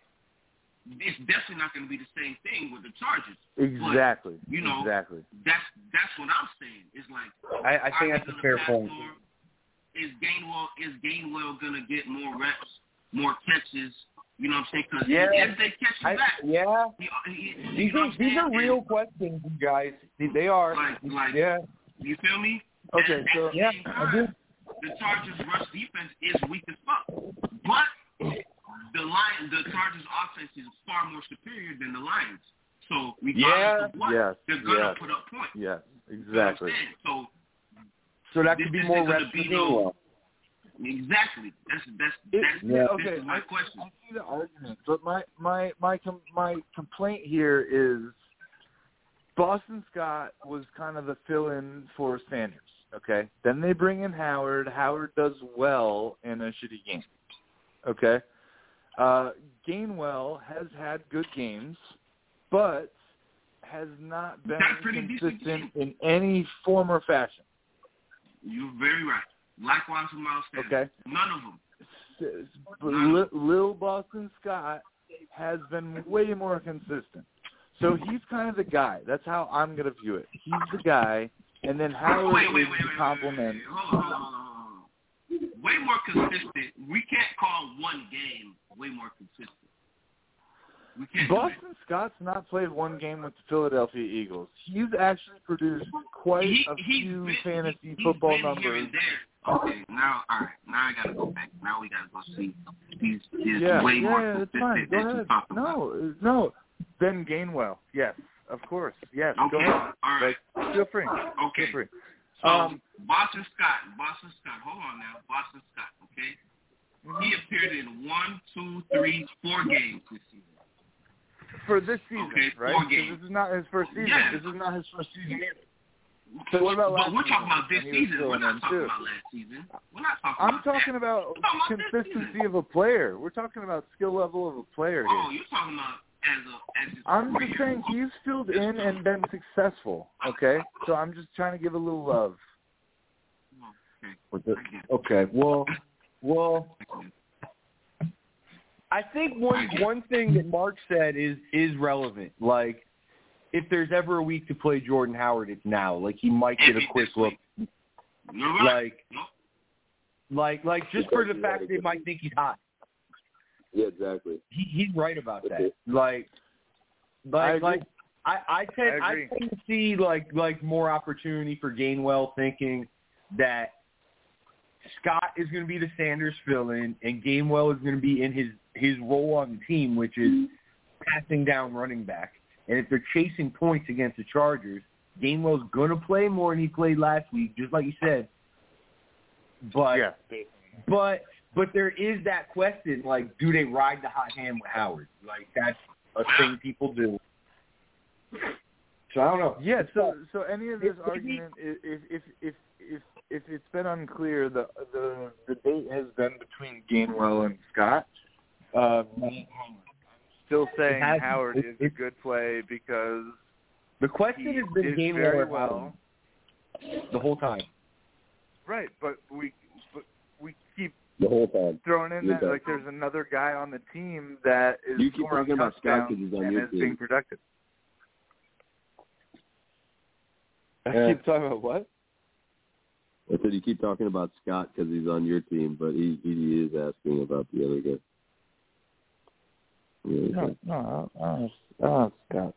Speaker 7: it's definitely not going to be the same thing with the Chargers.
Speaker 4: Exactly.
Speaker 7: you know,
Speaker 4: exactly.
Speaker 7: That's that's what I'm saying. It's like
Speaker 5: I, I think
Speaker 7: are they
Speaker 5: that's a
Speaker 7: gonna
Speaker 5: fair
Speaker 7: pass
Speaker 5: point.
Speaker 7: more? Is Gainwell is Gainwell going to get more reps, more catches? You know what I'm saying? Because
Speaker 5: Yeah.
Speaker 7: if they catch him
Speaker 5: I,
Speaker 7: back,
Speaker 5: yeah,
Speaker 7: he, he, you
Speaker 5: these
Speaker 7: know
Speaker 5: are
Speaker 7: what I'm
Speaker 5: these are
Speaker 7: saying?
Speaker 5: real questions, you guys. They- They are.
Speaker 7: Like- like-
Speaker 5: yeah,
Speaker 7: And, you feel me?
Speaker 4: Okay,
Speaker 7: And at
Speaker 4: so
Speaker 7: the
Speaker 5: yeah.
Speaker 7: same
Speaker 5: I
Speaker 7: time,
Speaker 5: do.
Speaker 7: the Chargers' rush defense is weak as fuck. But the Lion, the Chargers' offense is far more superior than the Lions. So regardless of what,
Speaker 4: yes,
Speaker 7: they're gonna
Speaker 4: yes.
Speaker 7: put up points.
Speaker 4: yes,
Speaker 7: You know what I'm
Speaker 4: exactly.
Speaker 7: saying? So
Speaker 5: So that
Speaker 7: this
Speaker 5: could be
Speaker 7: isn't
Speaker 5: more
Speaker 7: gonna
Speaker 5: reps
Speaker 7: be
Speaker 5: for
Speaker 7: no-
Speaker 5: Gainwell.
Speaker 7: exactly, that's that's
Speaker 4: It-
Speaker 7: that's
Speaker 4: yeah,
Speaker 7: this
Speaker 4: okay,
Speaker 7: is my
Speaker 4: I-
Speaker 7: question.
Speaker 4: I see the argument, but my my my com- my complaint here is Boston Scott was kind of the fill-in for Sanders. Okay, then they bring in Howard. Howard does well in a shitty game. Okay, uh, Gainwell has had good games, but has not been
Speaker 7: That's pretty decent
Speaker 4: consistent in any form or fashion.
Speaker 7: You're very right. Likewise with Miles Sanders.
Speaker 4: Okay.
Speaker 7: None of them.
Speaker 4: s- Lil Lil Boston Scott has been way more consistent. So he's kind of the guy. That's how I'm going to view it. He's the guy, and then Howard
Speaker 7: wait, wait,
Speaker 4: is
Speaker 7: wait,
Speaker 4: the
Speaker 7: wait,
Speaker 4: compliment.
Speaker 7: Wait, wait, wait. Hold on, hold on, hold on, hold on. Way more consistent. We can't call one game way more consistent. We can't. do that.
Speaker 4: Boston Scott's not played one game with the Philadelphia Eagles. He's actually produced quite
Speaker 7: he,
Speaker 4: a
Speaker 7: he's
Speaker 4: few
Speaker 7: been,
Speaker 4: fantasy
Speaker 7: he's
Speaker 4: football
Speaker 7: been Here
Speaker 4: numbers.
Speaker 7: and there. Okay, now all right, now I gotta go back. Now we gotta go see. He's, he's
Speaker 4: Yeah,
Speaker 7: way more
Speaker 4: yeah, that's
Speaker 7: consistent
Speaker 4: fine. Go
Speaker 7: than you
Speaker 4: ahead.
Speaker 7: talked about.
Speaker 4: No, no. Ben Gainwell. Yes, of course. Yes, go
Speaker 7: Okay,
Speaker 4: ahead.
Speaker 7: all right.
Speaker 4: Like, feel free. Feel
Speaker 7: Okay,
Speaker 4: free.
Speaker 7: so
Speaker 4: um,
Speaker 7: Boston Scott, Boston Scott. Hold on now, Boston Scott. Okay, he
Speaker 4: Mm-hmm.
Speaker 7: appeared in one, two, three, four games this season.
Speaker 4: for this season,
Speaker 7: Okay, four
Speaker 4: right? 'Cause
Speaker 7: games.
Speaker 4: This is not his first season.
Speaker 7: Yeah.
Speaker 4: This is not his first season either. So what about
Speaker 7: but
Speaker 4: last
Speaker 7: we're talking
Speaker 4: season?
Speaker 7: about this
Speaker 4: And he was
Speaker 7: season.
Speaker 4: still
Speaker 7: We're
Speaker 4: in
Speaker 7: not
Speaker 4: them,
Speaker 7: talking
Speaker 4: too.
Speaker 7: about last season. We're not talking
Speaker 4: I'm
Speaker 7: about that.
Speaker 4: talking about
Speaker 7: We're talking about this
Speaker 4: consistency
Speaker 7: season.
Speaker 4: of a player. We're talking about skill level of a player
Speaker 7: Oh,
Speaker 4: here.
Speaker 7: you're talking about as a as his
Speaker 4: I'm
Speaker 7: career.
Speaker 4: just saying he's filled in and been successful. Okay, so I'm just trying to give a little love.
Speaker 5: With the-
Speaker 7: I get it.
Speaker 5: Okay. Well, well,
Speaker 7: I get it.
Speaker 5: I think one one thing that Mark said is is relevant. Like, if there's ever a week to play Jordan Howard, it's now. Like, he might get a quick look.
Speaker 7: You're right.
Speaker 5: Like,
Speaker 7: Nope.
Speaker 5: like, like, just for the fact they might think he's hot.
Speaker 8: Yeah, exactly.
Speaker 5: He, he's right about that. Like, like,
Speaker 4: I agree.
Speaker 5: like. I, I tend
Speaker 4: I
Speaker 5: I,
Speaker 4: agree.
Speaker 5: tend to see like like more opportunity for Gainwell thinking that Scott is going to be the Sanders fill-in and Gainwell is going to be in his his role on the team, which is
Speaker 4: Mm-hmm.
Speaker 5: passing down running back. And if they're chasing points against the Chargers, Gainwell's going to play more than he played last week, just like you said. But
Speaker 4: Yeah.
Speaker 5: but but there is that question, like, do they ride the hot hand with Howard? Like that's a thing people do. So I don't know.
Speaker 4: Yeah. So so any of this
Speaker 5: If- if he-
Speaker 4: argument, i- if if if if if it's been unclear, the the debate has been between Gainwell and Scott.
Speaker 5: uh,
Speaker 4: Um, still saying
Speaker 5: has-
Speaker 4: Howard
Speaker 5: it-
Speaker 4: is a
Speaker 5: it-
Speaker 4: good play because
Speaker 5: The
Speaker 4: he
Speaker 5: question has been
Speaker 4: did
Speaker 5: Gainwell
Speaker 4: very
Speaker 5: or Howard
Speaker 4: well.
Speaker 5: the whole time.
Speaker 4: Right, but we but we keep
Speaker 8: The whole time.
Speaker 4: throwing in
Speaker 8: You're
Speaker 4: that
Speaker 8: done.
Speaker 4: like there's another guy on the team that is
Speaker 8: You keep
Speaker 4: scoring
Speaker 8: talking about Scott 'cause
Speaker 4: touchdowns
Speaker 8: he's on
Speaker 4: and
Speaker 8: your
Speaker 4: is
Speaker 8: team.
Speaker 4: being productive.
Speaker 5: Yeah. keep
Speaker 4: talking about what?
Speaker 8: I said you keep talking about Scott because he's on your team, but he he is asking about the other guy.
Speaker 12: No, no, I, I, I, Scott.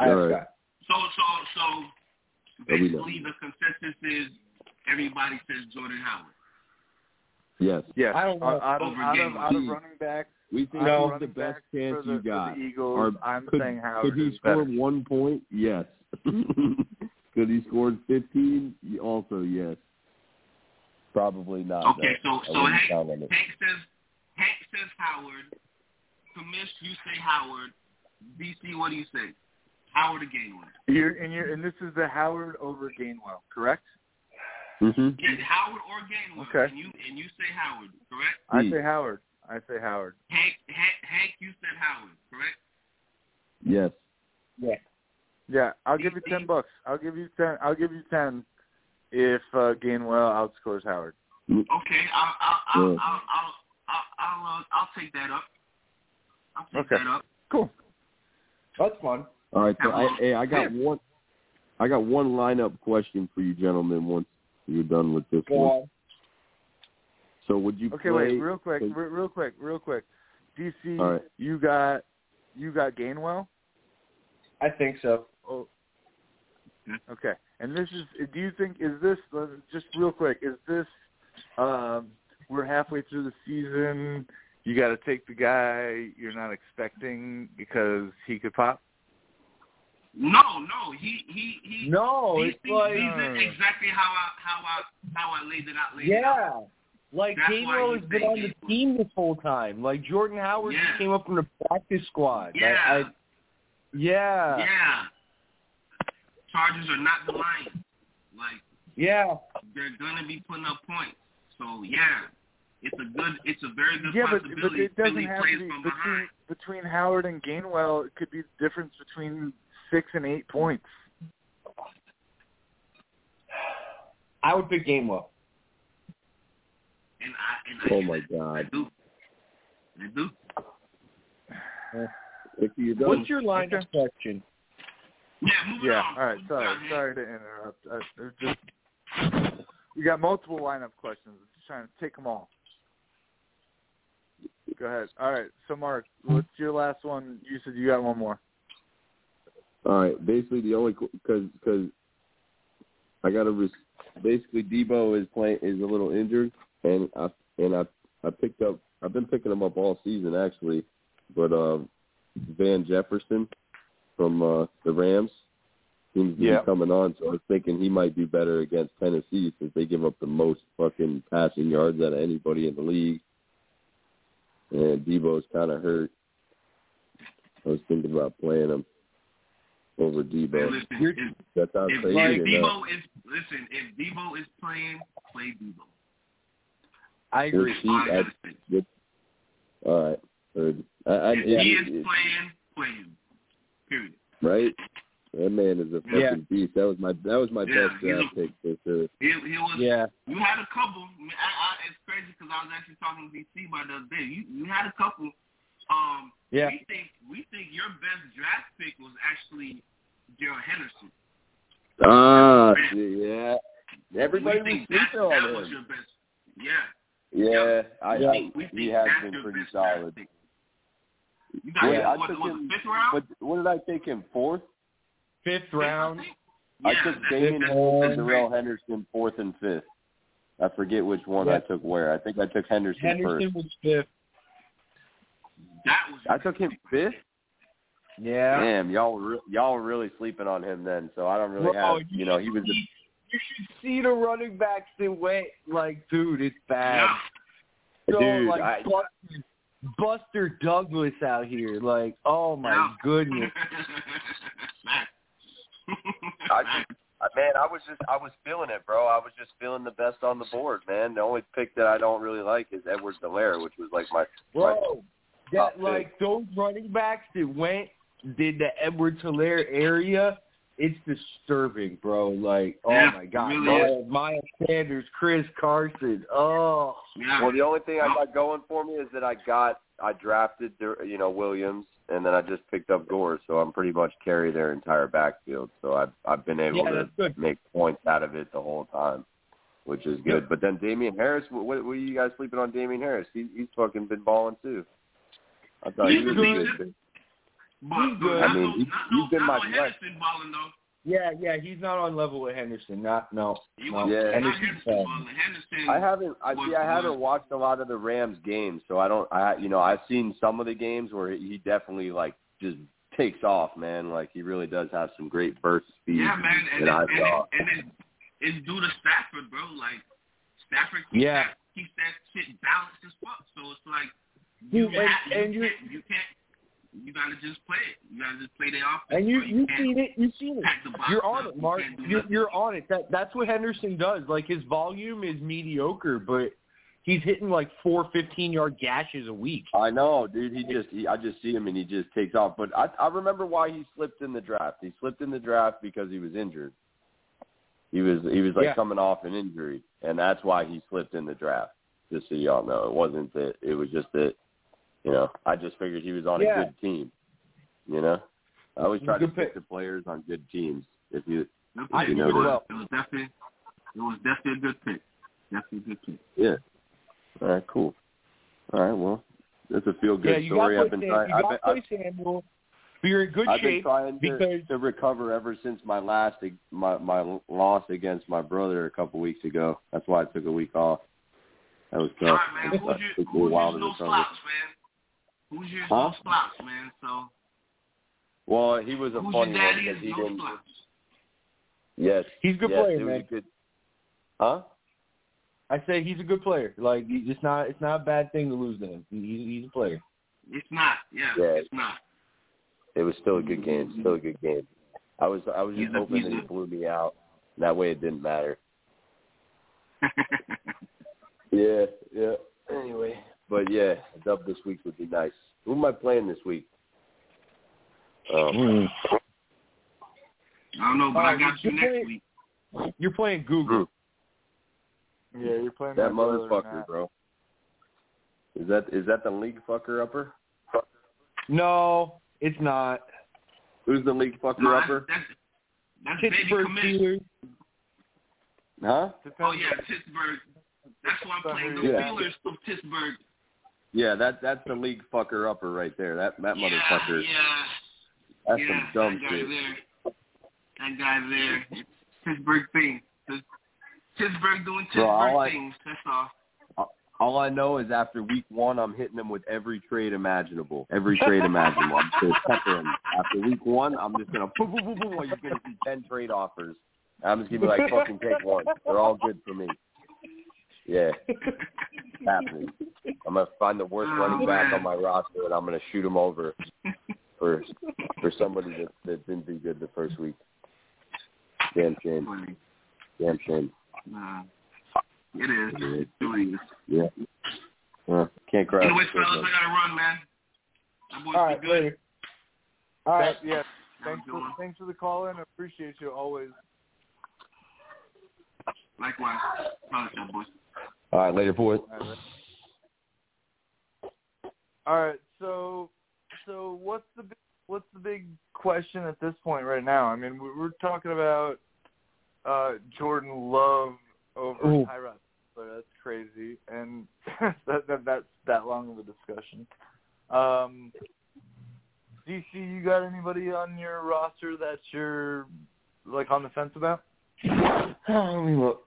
Speaker 4: I have
Speaker 8: All right.
Speaker 4: Scott.
Speaker 7: So so so
Speaker 8: Let me know.
Speaker 7: basically the consensus is everybody says Jordan Howard.
Speaker 8: Yes.
Speaker 4: Yeah, I don't
Speaker 7: want-
Speaker 4: out, out, of, out, of, out of running backs.
Speaker 8: We
Speaker 4: out
Speaker 8: think
Speaker 4: of
Speaker 8: he's
Speaker 4: running
Speaker 8: the best
Speaker 4: backs
Speaker 8: chance
Speaker 4: for the,
Speaker 8: you
Speaker 4: For
Speaker 8: got.
Speaker 4: the Eagles,
Speaker 8: Are-
Speaker 4: I'm
Speaker 8: could,
Speaker 4: saying Howard
Speaker 8: could he
Speaker 4: is
Speaker 8: score
Speaker 4: better.
Speaker 8: one point? Yes. [LAUGHS] could he score 15? Ye- Also, yes. Probably not.
Speaker 7: Okay, so-
Speaker 8: no. I
Speaker 7: so
Speaker 8: wouldn't
Speaker 7: Hank-
Speaker 8: count on it.
Speaker 7: Hank says Hank says Howard. Commish, you say Howard. DC, what do you say? Howard or Gainwell?
Speaker 4: You're, and you're, and this is the Howard over Gainwell, correct?
Speaker 8: Mhm.
Speaker 7: Yeah, Howard or Gainwell.
Speaker 4: Okay.
Speaker 7: And you and you say Howard, correct?
Speaker 4: I
Speaker 8: Hmm.
Speaker 4: say Howard. I say Howard.
Speaker 7: Hank, Hank, Hank you said Howard, correct?
Speaker 8: Yes.
Speaker 4: Yeah, I'll give you ten bucks. I'll give you ten. I'll give you ten if uh, Gainwell outscores Howard.
Speaker 7: Okay, I'll I'll I'll
Speaker 8: Yeah.
Speaker 7: I'll, I'll, I'll, I'll, uh, I'll take that up. I'll take
Speaker 4: Okay.
Speaker 7: that up.
Speaker 4: That's fun.
Speaker 8: All right. So I,
Speaker 7: Yeah.
Speaker 8: hey, I got one. I got one lineup question for you, gentlemen. Once you're done with this one, so would you
Speaker 4: Okay,
Speaker 8: play?
Speaker 4: wait, real quick,
Speaker 8: play-
Speaker 4: re- real quick, real quick. DC,
Speaker 8: All right.
Speaker 4: you got you got Gainwell.
Speaker 5: I think so.
Speaker 4: Oh, okay. And this is. Do you think is this uh, just real quick? Is this? Um, we're halfway through the season. You got to take the guy you're not expecting because he could pop.
Speaker 7: No, no, he he he.
Speaker 5: No,
Speaker 7: he,
Speaker 5: it's
Speaker 7: he,
Speaker 5: like
Speaker 7: he
Speaker 4: uh,
Speaker 7: did exactly how I how I how I laid it out. Laid it out.
Speaker 5: yeah, like
Speaker 7: That's why
Speaker 5: Gainwell
Speaker 7: you
Speaker 5: has been
Speaker 7: say
Speaker 5: on the
Speaker 7: Gainwell.
Speaker 5: team this whole time. Like Jordan Howard just
Speaker 7: Yeah.
Speaker 5: came up from the practice squad. I-
Speaker 7: Yeah.
Speaker 5: I, yeah,
Speaker 7: Yeah. Chargers are not the Lions. Like
Speaker 5: yeah.
Speaker 7: they're gonna be putting up points. So yeah, it's a good, it's a very good
Speaker 4: Yeah, but but
Speaker 7: possibility.
Speaker 4: it doesn't
Speaker 7: Philly
Speaker 4: have
Speaker 7: plays
Speaker 4: to be between
Speaker 7: from behind.
Speaker 4: between Howard and Gainwell. It could be the difference between six and eight points.
Speaker 5: I would pick Gainwell.
Speaker 7: And I and I,
Speaker 8: Oh my
Speaker 7: I
Speaker 8: God!
Speaker 7: do, I do.
Speaker 8: If you don't,
Speaker 5: What's your line of question?
Speaker 7: Yeah, moving
Speaker 4: Yeah.
Speaker 7: on.
Speaker 4: All right.
Speaker 7: Moving
Speaker 4: Sorry.
Speaker 7: on, man.
Speaker 4: Sorry to interrupt. I, I just you got multiple lineup questions. I'm just trying to take them all. Go ahead. All right. So Mark, what's your last one? You said you got one more.
Speaker 8: All right. Basically, the only because because I got to res- basically Debo is playing is a little injured, and I and I I picked up I've been picking him up all season actually, but um, Van Jefferson from uh, the Rams seems to
Speaker 5: Yeah.
Speaker 8: be coming on, so I was thinking he might do better against Tennessee since they give up the most fucking passing yards out of anybody in the league, and Debo's kind of hurt. I was thinking about playing him over
Speaker 7: Hey,
Speaker 8: Debo.
Speaker 7: listen,
Speaker 5: You're-
Speaker 7: if,
Speaker 8: That's how
Speaker 7: if,
Speaker 8: crazy
Speaker 7: if
Speaker 8: it is.
Speaker 7: Debo is listen, if Debo is playing, play Debo.
Speaker 5: I
Speaker 8: We'll
Speaker 5: agree.
Speaker 8: see.
Speaker 7: All I
Speaker 8: I,
Speaker 7: gotta say.
Speaker 8: all right. Heard. I, I,
Speaker 7: If
Speaker 8: yeah,
Speaker 7: he is
Speaker 8: it-
Speaker 7: playing, play him. Period.
Speaker 8: right? That man is a fucking
Speaker 5: Yeah.
Speaker 8: beast. That was my that was my
Speaker 7: Yeah,
Speaker 8: best
Speaker 7: he's a-
Speaker 8: draft pick for sure.
Speaker 7: He, he was
Speaker 5: Yeah.
Speaker 7: You had a couple. I, mean, I, I, it's crazy because I was actually talking to DC about it the other day. You, you had a couple. Um,
Speaker 5: Yeah.
Speaker 7: We think we think your best draft pick was actually Gerald Henderson.
Speaker 8: Ah, yeah. Everybody
Speaker 7: we think
Speaker 8: was
Speaker 7: that,
Speaker 8: sleeping
Speaker 7: that
Speaker 8: on
Speaker 7: was
Speaker 8: him.
Speaker 7: your best. Yeah.
Speaker 8: Yeah, I,
Speaker 7: We
Speaker 8: I
Speaker 7: think, we
Speaker 8: he
Speaker 7: think
Speaker 8: has
Speaker 7: that's
Speaker 8: been
Speaker 7: your
Speaker 8: pretty
Speaker 7: best draft
Speaker 8: solid.
Speaker 7: pick. You got
Speaker 8: Yeah, I
Speaker 7: what,
Speaker 8: took
Speaker 7: was
Speaker 8: him-
Speaker 7: it fifth round?
Speaker 8: But what did I take him fourth?
Speaker 5: Fifth
Speaker 7: Fifth, I
Speaker 5: round.
Speaker 7: think?
Speaker 8: I
Speaker 7: Yeah,
Speaker 8: took
Speaker 7: that's-
Speaker 8: Damon
Speaker 7: that's-
Speaker 8: Hall and
Speaker 7: that's
Speaker 8: Darrell Henderson fourth and fifth. I forget which one
Speaker 5: Yeah.
Speaker 8: I took where. I think I took Henderson,
Speaker 5: Henderson was fifth.
Speaker 7: great. That was
Speaker 8: first. I took him fifth.
Speaker 5: Yeah.
Speaker 8: Damn, y'all were re- y'all were really sleeping on him then. So I don't really
Speaker 5: Bro,
Speaker 8: have you know he was a
Speaker 5: You should see the running backs that went like, dude, it's bad.
Speaker 7: yeah.
Speaker 5: So
Speaker 8: Dude,
Speaker 5: like
Speaker 8: I-
Speaker 5: Buster, Buster Douglas out here, like, oh my
Speaker 7: Yeah. [LAUGHS]
Speaker 5: goodness.
Speaker 7: Fact.
Speaker 8: I- Uh, Man, I was just I was feeling it, bro. I was just feeling the best on the board, man. The only pick that I don't really like is Edwards Delaire, which was like my
Speaker 5: Bro,
Speaker 8: Top
Speaker 5: that like those running backs that went did the Edward Hilaire area, it's disturbing, bro. Like, oh
Speaker 7: Yeah,
Speaker 5: my
Speaker 7: it
Speaker 5: god.
Speaker 7: really
Speaker 5: Maya, Maya Sanders, Chris Carson. Oh
Speaker 7: yeah.
Speaker 8: Well, the only thing I got going for me is that I got I drafted Dur- you know Williams, and then I just picked up Gore, so I'm pretty much carry their entire backfield. So I've I've been able
Speaker 5: Yeah,
Speaker 8: to
Speaker 5: that's good.
Speaker 8: make points out of it the whole time, which is good. But then Damian Harris, what, what, what are you guys sleeping on Damian Harris? He, he's fucking been balling too. I thought
Speaker 7: He's
Speaker 8: he was
Speaker 7: a
Speaker 8: good.
Speaker 7: decent-
Speaker 8: too.
Speaker 7: But
Speaker 5: He's good.
Speaker 8: I mean, he, he's been my flex.
Speaker 7: Henderson balling though.
Speaker 5: Yeah, yeah, he's not on level with Henderson. Not no.
Speaker 7: He
Speaker 5: no.
Speaker 7: was
Speaker 8: Yeah.
Speaker 7: not
Speaker 5: Henderson's
Speaker 7: Henderson
Speaker 5: bad.
Speaker 7: balling. Henderson.
Speaker 8: I haven't. I see. I haven't watched a lot of the Rams games, so I don't. I you know I've seen some of the games where he definitely like just takes off, man. Like he really does have some great burst speed.
Speaker 7: Yeah, man, and
Speaker 8: that I
Speaker 7: then, and,
Speaker 8: saw.
Speaker 7: then, and then it's due to Stafford, bro. Like Stafford keeps
Speaker 5: Yeah.
Speaker 7: that keeps that shit balanced as fuck. So it's like
Speaker 4: Dude,
Speaker 7: you
Speaker 4: and-
Speaker 7: have, you,
Speaker 4: and you-
Speaker 7: can't, you can't you gotta just play it. You gotta just play the offense.
Speaker 5: And you
Speaker 7: bro.
Speaker 5: you
Speaker 7: can't
Speaker 5: seen it. You seen it.
Speaker 7: pack the box
Speaker 5: You're on
Speaker 7: up.
Speaker 5: it, Mark.
Speaker 7: You can't do
Speaker 5: You're,
Speaker 7: nothing.
Speaker 5: you're on it. That that's what Henderson does. Like his volume is mediocre, but he's hitting like four 15 yard gashes a week.
Speaker 8: I know, dude. He just, he, I just see him and he just takes off. But I, I remember why he slipped in the draft. He slipped in the draft because he was injured. He was, he was like
Speaker 5: Yeah.
Speaker 8: coming off an injury, and that's why he slipped in the draft. Just so y'all know, it wasn't that. It was just that, you know. I just figured he was on
Speaker 5: Yeah.
Speaker 8: a good team. You know, I always try to
Speaker 5: Good
Speaker 8: pick
Speaker 5: pick.
Speaker 8: the players on good teams. If you,
Speaker 7: No,
Speaker 8: I-
Speaker 7: it,
Speaker 8: you know
Speaker 7: was,
Speaker 8: that.
Speaker 7: it was definitely it was definitely a good pick. Definitely a good pick.
Speaker 8: yeah. All right, cool. All right, well, that's a feel good
Speaker 5: yeah, you
Speaker 8: story.
Speaker 5: got
Speaker 8: I've been
Speaker 5: Sam-
Speaker 8: trying.
Speaker 5: you
Speaker 8: I've
Speaker 5: got
Speaker 8: been, I've-
Speaker 5: play Samuel. But you're in good
Speaker 8: I've been
Speaker 5: shape.
Speaker 8: trying to,
Speaker 5: because-
Speaker 8: to recover ever since my last my my loss against my brother a couple weeks ago. That's why I took a week off. That was
Speaker 7: All
Speaker 8: tough.
Speaker 7: right, man.
Speaker 8: It
Speaker 7: Who's
Speaker 8: took
Speaker 7: your
Speaker 8: me a
Speaker 7: who's
Speaker 8: while
Speaker 7: your
Speaker 8: to
Speaker 7: new
Speaker 8: recover.
Speaker 7: flops, man? Who's your
Speaker 8: Huh?
Speaker 7: new flops, man? So
Speaker 8: Well, he was a
Speaker 7: who's your
Speaker 8: funny one
Speaker 7: daddy's
Speaker 8: because he
Speaker 7: new
Speaker 8: didn't.
Speaker 7: flops?
Speaker 8: Yes,
Speaker 5: He's a good
Speaker 8: yes,
Speaker 5: player,
Speaker 8: it was
Speaker 5: man.
Speaker 8: a good. Huh?
Speaker 5: I say he's a good player. Like he's just not. It's not a bad thing to lose to him. He, he's, he's a player.
Speaker 7: It's not. Yeah,
Speaker 8: Yeah.
Speaker 7: it's not.
Speaker 8: It was still a good game. Still a good game. I was I was just
Speaker 7: He's a-
Speaker 8: hoping
Speaker 7: he's
Speaker 8: that he
Speaker 7: a-
Speaker 8: blew me out. That way it didn't matter. Yeah, yeah. Anyway, but yeah, a dub this week would be nice. Who am I playing this week? Um,
Speaker 7: I don't know, but I
Speaker 5: Alright,
Speaker 7: got you
Speaker 5: you
Speaker 7: next
Speaker 5: play-
Speaker 7: week.
Speaker 5: You're playing Google.
Speaker 4: Yeah, you're playing
Speaker 8: that
Speaker 4: my brother
Speaker 8: motherfucker,
Speaker 4: Matt.
Speaker 8: bro. Is that is that the league fucker upper?
Speaker 5: No, it's not.
Speaker 8: Who's the league fucker
Speaker 7: Nah,
Speaker 8: upper?
Speaker 7: that's, that's baby
Speaker 5: Pittsburgh
Speaker 7: commish.
Speaker 5: Steelers.
Speaker 8: Huh?
Speaker 7: Oh
Speaker 4: Depends-
Speaker 7: yeah, Pittsburgh. That's why I'm playing the
Speaker 8: Yeah.
Speaker 7: Steelers from Pittsburgh.
Speaker 8: Yeah, that that's the league fucker upper right there. That that
Speaker 7: yeah,
Speaker 8: motherfucker.
Speaker 7: Yeah,
Speaker 8: That's
Speaker 7: yeah,
Speaker 8: some dumb
Speaker 7: that guy
Speaker 8: shit.
Speaker 7: there. That guy there. It's Pittsburgh thing. It's Pittsburgh doing
Speaker 8: Bro, I
Speaker 7: Pittsburgh
Speaker 8: like-
Speaker 7: things. That's all.
Speaker 8: All I know is after week one, I'm hitting them with every trade imaginable. Every trade imaginable. I'm just peppering. After week one, I'm just gonna boom, boom, boom, boom. You're gonna see ten trade offers. I'm just gonna be like, fucking take one. They're all good for me. Yeah, it's happening. I'm gonna find the worst
Speaker 7: Oh,
Speaker 8: running back
Speaker 7: man.
Speaker 8: on my roster, and I'm gonna shoot him over for for somebody that, that didn't do good the first week. Damn shame.
Speaker 7: Funny.
Speaker 8: Damn shame.
Speaker 7: Nah. It is.
Speaker 8: Yeah.
Speaker 7: It really is.
Speaker 8: Yeah. Uh, can't cry.
Speaker 7: Anyway, fellas, I gotta run, man. That boy's
Speaker 4: All right,
Speaker 7: be good.
Speaker 4: later. All right, yeah.
Speaker 7: Have a
Speaker 4: Thanks
Speaker 7: good
Speaker 4: for,
Speaker 7: one.
Speaker 4: thanks for the call in. Appreciate you always.
Speaker 7: Likewise. Promise that boy.
Speaker 8: All right, later, boys.
Speaker 4: All right, so so what's the big, what's the big question at this point right now? I mean, we're, we're talking about uh Jordan Love over
Speaker 5: Ooh.
Speaker 4: Tyrod, but that's crazy, and [LAUGHS] that, that that's that long of a discussion. Um, DC, you got anybody on your roster that you're like on the fence about?
Speaker 5: Oh, let me look.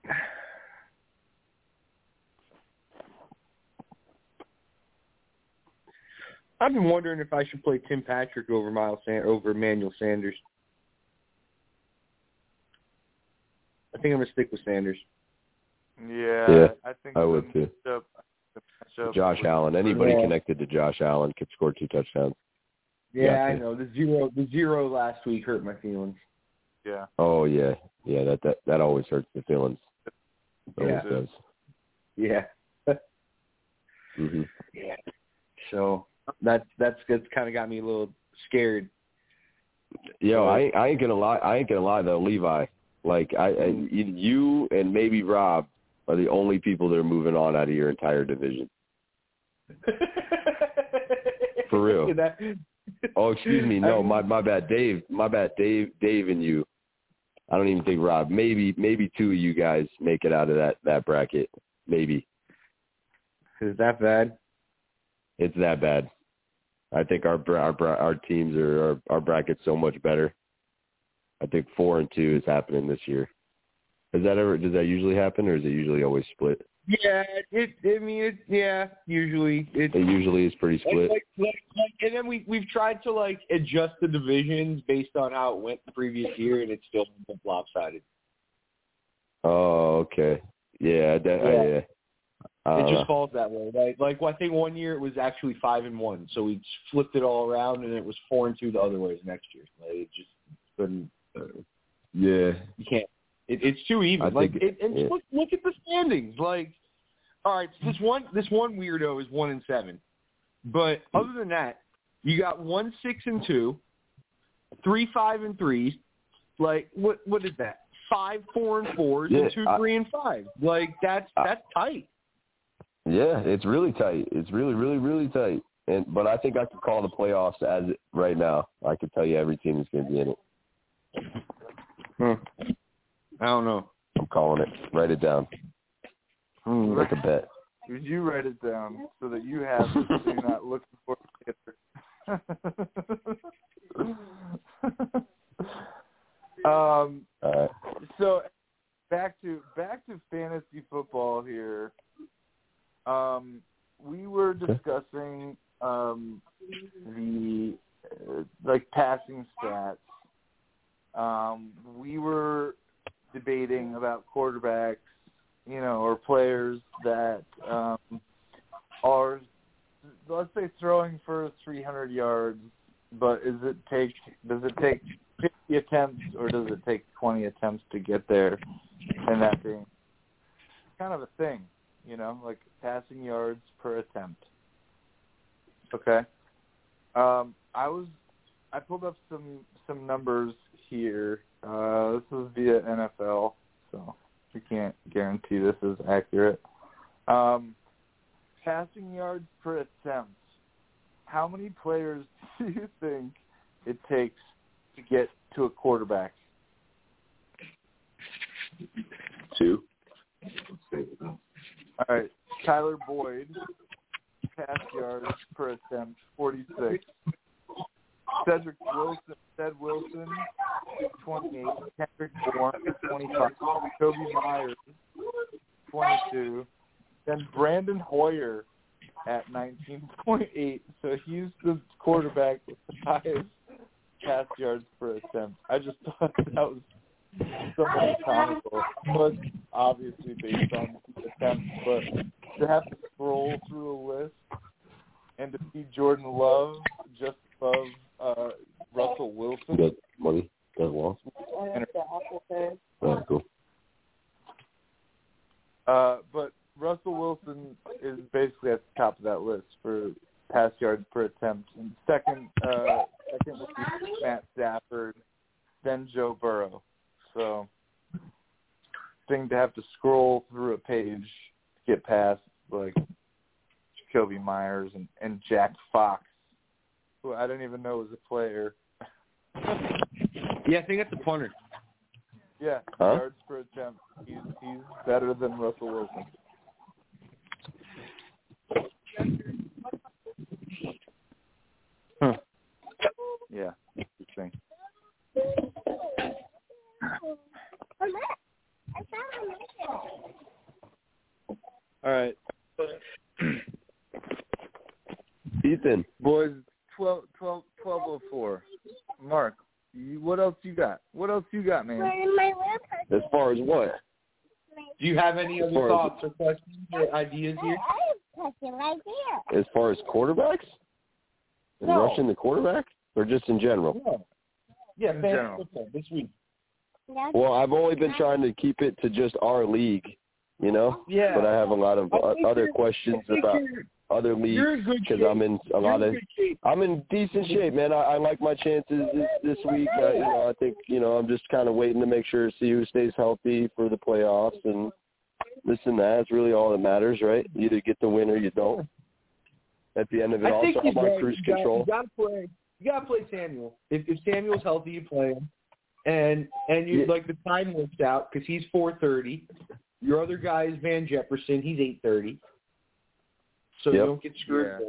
Speaker 5: I've been wondering if I should play Tim Patrick over Miles San- over Emmanuel Sanders. I think I'm gonna stick with Sanders.
Speaker 4: Yeah,
Speaker 8: Yeah,
Speaker 4: I think
Speaker 8: I
Speaker 4: the
Speaker 8: would, too.
Speaker 4: matchup- the matchup
Speaker 8: Josh
Speaker 4: would-
Speaker 8: Allen. Anybody
Speaker 5: Yeah.
Speaker 8: connected to Josh Allen could score two touchdowns.
Speaker 5: Yeah,
Speaker 8: Gotcha.
Speaker 5: I know the zero the zero last week hurt my feelings.
Speaker 4: Yeah,
Speaker 8: Oh yeah, yeah. That that that always hurts the feelings. Always
Speaker 5: Yeah.
Speaker 8: does.
Speaker 5: Yeah,
Speaker 8: hmm
Speaker 5: yeah. So that's that's that's kind of got me a little scared.
Speaker 8: Yo, I I ain't gonna lie. I ain't gonna lie though, Levi. Like I, I you and maybe Rob are the only people that are moving on out of your entire division.
Speaker 5: [LAUGHS]
Speaker 8: For real.
Speaker 5: That-
Speaker 8: Oh, excuse
Speaker 5: [LAUGHS]
Speaker 8: me.
Speaker 5: I
Speaker 8: No,
Speaker 5: mean-
Speaker 8: my my bad, Dave. My bad, Dave. Dave and you. I don't even think Rob. Maybe maybe two of you guys make it out of that that bracket. Maybe
Speaker 5: Is that bad?
Speaker 8: it's that bad. I think our bra- our bra- our teams are our, our bracket's so much better. I think four and two is happening this year. Is that ever? Does that usually happen, or is it usually always split?
Speaker 5: Yeah, it. I mean, it. Yeah, usually it.
Speaker 8: It usually is pretty
Speaker 5: Like,
Speaker 8: split.
Speaker 5: like, like, like, and then we we've tried to like adjust the divisions based on how it went the previous year, and it's still been lopsided.
Speaker 8: Oh, okay. Yeah, that,
Speaker 5: Yeah.
Speaker 8: yeah. yeah. Uh, I
Speaker 5: it
Speaker 8: don't
Speaker 5: just
Speaker 8: know.
Speaker 5: falls that way, right? Like well, I think one year it was actually five and one, so we flipped it all around, and it was four and two the other way the next year. Like it just been
Speaker 8: yeah.
Speaker 5: you can't. It, it's too even.
Speaker 8: I
Speaker 5: like
Speaker 8: think-
Speaker 5: it, and
Speaker 8: yeah.
Speaker 5: look look at the standings. Like all right, so this one this one weirdo is one and seven, but other than that, you got one six and two, three five and threes. Like what what is that? Five four and fours
Speaker 8: Yeah,
Speaker 5: and two
Speaker 8: I-
Speaker 5: three and five. Like that's
Speaker 8: I-
Speaker 5: that's tight.
Speaker 8: Yeah, it's really tight. It's really, really, really tight. And but I think I could call the playoffs as it- right now. I could tell you every team is going to be in it.
Speaker 5: I don't know.
Speaker 8: I'm calling it. Write it down. Make a bet.
Speaker 4: Would [LAUGHS] you write it down so that you have it so you're not looking for it later? [LAUGHS] um,
Speaker 8: All right.
Speaker 4: so back to back to fantasy football here. Um, we were discussing um, the uh, like passing stats. Um, we were debating about quarterbacks, you know, or players that um, are let's say throwing for 300 yards, but is it take does it take 50 attempts or does it take 20 attempts to get there? And that being kind of a thing, you know, like passing yards per attempt. Okay. Um, I was I pulled up some some numbers here. Uh, this is via NFL, so we can't guarantee this is accurate. Um, passing yards per attempt. How many players [LAUGHS] do you think it takes to get to a quarterback?
Speaker 8: Two.
Speaker 4: All right, Tyler Boyd, pass yards per attempt, 46. Cedric Wilson, Ted Wilson, 28. Kendrick Bourne, 25. Toby Myers, 22. Then Brandon Hoyer at 19.8. So he's the quarterback with the highest pass yards per attempt. I just [LAUGHS] thought that was somewhat comical. But obviously based on the attempts, but to have to scroll through a list and to see Jordan Love just above uh, Russell Wilson.
Speaker 8: Got money. Got long. All right, cool.
Speaker 4: Uh, but Russell Wilson is basically at the top of that list for pass yards per attempt. And second, uh, second would be Matt Stafford, then Joe Burrow. So, thing to have to scroll through a page to get past like Jacoby Myers and, and Jack Fox, who I didn't even know was a player.
Speaker 5: Yeah, I think that's a punter.
Speaker 4: Yeah,
Speaker 8: Huh?
Speaker 4: yards per attempt. He's he's better than Russell Wilson.
Speaker 8: Hmm.
Speaker 4: Yeah, interesting. All right,
Speaker 8: Ethan.
Speaker 4: boys. 12, 12, 1204. Mark, you, what else you got? What else you got, man?
Speaker 8: As far as what?
Speaker 5: Do you have any other
Speaker 8: Or-
Speaker 5: thoughts or questions or ideas here?
Speaker 8: As far as quarterbacks? And
Speaker 5: No.
Speaker 8: Rushing the quarterback, or just in general?
Speaker 5: No. Yeah,
Speaker 4: In
Speaker 5: fantasy
Speaker 4: general.
Speaker 5: football this week.
Speaker 8: Well, I've only been trying to keep it to just our league, you know.
Speaker 5: Yeah.
Speaker 8: But I have a lot of
Speaker 5: I
Speaker 8: o-
Speaker 5: think
Speaker 8: other
Speaker 5: you're-
Speaker 8: questions
Speaker 5: I think
Speaker 8: about
Speaker 5: you're-
Speaker 8: other leagues
Speaker 5: You're in good shape.
Speaker 8: because I'm in a
Speaker 5: You're
Speaker 8: lot
Speaker 5: in
Speaker 8: of
Speaker 5: good shape.
Speaker 8: I'm in decent shape, man. I, I like my chances this, this week. Uh, you know, I think you know I'm just kind of waiting to make sure see who stays healthy for the playoffs and this and that. It's really all that matters, right? You either get the win or you don't. At the end of it,
Speaker 5: I think
Speaker 8: also
Speaker 5: you
Speaker 8: I'm on
Speaker 5: got-
Speaker 8: cruise
Speaker 5: you got-
Speaker 8: control.
Speaker 5: You got to play. You got to play Samuel. If, if Samuel's healthy, you play him. And and you
Speaker 8: Yeah.
Speaker 5: like the time works out because he's four thirty. Your other guy is Van Jefferson. He's eight thirty. So you
Speaker 8: Yep.
Speaker 5: don't get screwed.
Speaker 4: Yeah.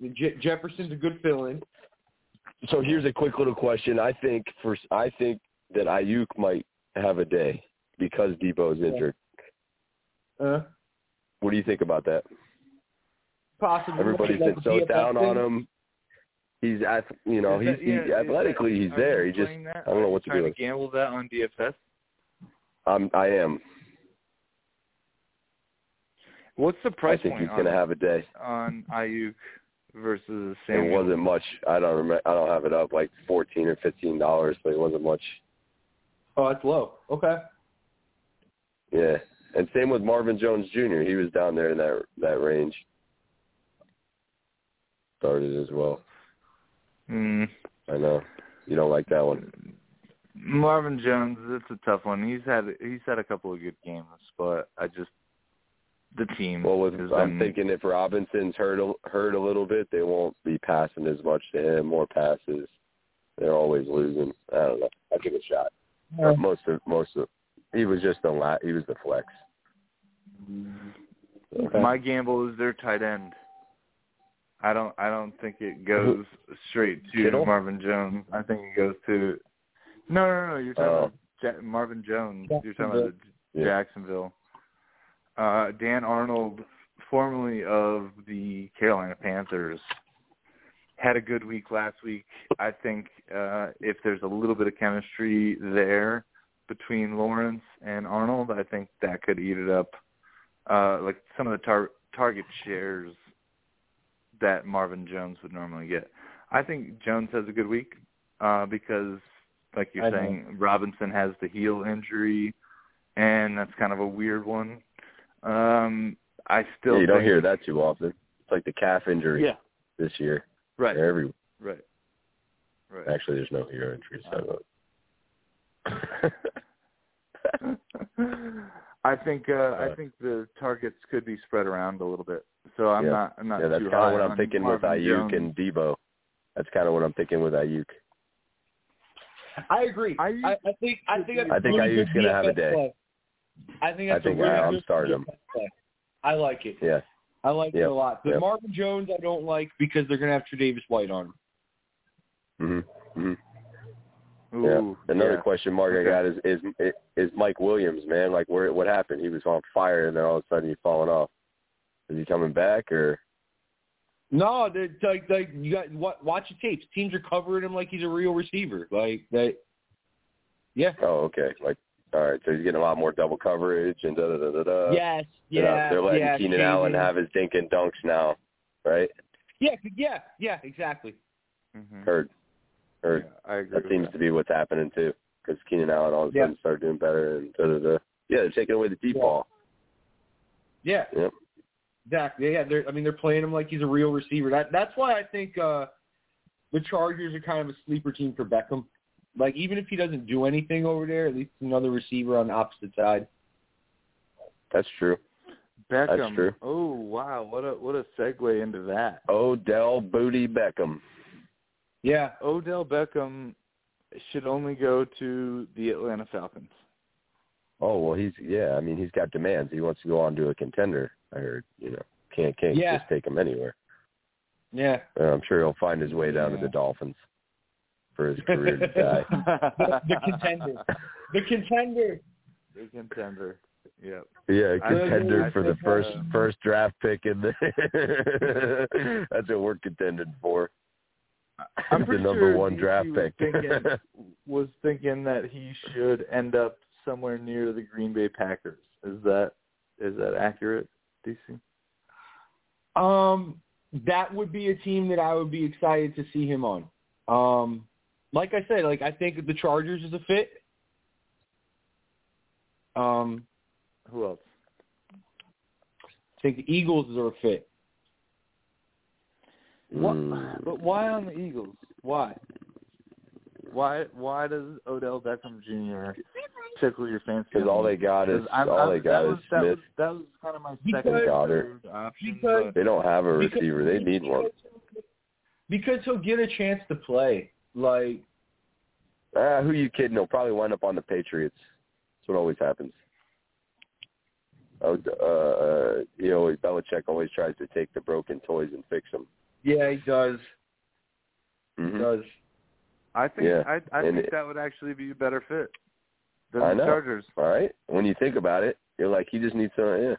Speaker 5: there. Je- Jefferson's a good fill-in.
Speaker 8: So here's a quick little question. I think for I think that Ayuk might have a day because Debo's injured.
Speaker 5: Uh,
Speaker 8: What do you think about that?
Speaker 5: possibly.
Speaker 8: Everybody's been so down on him. He's ath- you know
Speaker 4: Is
Speaker 8: he's
Speaker 4: that-
Speaker 8: he,
Speaker 4: yeah, is that-
Speaker 8: athletically he's
Speaker 4: are you
Speaker 8: there. He just
Speaker 4: playing that?
Speaker 8: I don't know
Speaker 4: Are you
Speaker 8: what to do
Speaker 4: Trying
Speaker 8: with.
Speaker 4: to gamble that on DFS.
Speaker 8: I'm I am.
Speaker 4: What's the price
Speaker 8: I think
Speaker 4: point
Speaker 8: he's
Speaker 4: on
Speaker 8: gonna have a day.
Speaker 4: on Ayuk versus
Speaker 8: It
Speaker 4: Samuel?
Speaker 8: wasn't much. I don't remember. I don't have it up like fourteen or fifteen dollars, but it wasn't much.
Speaker 5: Oh, that's low. Okay.
Speaker 8: Yeah, and same with Marvin Jones Jr. He was down there in that that range. Started as well.
Speaker 4: Mm.
Speaker 8: I know you don't like that one.
Speaker 4: Marvin Jones, it's a tough one. He's had he's had a couple of good games, but I just the team.
Speaker 8: Well, with
Speaker 4: has been-
Speaker 8: I'm thinking if Robinson's hurt a, hurt a little bit, they won't be passing as much to him. More passes. They're always losing. I don't know. I give it a shot. But most of most of he was just the la- he was the flex. So-
Speaker 4: My gamble is their tight end. I don't I don't think it goes straight to
Speaker 8: Kittle?
Speaker 4: Marvin Jones. I think it goes to no no no. You're talking
Speaker 8: Oh.
Speaker 4: about ja- Marvin Jones. You're talking about the
Speaker 8: Yeah.
Speaker 4: Jacksonville. Uh, Dan Arnold, formerly of the Carolina Panthers, had a good week last week. I think uh, if there's a little bit of chemistry there between Lawrence and Arnold, I think that could eat it up uh, like some of the tar- target shares that Marvin Jones would normally get. I think Jones has a good week uh, because, like you're
Speaker 5: I know.
Speaker 4: saying, Robinson has the heel injury, and that's kind of a weird one. Um, I still
Speaker 8: Yeah, you don't
Speaker 4: think- [LAUGHS]
Speaker 8: hear that too often. It's like the calf injury this year.
Speaker 4: right,
Speaker 8: They're Every
Speaker 4: right, right.
Speaker 8: actually, there's no hero injuries. So.
Speaker 4: Uh, I think uh, I think the targets could be spread around a little bit. So I'm
Speaker 8: Yeah.
Speaker 4: not I'm not
Speaker 8: [LAUGHS] yeah, that's
Speaker 4: too
Speaker 8: kind of
Speaker 4: high
Speaker 8: what I'm
Speaker 4: on
Speaker 8: thinking with
Speaker 4: Marvin
Speaker 8: Ayuk
Speaker 4: Jones.
Speaker 8: and Debo. That's kind of what I'm thinking with Ayuk.
Speaker 5: I agree.
Speaker 4: Ayuk-
Speaker 5: I, I think I think that's
Speaker 8: I think
Speaker 5: really
Speaker 8: Ayuk's
Speaker 5: good
Speaker 8: gonna have a
Speaker 5: DFS
Speaker 8: day.
Speaker 5: play. I think
Speaker 8: I
Speaker 5: that's
Speaker 8: think
Speaker 5: a really
Speaker 8: I- I'm
Speaker 5: good
Speaker 8: starting him.
Speaker 5: DFS play. I like it.
Speaker 8: Yeah,
Speaker 5: I like it
Speaker 8: Yep.
Speaker 5: a lot. The
Speaker 8: Yep.
Speaker 5: Marvin Jones I don't like because they're gonna have Tre'Davious White on him.
Speaker 8: hmm hmm
Speaker 4: Ooh,
Speaker 8: yeah. Another
Speaker 4: yeah.
Speaker 8: question mark
Speaker 4: Okay.
Speaker 8: I got is is is Mike Williams, man? Like, where what happened? He was on fire, and then all of a sudden he's falling off. Is he coming back or?
Speaker 5: No, they're like like you got wa- watch the tapes. Teams are covering him like he's a real receiver. Like that. Yeah.
Speaker 8: Oh, okay. Like, all right. So he's getting a lot more double coverage and da da da da da.
Speaker 5: yes.
Speaker 8: Uh, They're
Speaker 5: Yeah.
Speaker 8: not- they're letting
Speaker 5: yeah,
Speaker 8: Keenan Allen
Speaker 5: Jaden.
Speaker 8: have his dink and dunks now, right?
Speaker 5: Yeah. Yeah. Yeah. Exactly.
Speaker 4: Mhm.
Speaker 8: Heard,
Speaker 4: Yeah,
Speaker 8: heard.
Speaker 4: I agree.
Speaker 8: That
Speaker 4: with
Speaker 8: seems
Speaker 4: that.
Speaker 8: to be what's happening too, because Keenan Allen all of a
Speaker 5: Yeah.
Speaker 8: sudden started doing better and da da da. Yeah, they're taking away the deep
Speaker 5: Yeah.
Speaker 8: ball.
Speaker 5: Yeah.
Speaker 8: Yep.
Speaker 5: Exactly. Yeah, they're I mean they're playing him like he's a real receiver. That that's why I think uh the Chargers are kind of a sleeper team for Beckham. Like even if he doesn't do anything over there, at least another receiver on the opposite side.
Speaker 8: That's true.
Speaker 4: Beckham.
Speaker 8: true.
Speaker 4: Oh wow, what a what a segue into that.
Speaker 8: Odell Booty Beckham.
Speaker 5: Yeah.
Speaker 4: Odell Beckham should only go to the Atlanta
Speaker 8: [LAUGHS]
Speaker 4: Falcons.
Speaker 8: Oh well, he's yeah. I mean, he's got demands. He wants to go on to a contender. I heard. You know, can't can't
Speaker 5: Yeah.
Speaker 8: just take him anywhere.
Speaker 5: Yeah.
Speaker 8: Uh, I'm sure he'll find his way down to
Speaker 5: Yeah.
Speaker 8: the Dolphins for his
Speaker 4: [LAUGHS]
Speaker 8: career to die.
Speaker 5: The, the contender. The contender.
Speaker 4: The contender. Yep.
Speaker 8: Yeah,
Speaker 4: I think-
Speaker 8: contender
Speaker 4: I
Speaker 8: for the
Speaker 4: think,
Speaker 8: first
Speaker 4: uh,
Speaker 8: first draft pick, and the [LAUGHS] that's what we're contending for.
Speaker 4: I'm
Speaker 8: [LAUGHS] the
Speaker 4: pretty
Speaker 8: number
Speaker 4: sure
Speaker 8: one
Speaker 4: DC
Speaker 8: draft
Speaker 4: was
Speaker 8: pick. [LAUGHS]
Speaker 4: Thinking, was thinking that he should end up somewhere near the Green Bay Packers. Is that is that accurate, DC?
Speaker 5: Um that would be a team that I would be excited to see him on. Um like I said, like I think the Chargers is a fit. Um
Speaker 4: Who else?
Speaker 5: I think the Eagles are a fit.
Speaker 4: What,
Speaker 8: Mm.
Speaker 4: but why on the Eagles? Why? Why? Why does Odell Beckham Jr. tickle your fancy?
Speaker 8: Because all they got is
Speaker 4: 'Cause I'm-
Speaker 8: all
Speaker 4: I'm-
Speaker 8: they got
Speaker 4: that
Speaker 8: is
Speaker 4: was, that
Speaker 8: Smith.
Speaker 4: Was, that was kind of my
Speaker 5: Because-
Speaker 4: second
Speaker 8: Goddard.
Speaker 4: third option.
Speaker 5: because-
Speaker 4: but
Speaker 8: They don't have a
Speaker 5: Because-
Speaker 8: receiver. They need one.
Speaker 5: Because he'll get a chance to play. Like
Speaker 8: Ah, who you kidding? They'll probably wind up on the Patriots. That's what always happens. uh, Oh, uh, you know, Belichick always tries to take the broken toys and fix Mm-hmm. them.
Speaker 5: Yeah, he does. He does.
Speaker 4: I think
Speaker 8: Yeah,
Speaker 4: I I
Speaker 8: and
Speaker 4: think
Speaker 8: it-
Speaker 4: that would actually be a better fit than
Speaker 8: I
Speaker 4: the
Speaker 8: know.
Speaker 4: Chargers.
Speaker 8: All right. When you think about it, you're like, he just needs some, yeah.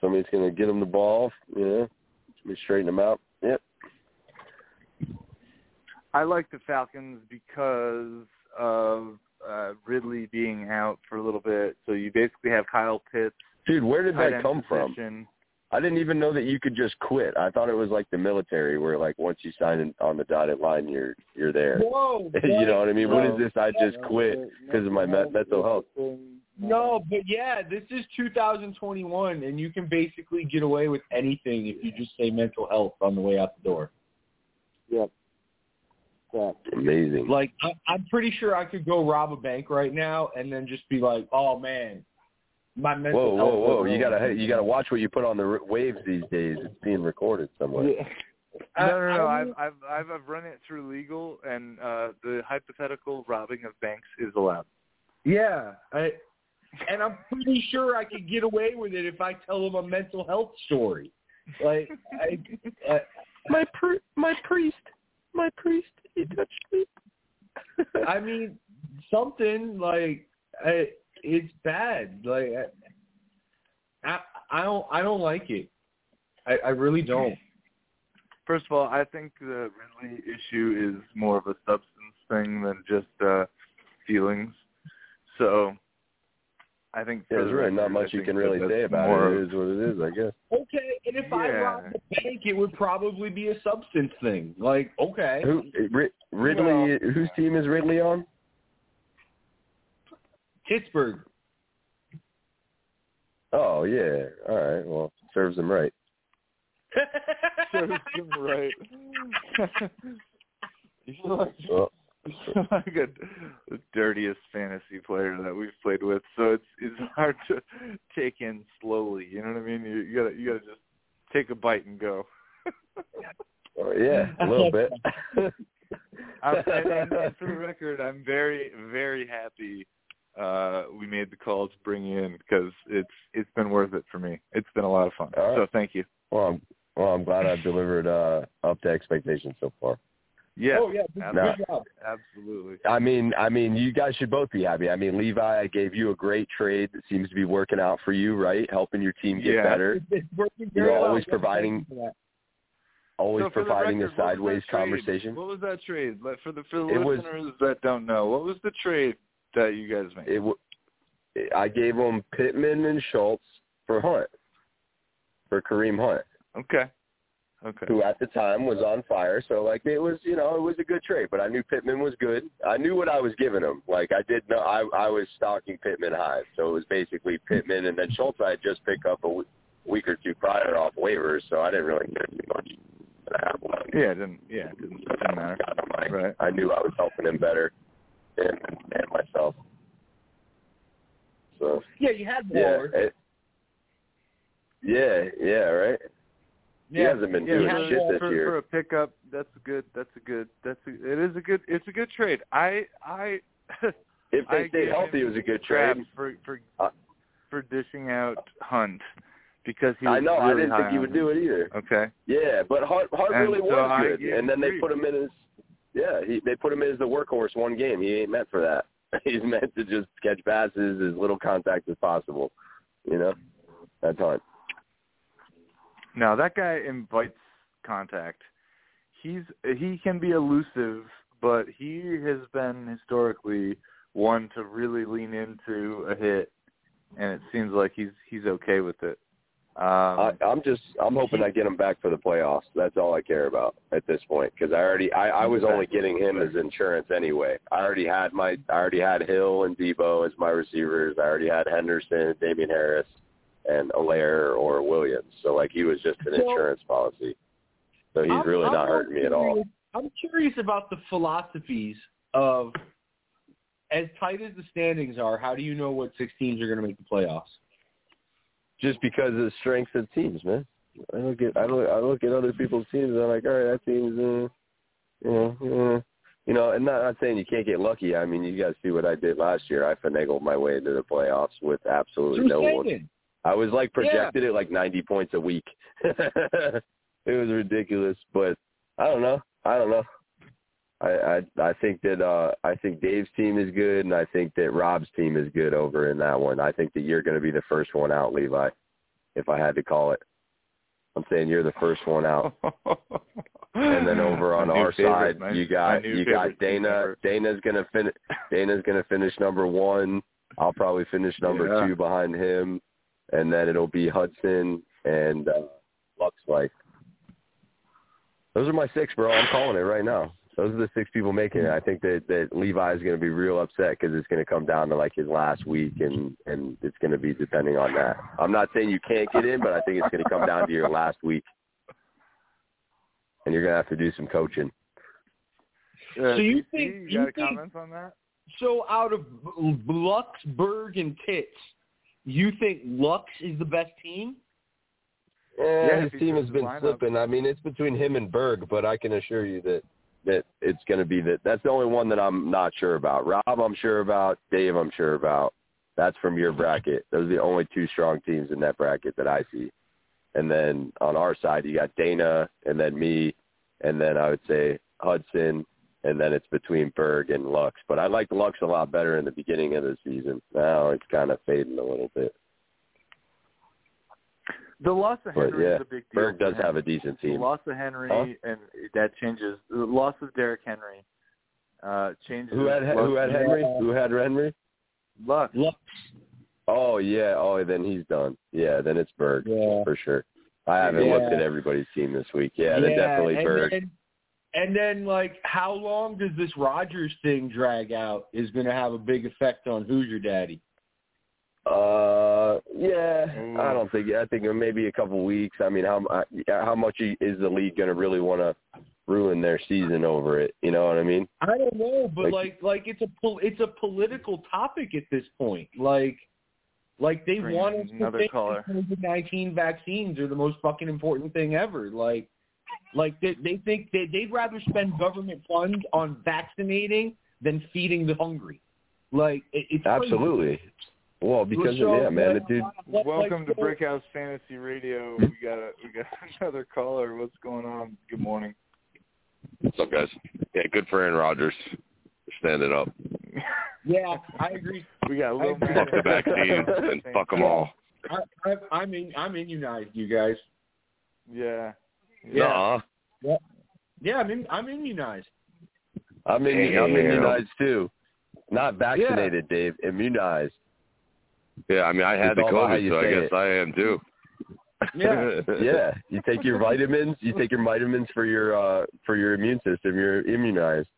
Speaker 8: Somebody's gonna get him the ball, you know. Somebody straighten him out. Yep.
Speaker 4: I like the Falcons because of uh Ridley being out for a little bit. So you basically have Kyle Pitts.
Speaker 8: Dude, where did
Speaker 4: tight
Speaker 8: that
Speaker 4: end
Speaker 8: come from?
Speaker 4: position.
Speaker 8: I didn't even know that you could just quit. I thought it was like the military, where like once you sign in on the dotted line, you're you're there.
Speaker 5: Whoa.
Speaker 8: [LAUGHS] [LAUGHS] you know what I mean? What
Speaker 5: Whoa.
Speaker 8: is this? I just quit because of my me- mental health.
Speaker 5: No, but yeah, this is 2021, and you can basically get away with anything if you just say mental health on the way out the door.
Speaker 13: Yep. Yeah.
Speaker 8: Amazing.
Speaker 5: Like, I, I'm pretty sure I could go rob a bank right now and then just be like, "Oh man, my mental
Speaker 8: Whoa,
Speaker 5: health."
Speaker 8: whoa, whoa! You gotta hey,
Speaker 5: hate.
Speaker 8: you gotta watch what you put on the r- waves these days. It's being recorded somewhere.
Speaker 4: No, no, no. I've I've I've I've run it through legal, and uh the hypothetical robbing of banks is allowed.
Speaker 5: Yeah, I, and I'm pretty sure I could get away with it if I tell them a mental health story. Like, I, I,
Speaker 8: my pr- my priest, my priest, he touched me.
Speaker 5: I mean, something like I, it's bad. Like, I, I, I don't, I don't like it. I, I really don't.
Speaker 4: First of all, I think the Ridley issue is more of a substance thing than just uh feelings. So I think for
Speaker 8: There's
Speaker 4: the
Speaker 8: really not
Speaker 4: record, I
Speaker 8: much you
Speaker 4: think
Speaker 8: can
Speaker 4: that
Speaker 8: really
Speaker 4: that's
Speaker 8: say about
Speaker 4: more of- [LAUGHS]
Speaker 8: it. [LAUGHS] It is what it is, I guess.
Speaker 5: Okay, and if I
Speaker 4: Yeah.
Speaker 5: robbed the bank, it would probably be a substance thing. Like, okay,
Speaker 8: Who Rid- Ridley? Whose team is Ridley on?
Speaker 5: Pittsburgh.
Speaker 8: Oh yeah. All right. Well, serves him right.
Speaker 4: Serves him right. [LAUGHS] You're like,
Speaker 8: Well,
Speaker 4: you're [LAUGHS] like a, the dirtiest fantasy player that we've played with, so it's it's [LAUGHS] hard to take in slowly. You know what I mean? You, you gotta you gotta just take a bite and go.
Speaker 8: oh, yeah,
Speaker 4: [LAUGHS]
Speaker 8: a little bit.
Speaker 4: I'm, Um, and, and, and for the record, I'm very very happy uh we made the call to bring you in because it's it's been worth it for me. It's been a lot of fun.
Speaker 8: All right.
Speaker 4: So thank you.
Speaker 8: [LAUGHS] well, I'm, well, I'm glad I've delivered uh, up to expectations so far.
Speaker 4: Yeah,
Speaker 5: Oh yeah, good,
Speaker 8: Nah.
Speaker 5: good job.
Speaker 4: absolutely.
Speaker 8: I mean, I mean, you guys should both be happy. I mean, Levi, I gave you a great trade that seems to be working out for you, right? Helping your team get
Speaker 4: Yeah.
Speaker 8: better,
Speaker 5: It's working
Speaker 8: You're
Speaker 5: very well.
Speaker 8: always providing-
Speaker 5: For that.
Speaker 8: always
Speaker 4: So for the
Speaker 8: providing
Speaker 4: record, what
Speaker 8: a
Speaker 4: was that
Speaker 8: sideways
Speaker 4: trade?
Speaker 8: conversation.
Speaker 4: What was that trade? Like, For the for the
Speaker 8: It was-
Speaker 4: listeners that don't know, what was the trade that you guys made?
Speaker 8: It, w- I gave them Pittman and Schultz for Hunt, for Kareem Hunt.
Speaker 4: okay, okay.
Speaker 8: who at the time was on fire. So like it was, you know, it was a good trade. But I knew Pittman was good. I knew what I was giving him. Like I did know I I was stocking Pittman high. So it was basically Pittman and then Schultz. I had just picked up a w- week or two prior off waivers, so I didn't really care too much. But I had one.
Speaker 4: Yeah, it didn't yeah it didn't,
Speaker 8: So that
Speaker 4: didn't
Speaker 8: was
Speaker 4: matter.
Speaker 8: kind of like
Speaker 4: Right.
Speaker 8: I knew I was helping him better and and myself. So
Speaker 5: Yeah, you had
Speaker 8: yeah,
Speaker 5: Waller.
Speaker 8: it, yeah, yeah, right. He hasn't been
Speaker 4: Yeah,
Speaker 8: doing
Speaker 4: for,
Speaker 8: shit this
Speaker 4: for,
Speaker 8: year.
Speaker 4: for a pickup, that's a good. That's a good. That's a, it is a good. It's a good trade. I I [LAUGHS]
Speaker 8: If
Speaker 4: I
Speaker 8: they stayed
Speaker 4: gave
Speaker 8: healthy, it
Speaker 4: him
Speaker 8: was a good
Speaker 4: crap
Speaker 8: trade.
Speaker 4: for for
Speaker 8: Uh,
Speaker 4: for dishing out Hunt because he. Was
Speaker 8: I know. I
Speaker 4: really
Speaker 8: didn't think he would do it either.
Speaker 4: it. Okay.
Speaker 8: Yeah, but Hart Hart
Speaker 4: And
Speaker 8: really
Speaker 4: so I
Speaker 8: was
Speaker 4: gave
Speaker 8: good, and then
Speaker 4: him
Speaker 8: they put him in as yeah he they put him in as the workhorse one game. He ain't meant for that. [LAUGHS] He's meant to just catch passes as little contact as possible. You know, that's hard.
Speaker 4: No, that guy invites contact. He's he can be elusive, but he has been historically one to really lean into a hit, and it seems like he's he's okay with it. Um, [LAUGHS]
Speaker 8: I, I'm just I'm hoping I get him back for the playoffs. That's all I care about at this point because I already I, I was only getting him as insurance anyway. I already had my I already had Hill and Debo as my receivers. I already had Henderson, Damian Harris, and Allaire or Williams. So like he was just an
Speaker 5: So-
Speaker 8: insurance policy. So he's
Speaker 5: I'm-
Speaker 8: really
Speaker 5: I'm
Speaker 8: not hurting me at all.
Speaker 5: curious- I'm curious about the philosophies of as tight as the standings are, how do you know what six teams are going to make the playoffs?
Speaker 8: Just because of the strength of teams, man. I look at I look I look at other people's teams and I'm like, all right, that team's uh, you know, uh, you know, and not, not saying you can't get lucky. I mean, you got to see what I did last year. I finagled my way into the playoffs with absolutely
Speaker 5: Drew
Speaker 8: no one.
Speaker 5: Sagan.
Speaker 8: I was like projected at like 90 points a week. [LAUGHS] it was ridiculous. But I don't know. I don't know. I I I think that uh I think Dave's team is good, and I think that Rob's team is good over in that one. I think that you're going to be the first one out, Levi. If I had to call it, I'm saying you're the first
Speaker 4: [LAUGHS]
Speaker 8: one out. and then over on
Speaker 4: My new
Speaker 8: our
Speaker 4: favorite,
Speaker 8: side,
Speaker 4: my-
Speaker 8: you
Speaker 4: my
Speaker 8: got
Speaker 4: new
Speaker 8: you got
Speaker 4: favorite team
Speaker 8: Dana.
Speaker 4: ever.
Speaker 8: Dana's gonna finish. Dana's gonna finish number one. I'll probably finish number
Speaker 4: Yeah.
Speaker 8: two behind him, and then it'll be Hudson and uh, Lux Life. Those are my six, bro. I'm calling it right now. Those are the six people making it. I think that that Levi's going to be real upset because it's going to come down to like his last week, and and it's going to be depending on that. I'm not saying you can't get in, but I think it's going to come down to your last week, and you're going to have to do some coaching.
Speaker 5: So you think
Speaker 4: Uh, you
Speaker 5: you
Speaker 4: got
Speaker 5: think
Speaker 4: comments on that?
Speaker 5: so out of B- Luxburg and Pitts, you think Lux is the best team?
Speaker 8: Yeah,
Speaker 4: Yeah,
Speaker 8: his
Speaker 4: if he
Speaker 8: team has
Speaker 4: switches
Speaker 8: been
Speaker 4: lineup.
Speaker 8: slipping. I mean, it's between him and Berg, but I can assure you that that it's going to be that. That's the only one that I'm not sure about. Rob, I'm sure about. Dave, I'm sure about. That's from your bracket. Those are the only two strong teams in that bracket that I see. And then on our side, you got Dana, and then me, and then I would say Hudson, and then it's between Berg and Lux. But I liked Lux a lot better in the beginning of the season. Now it's kind of fading a little bit.
Speaker 4: The loss of
Speaker 8: But
Speaker 4: Henry
Speaker 8: yeah,
Speaker 4: is a big deal.
Speaker 8: Berg does have a decent
Speaker 4: The
Speaker 8: team.
Speaker 4: loss of Henry and that changes the loss of Derrick Henry uh changes
Speaker 8: Who had who had Henry? Who had Henry?
Speaker 4: Luck.
Speaker 5: Lux.
Speaker 8: Oh yeah. Oh, then he's done. Yeah, then it's Berg
Speaker 5: Yeah.
Speaker 8: for sure. I haven't
Speaker 5: Yeah.
Speaker 8: looked at everybody's team this week. Yeah, then definitely
Speaker 5: and
Speaker 8: Berg.
Speaker 5: Then, and then, like, how long does this Rogers thing drag out? Is going to have a big effect on who's your daddy.
Speaker 8: Uh, yeah. I don't think. I think maybe a couple weeks. I mean, how uh, how much is the league going to really want to ruin their season over it? You know what I mean?
Speaker 5: I don't know, but like,
Speaker 8: Like-
Speaker 5: like it's a pol- it's a political topic at this point. Like, like they
Speaker 4: Bring
Speaker 5: want
Speaker 4: in
Speaker 5: us to
Speaker 4: another
Speaker 5: think
Speaker 4: caller.
Speaker 5: COVID nineteen vaccines are the most fucking important thing ever. Like, like they they think they they'd rather spend government funds on vaccinating than feeding the hungry. Like, it, it's crazy.
Speaker 8: Absolutely. Well, because
Speaker 5: So,
Speaker 8: yeah, man, the
Speaker 5: like,
Speaker 8: dude.
Speaker 5: like,
Speaker 4: Welcome to
Speaker 5: so-
Speaker 4: Brickhouse Fantasy Radio. We got a we got [LAUGHS] another caller. What's going on? Good morning. [LAUGHS]
Speaker 14: What's up, guys? Yeah, good for Aaron Rodgers standing up.
Speaker 5: Yeah, I agree.
Speaker 4: We got a little
Speaker 5: Fuck
Speaker 14: Fuck the
Speaker 4: [LAUGHS]
Speaker 14: vaccines and fuck
Speaker 8: [LAUGHS]
Speaker 14: them all.
Speaker 5: I, I, I'm in. I'm immunized, you guys.
Speaker 4: Yeah.
Speaker 5: Yeah.
Speaker 14: Nuh-uh.
Speaker 5: Yeah, I'm in, I'm immunized.
Speaker 8: I'm in. I'm
Speaker 14: Damn.
Speaker 8: immunized too. Not vaccinated, Dave. Immunized.
Speaker 14: Yeah, I mean, I had
Speaker 8: It's
Speaker 14: the
Speaker 8: all about how
Speaker 14: COVID,
Speaker 8: you
Speaker 14: so I
Speaker 8: say
Speaker 14: guess
Speaker 8: it.
Speaker 14: I am too.
Speaker 5: Yeah.
Speaker 14: [LAUGHS]
Speaker 8: [LAUGHS] yeah, you take your vitamins. You take your vitamins for your uh for your immune system. You're immunized.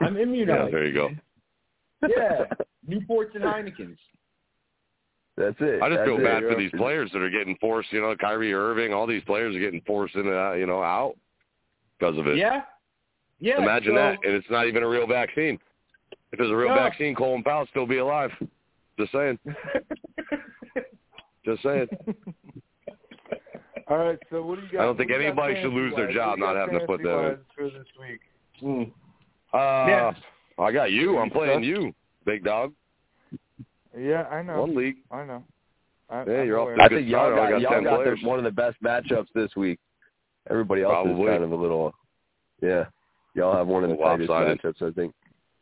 Speaker 5: I'm
Speaker 14: yeah,
Speaker 5: immunized.
Speaker 14: there you go.
Speaker 5: Yeah, Newports and Heinekens.
Speaker 8: That's it.
Speaker 14: I just
Speaker 8: That's
Speaker 14: feel
Speaker 8: it.
Speaker 14: bad for
Speaker 8: You're-
Speaker 14: these players that are getting forced. You know, Kyrie Irving, all these players are getting forced into that, you know out because of it.
Speaker 5: Yeah, yeah.
Speaker 14: Imagine
Speaker 5: so-
Speaker 14: that, and it's not even a real vaccine. If it's a real
Speaker 5: No.
Speaker 14: vaccine, Colin Powell would still be alive. Just saying. Just saying.
Speaker 4: All right. So what do you got?
Speaker 14: I don't think
Speaker 4: what do you got
Speaker 14: anybody should lose their
Speaker 4: fantasy-wise?
Speaker 14: job not having to
Speaker 4: What
Speaker 14: put
Speaker 4: do
Speaker 14: that
Speaker 4: you
Speaker 14: in.
Speaker 4: got fantasy-wise For this week.
Speaker 5: Mm.
Speaker 14: Uh,
Speaker 5: Yeah.
Speaker 14: I got you. I'm
Speaker 4: You
Speaker 14: playing
Speaker 4: suck.
Speaker 14: you, big dog.
Speaker 4: Yeah, I know.
Speaker 14: One league.
Speaker 4: I know. I,
Speaker 14: Yeah,
Speaker 4: I'm
Speaker 14: you're off
Speaker 4: aware.
Speaker 14: to
Speaker 8: I
Speaker 14: Good
Speaker 8: think y'all
Speaker 14: start.
Speaker 8: got,
Speaker 14: I got
Speaker 8: y'all
Speaker 14: 10
Speaker 8: got the,
Speaker 14: players.
Speaker 8: one of the best matchups this week. Everybody else
Speaker 14: Probably.
Speaker 8: is kind of a little. Yeah, y'all have one of the
Speaker 14: Well,
Speaker 8: tightest
Speaker 14: lopsided.
Speaker 8: matchups. I think.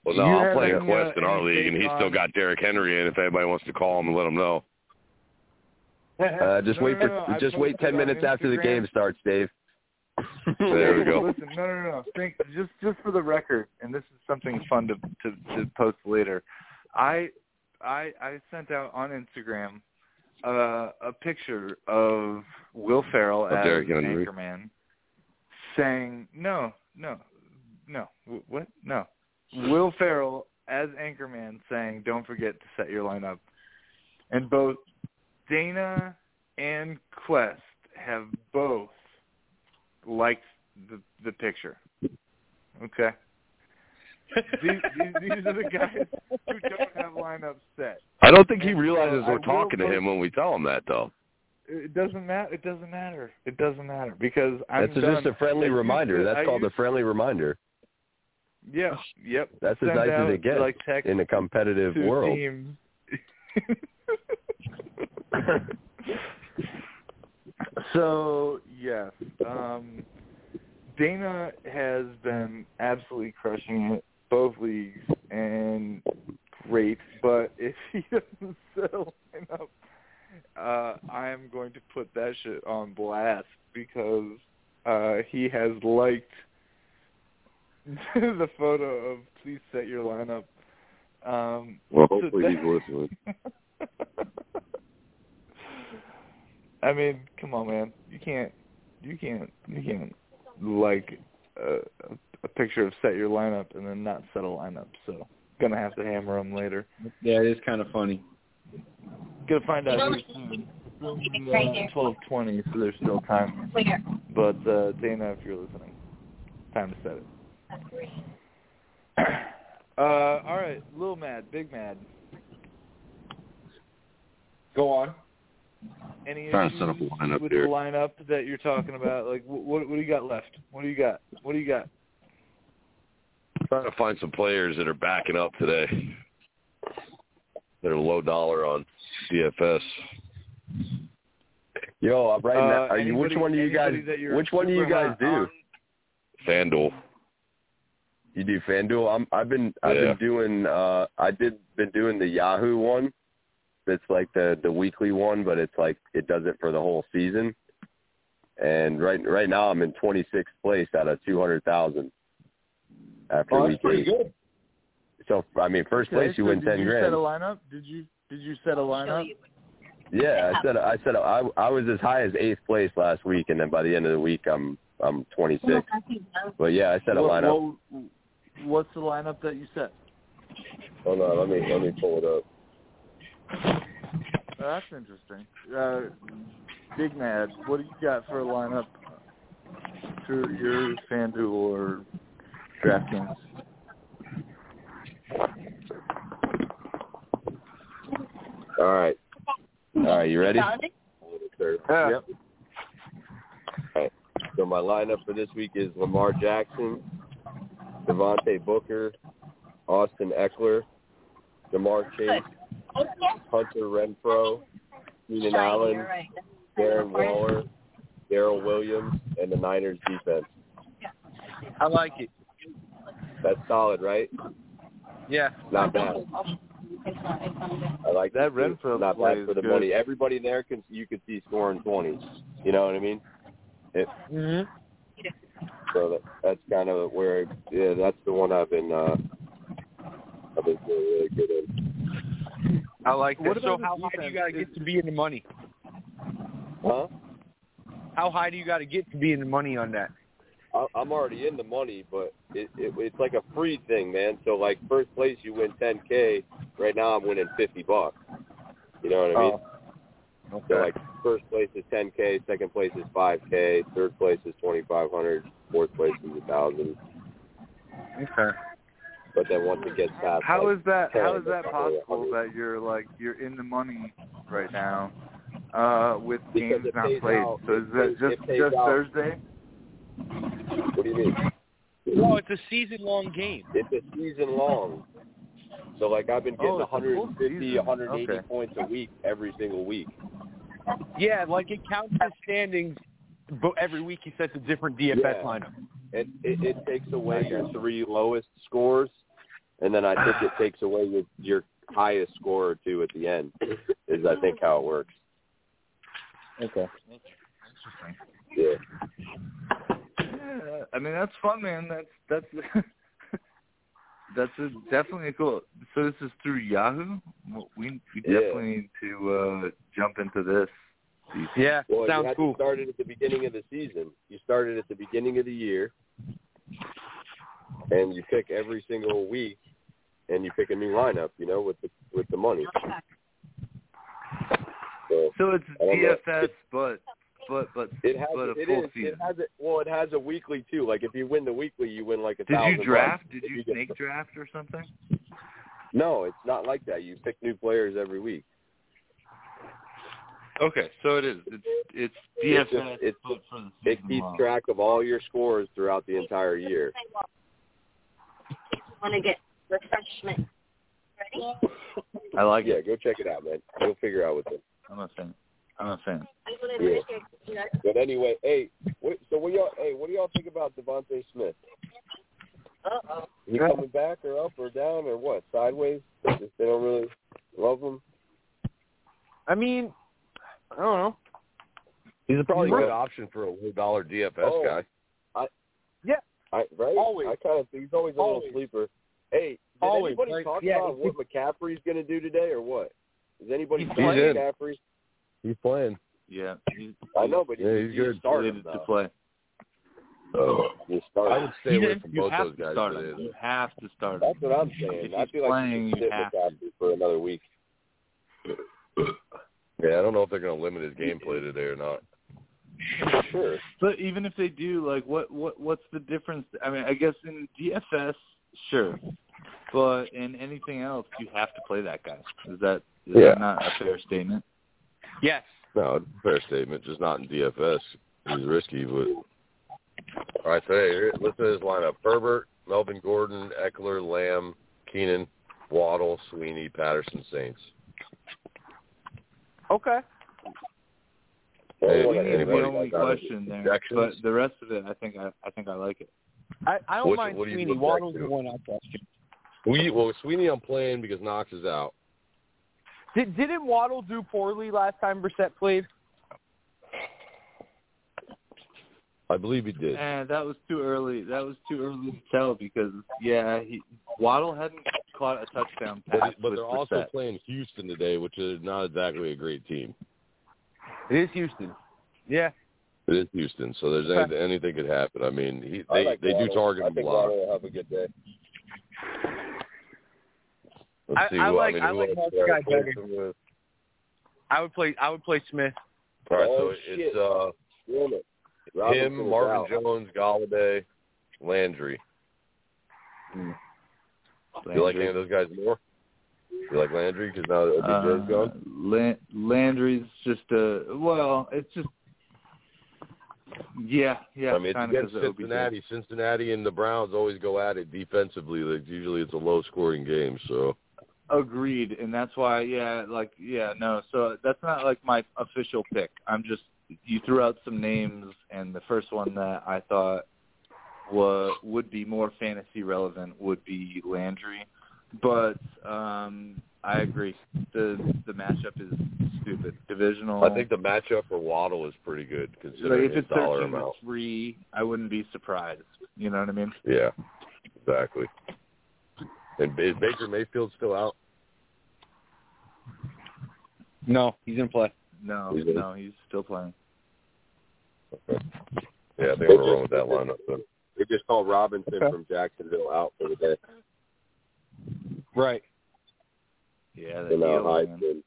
Speaker 14: Well,
Speaker 4: Do
Speaker 14: no,
Speaker 4: you
Speaker 14: I'm
Speaker 4: have
Speaker 14: playing
Speaker 4: any,
Speaker 14: Quest
Speaker 4: uh,
Speaker 14: in our
Speaker 4: any
Speaker 14: league, and
Speaker 4: take
Speaker 14: he's still
Speaker 4: on-
Speaker 14: got Derrick Henry in. If anybody wants to call him and let him know,
Speaker 8: Uh, just
Speaker 4: No,
Speaker 8: wait
Speaker 4: no,
Speaker 8: for
Speaker 4: no, I
Speaker 8: just wait
Speaker 4: posted
Speaker 8: ten
Speaker 4: on
Speaker 8: minutes after the
Speaker 4: Instagram.
Speaker 8: game starts, Dave.
Speaker 14: [LAUGHS]
Speaker 4: [LAUGHS]
Speaker 14: There we go.
Speaker 8: [LAUGHS]
Speaker 4: Listen, no, no, no. Think, just, just for the record, and this is something fun to, to, to post later. I, I, I sent out on Instagram uh, a picture of Will Ferrell
Speaker 14: Of
Speaker 4: as
Speaker 14: Derrick Henry.
Speaker 4: Anchorman, saying, "No, no, no, wh- what? No." Will Ferrell as Anchorman saying, "Don't forget to set your lineup," and both Dana and Quest have both liked the the picture. Okay. these, these, these are the guys who don't have lineups set.
Speaker 14: I don't think he
Speaker 4: And,
Speaker 14: realizes
Speaker 4: uh, I
Speaker 14: we're
Speaker 4: will
Speaker 14: talking to
Speaker 4: post-
Speaker 14: him when we tell him that, though.
Speaker 4: It doesn't matter. It doesn't matter. It doesn't matter because I'm
Speaker 8: That's
Speaker 4: done.
Speaker 8: just a friendly
Speaker 4: I used
Speaker 8: reminder.
Speaker 4: to-
Speaker 8: That's
Speaker 4: I
Speaker 8: called
Speaker 4: used,
Speaker 8: a friendly reminder
Speaker 4: Yeah. Yep.
Speaker 8: That's as
Speaker 4: Send
Speaker 8: nice as
Speaker 4: out,
Speaker 8: it gets
Speaker 4: Like text
Speaker 8: in a competitive
Speaker 4: to
Speaker 8: world.
Speaker 4: teams.
Speaker 8: [LAUGHS]
Speaker 4: so yes, um, Dana has been absolutely crushing it, both leagues, and great. But [LAUGHS] if he doesn't settle enough, uh, I am going to put that shit on blast because uh, he has liked [LAUGHS] the photo of please set your lineup. Um,
Speaker 15: Well,
Speaker 4: so
Speaker 15: hopefully
Speaker 4: that-
Speaker 15: he's listening.
Speaker 4: [LAUGHS] I mean, come on, man. You can't, you can't, you can't like a, a picture of set your lineup and then not set a lineup. So gonna have to hammer him later.
Speaker 5: Yeah, it is kind of funny.
Speaker 4: Gonna find out who's soon. It's only, uh, Twelve twenty, so there's still time. But uh, Dana, if you're listening, time to set it. [CLEARS THROAT] Uh, all right, little mad, big mad.
Speaker 5: Go on.
Speaker 4: Any
Speaker 15: Trying
Speaker 4: issues
Speaker 15: to set up a lineup
Speaker 4: with
Speaker 15: here.
Speaker 4: the lineup that you're talking about? Like, wh- what what do you got left? What do you got? What do you got?
Speaker 15: [LAUGHS] Trying to find some players that are backing up today. That are low dollar on DFS.
Speaker 8: Yo, I'm right now.
Speaker 15: Uh,
Speaker 8: Are you, which
Speaker 15: anybody-
Speaker 8: one do you guys?
Speaker 15: anybody that you're
Speaker 8: Which one do you
Speaker 15: super
Speaker 8: guys
Speaker 15: hot
Speaker 8: do?
Speaker 15: on? FanDuel.
Speaker 8: You do FanDuel. I'm, I've been I've
Speaker 15: Yeah.
Speaker 8: been doing uh I did been doing the Yahoo one. That's like the the weekly one, but it's like it does it for the whole season. And right right now I'm in 26th place out of 200,000 after
Speaker 4: Oh, that's
Speaker 8: week
Speaker 4: pretty
Speaker 8: eight.
Speaker 4: good.
Speaker 8: So I mean, first place
Speaker 4: Okay,
Speaker 8: you
Speaker 4: so
Speaker 8: win
Speaker 4: did
Speaker 8: 10
Speaker 4: you
Speaker 8: grand.
Speaker 4: Set a lineup? Did you did you set a lineup?
Speaker 8: Yeah, I said I said I I was as high as eighth place last week, and then by the end of the week I'm I'm 26th. But yeah, I set a
Speaker 4: What-
Speaker 8: lineup.
Speaker 4: what- what's the lineup that you set?
Speaker 8: Hold on, let me let me pull it up.
Speaker 4: Oh, that's interesting. Uh, Big Mad, what do you got for a lineup for your FanDuel or DraftKings?
Speaker 8: All right, all right, you ready?
Speaker 4: Yeah.
Speaker 8: Alright, So my lineup for this week is Lamar Jackson, Devontae Booker, Austin Eckler, Jamar Chase, Hunter Renfro, Keenan Allen, Darren Waller, Daryl Williams, and the Niners defense.
Speaker 5: I like it.
Speaker 8: That's solid, right?
Speaker 5: Yeah.
Speaker 8: Not bad. I like that
Speaker 4: Renfro
Speaker 8: Not
Speaker 4: play
Speaker 8: bad for
Speaker 4: is
Speaker 8: the
Speaker 4: good.
Speaker 8: money. Everybody there can you could see scoring twenty. You know what I mean? It,
Speaker 5: Mm-hmm.
Speaker 8: So that, that's kind of where, yeah, that's the one I've been, uh, I've been feeling really good in.
Speaker 5: I like that.
Speaker 8: What
Speaker 5: So
Speaker 8: about
Speaker 5: how
Speaker 8: his
Speaker 5: high do you
Speaker 8: defense?
Speaker 5: gotta get to be in the money?
Speaker 8: Huh?
Speaker 5: How high do you gotta get to be in the money on that?
Speaker 8: I- I'm already in the money, but it, it, it's like a free thing, man. So like first place, you win 10k. Right now, I'm winning 50 bucks. You know what I
Speaker 4: Oh,
Speaker 8: mean? So like first place is 10k, second place is 5k, third place is 2500, fourth place is a thousand.
Speaker 4: Okay.
Speaker 8: But then once it gets past,
Speaker 4: How
Speaker 8: like,
Speaker 4: is that?
Speaker 8: 10,
Speaker 4: How is that
Speaker 8: it's not really a
Speaker 4: possible
Speaker 8: hundred.
Speaker 4: that you're like you're in the money right now uh, with
Speaker 8: Because
Speaker 4: games
Speaker 8: it
Speaker 4: not
Speaker 8: pays
Speaker 4: played?
Speaker 8: out.
Speaker 4: So
Speaker 8: It
Speaker 4: is that
Speaker 8: pays-
Speaker 4: just
Speaker 8: it pays
Speaker 4: just
Speaker 8: out.
Speaker 4: Thursday?
Speaker 8: What do you mean?
Speaker 5: No, it's a season long game.
Speaker 8: It's a season long. So like I've been getting
Speaker 5: Oh, it's a full
Speaker 8: 150,
Speaker 5: season.
Speaker 8: 180
Speaker 5: Okay.
Speaker 8: points a week every single week.
Speaker 5: Yeah, like it counts the standings, but every week he sets a different DFS
Speaker 8: Yeah.
Speaker 5: lineup.
Speaker 8: It, it it takes away your three lowest scores, and then I think it takes away your your highest score or two at the end. Is I think how it works.
Speaker 5: Okay.
Speaker 8: Yeah.
Speaker 4: Yeah, I mean that's fun, man. That's that's [LAUGHS] that's a, definitely cool. So this is through Yahoo. Well, We we
Speaker 8: Yeah.
Speaker 4: definitely need to uh, jump into this.
Speaker 5: Yeah,
Speaker 8: Well,
Speaker 5: sounds
Speaker 8: you had
Speaker 5: cool.
Speaker 8: to start it at the beginning of the season. You started at the beginning of the year, and you pick every single week, and you pick a new lineup. You know, with the with the money. So,
Speaker 4: So it's
Speaker 8: I don't know.
Speaker 4: DFS, but but but
Speaker 8: It has
Speaker 4: but a
Speaker 8: it
Speaker 4: full
Speaker 8: is
Speaker 4: season.
Speaker 8: it has it well it has a weekly too. Like if you win the weekly, you win like a
Speaker 4: Did
Speaker 8: thousand.
Speaker 4: you draft?
Speaker 8: bucks.
Speaker 4: Did
Speaker 8: If
Speaker 4: you
Speaker 8: get-
Speaker 4: snake draft or something?
Speaker 8: No, it's not like that. You pick new players every week.
Speaker 4: Okay, so it is. It's
Speaker 8: It's
Speaker 4: it's
Speaker 8: just-
Speaker 4: DFS,
Speaker 8: it's-
Speaker 4: but for the
Speaker 8: It
Speaker 4: season
Speaker 8: keeps
Speaker 4: long.
Speaker 8: track of all your scores throughout the entire year.
Speaker 16: want to get refreshment. Ready?
Speaker 4: I like
Speaker 8: yeah,
Speaker 4: it.
Speaker 8: go check it out, man. You'll figure out what's in.
Speaker 4: I'm a fan. I'm a fan.
Speaker 16: I'm going to
Speaker 17: But anyway, hey, what, so what y'all? Hey, what do y'all think about Devonte Smith?
Speaker 18: Uh-oh.
Speaker 17: He coming back or up or down or what? Sideways? They just- they don't really love him.
Speaker 5: I mean, I don't know.
Speaker 8: He's probably a
Speaker 17: Right.
Speaker 8: good option for a one dollar DFS
Speaker 17: Oh.
Speaker 8: guy.
Speaker 17: I
Speaker 5: yeah.
Speaker 17: I right. Always. I kind of he's always a
Speaker 8: Always.
Speaker 17: little sleeper. Hey, did
Speaker 8: Always,
Speaker 17: anybody
Speaker 8: right?
Speaker 17: talk
Speaker 8: Yeah,
Speaker 17: about
Speaker 8: he's-
Speaker 17: what McCaffrey's going to do today or what? Is anybody
Speaker 8: He's
Speaker 17: talking
Speaker 8: in.
Speaker 17: McCaffrey?
Speaker 19: He's playing.
Speaker 4: Yeah, he's,
Speaker 17: I know, but
Speaker 8: Yeah, he's
Speaker 17: you
Speaker 8: good.
Speaker 17: start him,
Speaker 4: slated to
Speaker 17: though.
Speaker 4: play.
Speaker 17: You start
Speaker 8: I
Speaker 17: him.
Speaker 8: would stay
Speaker 4: You
Speaker 8: away
Speaker 4: have-
Speaker 8: from
Speaker 4: you
Speaker 8: both
Speaker 4: have
Speaker 8: those
Speaker 4: to
Speaker 8: guys.
Speaker 4: start him.
Speaker 8: today, though.
Speaker 4: You have to start him.
Speaker 17: That's what I'm saying.
Speaker 4: If
Speaker 17: I
Speaker 4: he's
Speaker 17: feel like
Speaker 4: playing,
Speaker 17: you
Speaker 4: you
Speaker 17: should sit
Speaker 4: have
Speaker 17: McCaffrey for another week.
Speaker 8: Yeah, I don't know if they're going to limit his gameplay today or not.
Speaker 17: Sure.
Speaker 4: But even if they do, like, what what what's the difference? I mean, I guess in DFS, sure, but in anything else, you have to play that guy. Is that is
Speaker 8: Yeah.
Speaker 4: that not a fair statement?
Speaker 5: Yes.
Speaker 8: No, fair statement. Just not in DFS. He's risky, but all right. Today, here- listen to this lineup: Herbert, Melvin Gordon, Eckler, Lamb, Keenan, Waddle, Sweeney, Patterson, Saints.
Speaker 5: Okay.
Speaker 8: Hey,
Speaker 4: We need the
Speaker 8: anybody
Speaker 4: only
Speaker 8: got any
Speaker 4: question there, but
Speaker 8: objections?
Speaker 4: the rest of it, I think I I think I like it.
Speaker 5: I, I don't
Speaker 8: Which-
Speaker 5: mind
Speaker 8: what do you
Speaker 5: Sweeney.
Speaker 8: object
Speaker 5: Waddle's
Speaker 8: to?
Speaker 5: the one I question.
Speaker 8: We well, Sweeney, I'm playing because Knox is out.
Speaker 5: Did, didn't Waddle do poorly last time Brissett played?
Speaker 8: I believe he did.
Speaker 4: And that was too early. That was too early to tell because yeah, he Waddle hadn't caught a touchdown pass
Speaker 8: But, but
Speaker 4: with
Speaker 8: they're also
Speaker 4: Brissett.
Speaker 8: playing Houston today, which is not exactly a great team.
Speaker 5: It is Houston. Yeah.
Speaker 8: It is Houston, so there's any, anything could happen. I mean, he,
Speaker 17: I
Speaker 8: they
Speaker 17: like
Speaker 8: they do
Speaker 17: Waddle.
Speaker 8: target
Speaker 17: I
Speaker 8: him a
Speaker 17: think
Speaker 8: lot.
Speaker 17: Waddle will have a good day.
Speaker 8: Let's
Speaker 5: I-
Speaker 8: see.
Speaker 5: I
Speaker 8: who,
Speaker 5: like-
Speaker 8: I mean,
Speaker 5: I
Speaker 8: who
Speaker 5: like
Speaker 8: else
Speaker 5: Mark's
Speaker 8: do I
Speaker 5: guy
Speaker 8: play
Speaker 5: better.
Speaker 8: him with?
Speaker 5: I would play. I would play Smith.
Speaker 8: All right,
Speaker 17: Oh,
Speaker 8: so
Speaker 17: shit.
Speaker 8: it's uh,
Speaker 17: Damn it.
Speaker 8: him,
Speaker 17: Robinson
Speaker 8: Marvin
Speaker 17: is out.
Speaker 8: Jones, Galladay, Landry. You like any
Speaker 4: Landry.
Speaker 8: of those guys more? You like Landry because now that OBJ's
Speaker 4: Uh,
Speaker 8: gone.
Speaker 4: Lan- Landry's just a well, it's just yeah, yeah.
Speaker 8: I mean, it's
Speaker 4: kinda
Speaker 8: against
Speaker 4: 'cause of OBJ.
Speaker 8: Cincinnati. Cincinnati and the Browns always go at it defensively. Like usually, it's a low-scoring game. So
Speaker 4: Agreed, and that's why, yeah, like, yeah, no. So that's not like my official pick. I'm just you threw out some names, and the first one that I thought was would be more fantasy relevant would be Landry, but um I agree. The the matchup is stupid. Divisional.
Speaker 8: I think the matchup for Waddle is pretty good
Speaker 4: Oh. like,
Speaker 8: considering
Speaker 4: if
Speaker 8: his
Speaker 4: it's
Speaker 8: dollar
Speaker 4: 13 to
Speaker 8: amount.
Speaker 4: three, I wouldn't be surprised. You know what I mean?
Speaker 8: Yeah, exactly. And is Baker Mayfield still out?
Speaker 5: No, he's in play.
Speaker 4: No,
Speaker 8: He is.
Speaker 4: no, he's still playing.
Speaker 8: Yeah, I think we're wrong with that lineup. Then.
Speaker 17: They just called Robinson
Speaker 5: Okay.
Speaker 17: from Jacksonville out for the day.
Speaker 5: Right.
Speaker 4: Yeah, that
Speaker 17: And now
Speaker 4: deal,
Speaker 17: Hyde
Speaker 4: man.
Speaker 17: and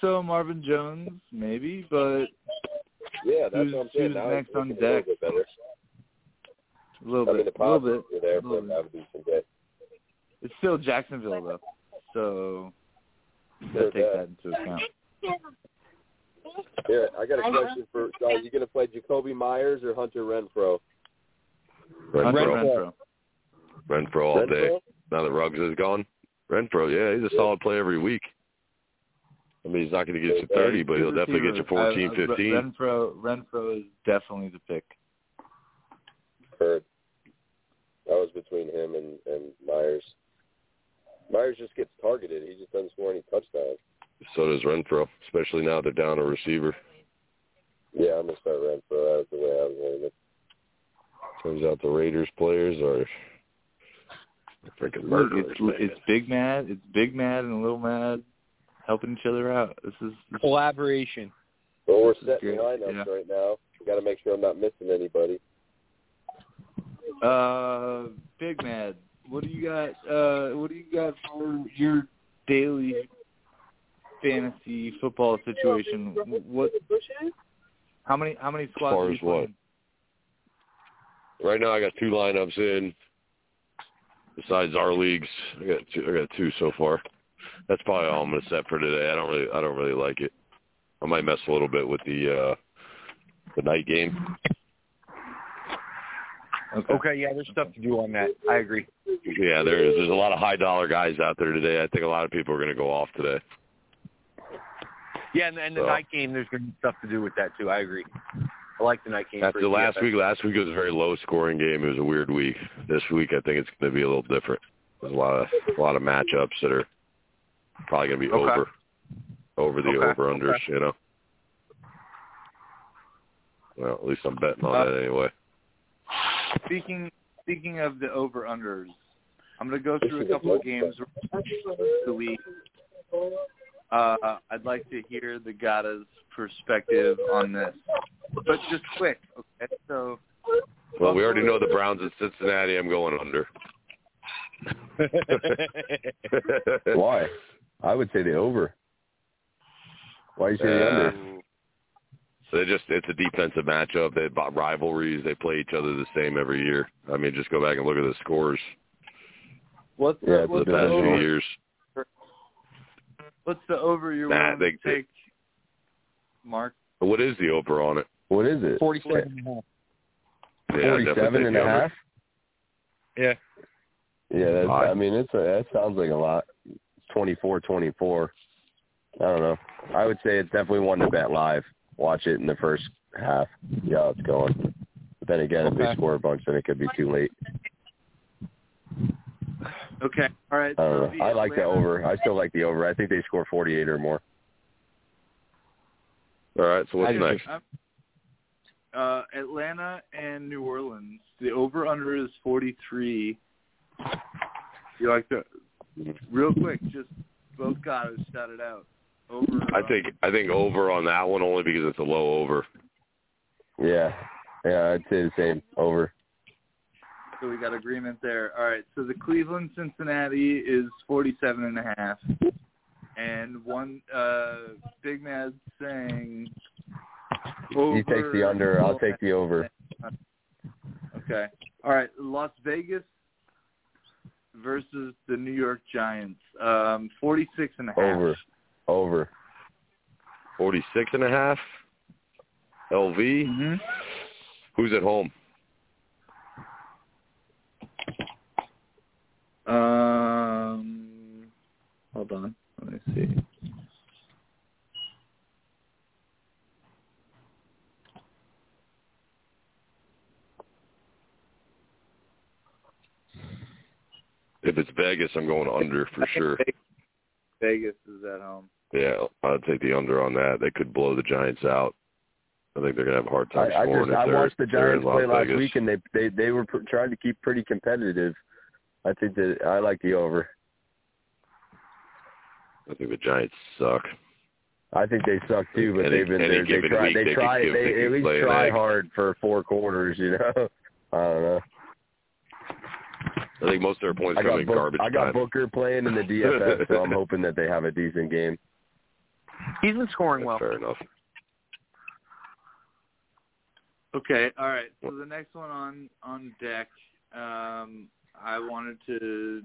Speaker 4: So Marvin Jones, maybe, but
Speaker 17: Yeah, that's
Speaker 4: Who's-
Speaker 17: what I'm saying.
Speaker 4: who's
Speaker 17: Now
Speaker 4: next
Speaker 17: he's looking
Speaker 4: on
Speaker 17: a little
Speaker 4: deck?
Speaker 17: bit better.
Speaker 4: a little
Speaker 17: I mean,
Speaker 4: bit,
Speaker 17: the
Speaker 4: a little bit.
Speaker 17: positives were there for
Speaker 4: little
Speaker 17: him to
Speaker 4: bit.
Speaker 17: have a decent day.
Speaker 4: It's still Jacksonville though, so you
Speaker 17: Sure
Speaker 4: gotta take that
Speaker 17: does.
Speaker 4: into account.
Speaker 17: Here, I got a question for. So you going to play Jacoby Myers or Hunter Renfro?
Speaker 8: Renfro.
Speaker 4: Hunter
Speaker 8: Renfro.
Speaker 4: Renfro.
Speaker 8: all day.
Speaker 17: Renfro?
Speaker 8: Now that Ruggs is gone, Renfro, yeah, he's a solid play every week. I mean, he's not going to get you 30, but he'll
Speaker 4: Good
Speaker 8: definitely get you
Speaker 4: receiver.
Speaker 8: 14,
Speaker 4: Uh, uh,
Speaker 8: 15.
Speaker 4: Renfro, Renfro is definitely the pick.
Speaker 17: Heard. That was between him and, and Myers. Myers just gets targeted. He just doesn't score any touchdowns.
Speaker 8: So does Renfro, especially now they're down a receiver.
Speaker 17: Yeah, I'm going to start Renfro. That's the way I was going to
Speaker 8: Turns out the Raiders players are freaking
Speaker 4: Look,
Speaker 8: murderers.
Speaker 4: it's
Speaker 8: man.
Speaker 4: it's big mad, it's big mad and little mad, helping each other out. This is this,
Speaker 5: Collaboration.
Speaker 17: Well, we're
Speaker 4: This is
Speaker 17: setting
Speaker 4: good,
Speaker 17: lineups
Speaker 4: yeah.
Speaker 17: right now. got to make sure I'm not missing anybody.
Speaker 4: uh big mad. What do you got? Uh, what do you got for your daily fantasy football situation? What? How many? How many squads?
Speaker 8: far
Speaker 4: are you
Speaker 8: as what?
Speaker 4: playing?
Speaker 8: Right now, I got two lineups in. Besides our leagues, I got two, I got two so far. That's probably all I'm going to set for today. I don't really I don't really like it. I might mess a little bit with the uh the night game.
Speaker 4: Okay.
Speaker 5: Okay. Yeah, there's stuff to do on that. I agree.
Speaker 8: Yeah, there is. There's a lot of high dollar guys out there today. I think a lot of people are going to go off today.
Speaker 5: Yeah, and, and the
Speaker 14: So.
Speaker 5: night game, there's going to be stuff to do with that too. I agree. I like the night game.
Speaker 14: After
Speaker 5: for
Speaker 14: last
Speaker 5: DFS.
Speaker 14: week, last week was a very low scoring game. It was a weird week. This week, I think it's going to be a little different. There's a lot of a lot of matchups that are probably going to be
Speaker 5: Okay.
Speaker 14: over, over the
Speaker 5: Okay.
Speaker 14: over unders. You know. Well, at least I'm betting
Speaker 5: Uh,
Speaker 14: on that anyway.
Speaker 4: Speaking speaking of the over unders, I'm going to go through a couple of games the week. Uh, I'd like to hear the Gata's perspective on this, but just quick. Okay, so
Speaker 14: Well, we already know the Browns at Cincinnati. I'm going
Speaker 5: [LAUGHS]
Speaker 14: under. [LAUGHS]
Speaker 8: Why? I would say the over. Why you say the
Speaker 4: Uh,
Speaker 8: under?
Speaker 14: So they just it's a defensive matchup. They have rivalries. They play each other the same every year. I mean, just go back and look at the scores
Speaker 4: what's
Speaker 14: yeah,
Speaker 4: the,
Speaker 14: for the
Speaker 4: what's the
Speaker 14: past few
Speaker 8: Oh.
Speaker 4: over?
Speaker 14: years.
Speaker 4: What's the over you're
Speaker 14: Nah,
Speaker 4: willing
Speaker 14: they-
Speaker 4: to take, Mark?
Speaker 14: What is the over on it?
Speaker 8: What is it?
Speaker 4: Forty-seven and a half.
Speaker 14: Yeah, I'd definitely
Speaker 8: 47 and
Speaker 14: take
Speaker 8: a
Speaker 14: the over.
Speaker 8: half?
Speaker 5: Yeah.
Speaker 8: Yeah, that's, I mean, it's a, that sounds like a lot. It's 24 24. I don't know. I would say it's definitely one to bet live. Watch it in the first half. Yeah, it's going. But then again, if they score a bunch, then it could be too late.
Speaker 4: Okay. All right.
Speaker 14: Uh,
Speaker 8: I don't
Speaker 4: so
Speaker 8: know.
Speaker 4: the
Speaker 8: I like the
Speaker 4: Atlanta-
Speaker 8: over. I still like the over. I think they score 48 or more.
Speaker 14: All right, so
Speaker 4: I- I'm- Uh, Atlanta and New Orleans. The over under is forty three. You like that? Real quick, just both guys shout it out. Over.
Speaker 14: I think I think over on that one only because it's a low over.
Speaker 8: Yeah. Yeah, I'd say the same. Over.
Speaker 4: uh, So we got agreement there. All right. So the Cleveland Cincinnati is forty seven and a half. And one uh Big Mad saying over
Speaker 8: He takes the under. I'll take the over.
Speaker 4: Okay. All right. Las Vegas versus the New York Giants. Um, 46 and a half.
Speaker 8: Over. Over.
Speaker 14: Forty six and a half. LV.
Speaker 4: Mm-hmm.
Speaker 14: Who's at home?
Speaker 4: Um, hold on. Let me see.
Speaker 14: If it's Vegas, I'm going under for sure.
Speaker 4: Vegas is at home.
Speaker 14: Yeah, I'd take the under on that. They could blow the Giants out. I think they're gonna have a hard
Speaker 8: I,
Speaker 14: time
Speaker 8: I
Speaker 14: scoring.
Speaker 8: just
Speaker 14: if
Speaker 8: I
Speaker 14: they're-
Speaker 8: watched the
Speaker 14: they're in
Speaker 8: Giants play
Speaker 14: Las
Speaker 8: last
Speaker 14: Vegas.
Speaker 8: week and they they they were pr- trying to keep pretty competitive. I think that I like the over.
Speaker 14: I think the Giants suck.
Speaker 8: I think they suck too, but
Speaker 14: Any-
Speaker 8: they've been
Speaker 14: any
Speaker 8: there. They
Speaker 14: given
Speaker 8: try.
Speaker 14: week,
Speaker 8: they
Speaker 14: they could
Speaker 8: try.
Speaker 14: give-
Speaker 8: They,
Speaker 14: they could
Speaker 8: at least
Speaker 14: play an
Speaker 8: try
Speaker 14: egg.
Speaker 8: hard for four quarters. You know. [LAUGHS] I don't know.
Speaker 14: I think most of their points
Speaker 8: I
Speaker 14: come
Speaker 8: got
Speaker 14: in
Speaker 8: Book-
Speaker 14: garbage
Speaker 8: I got
Speaker 14: time.
Speaker 8: Booker playing in the DFS, so
Speaker 14: [LAUGHS]
Speaker 8: I'm hoping that they have a decent game.
Speaker 5: He's been scoring well.
Speaker 14: Fair enough.
Speaker 4: Okay. All right. So the next one on on deck, um, I wanted to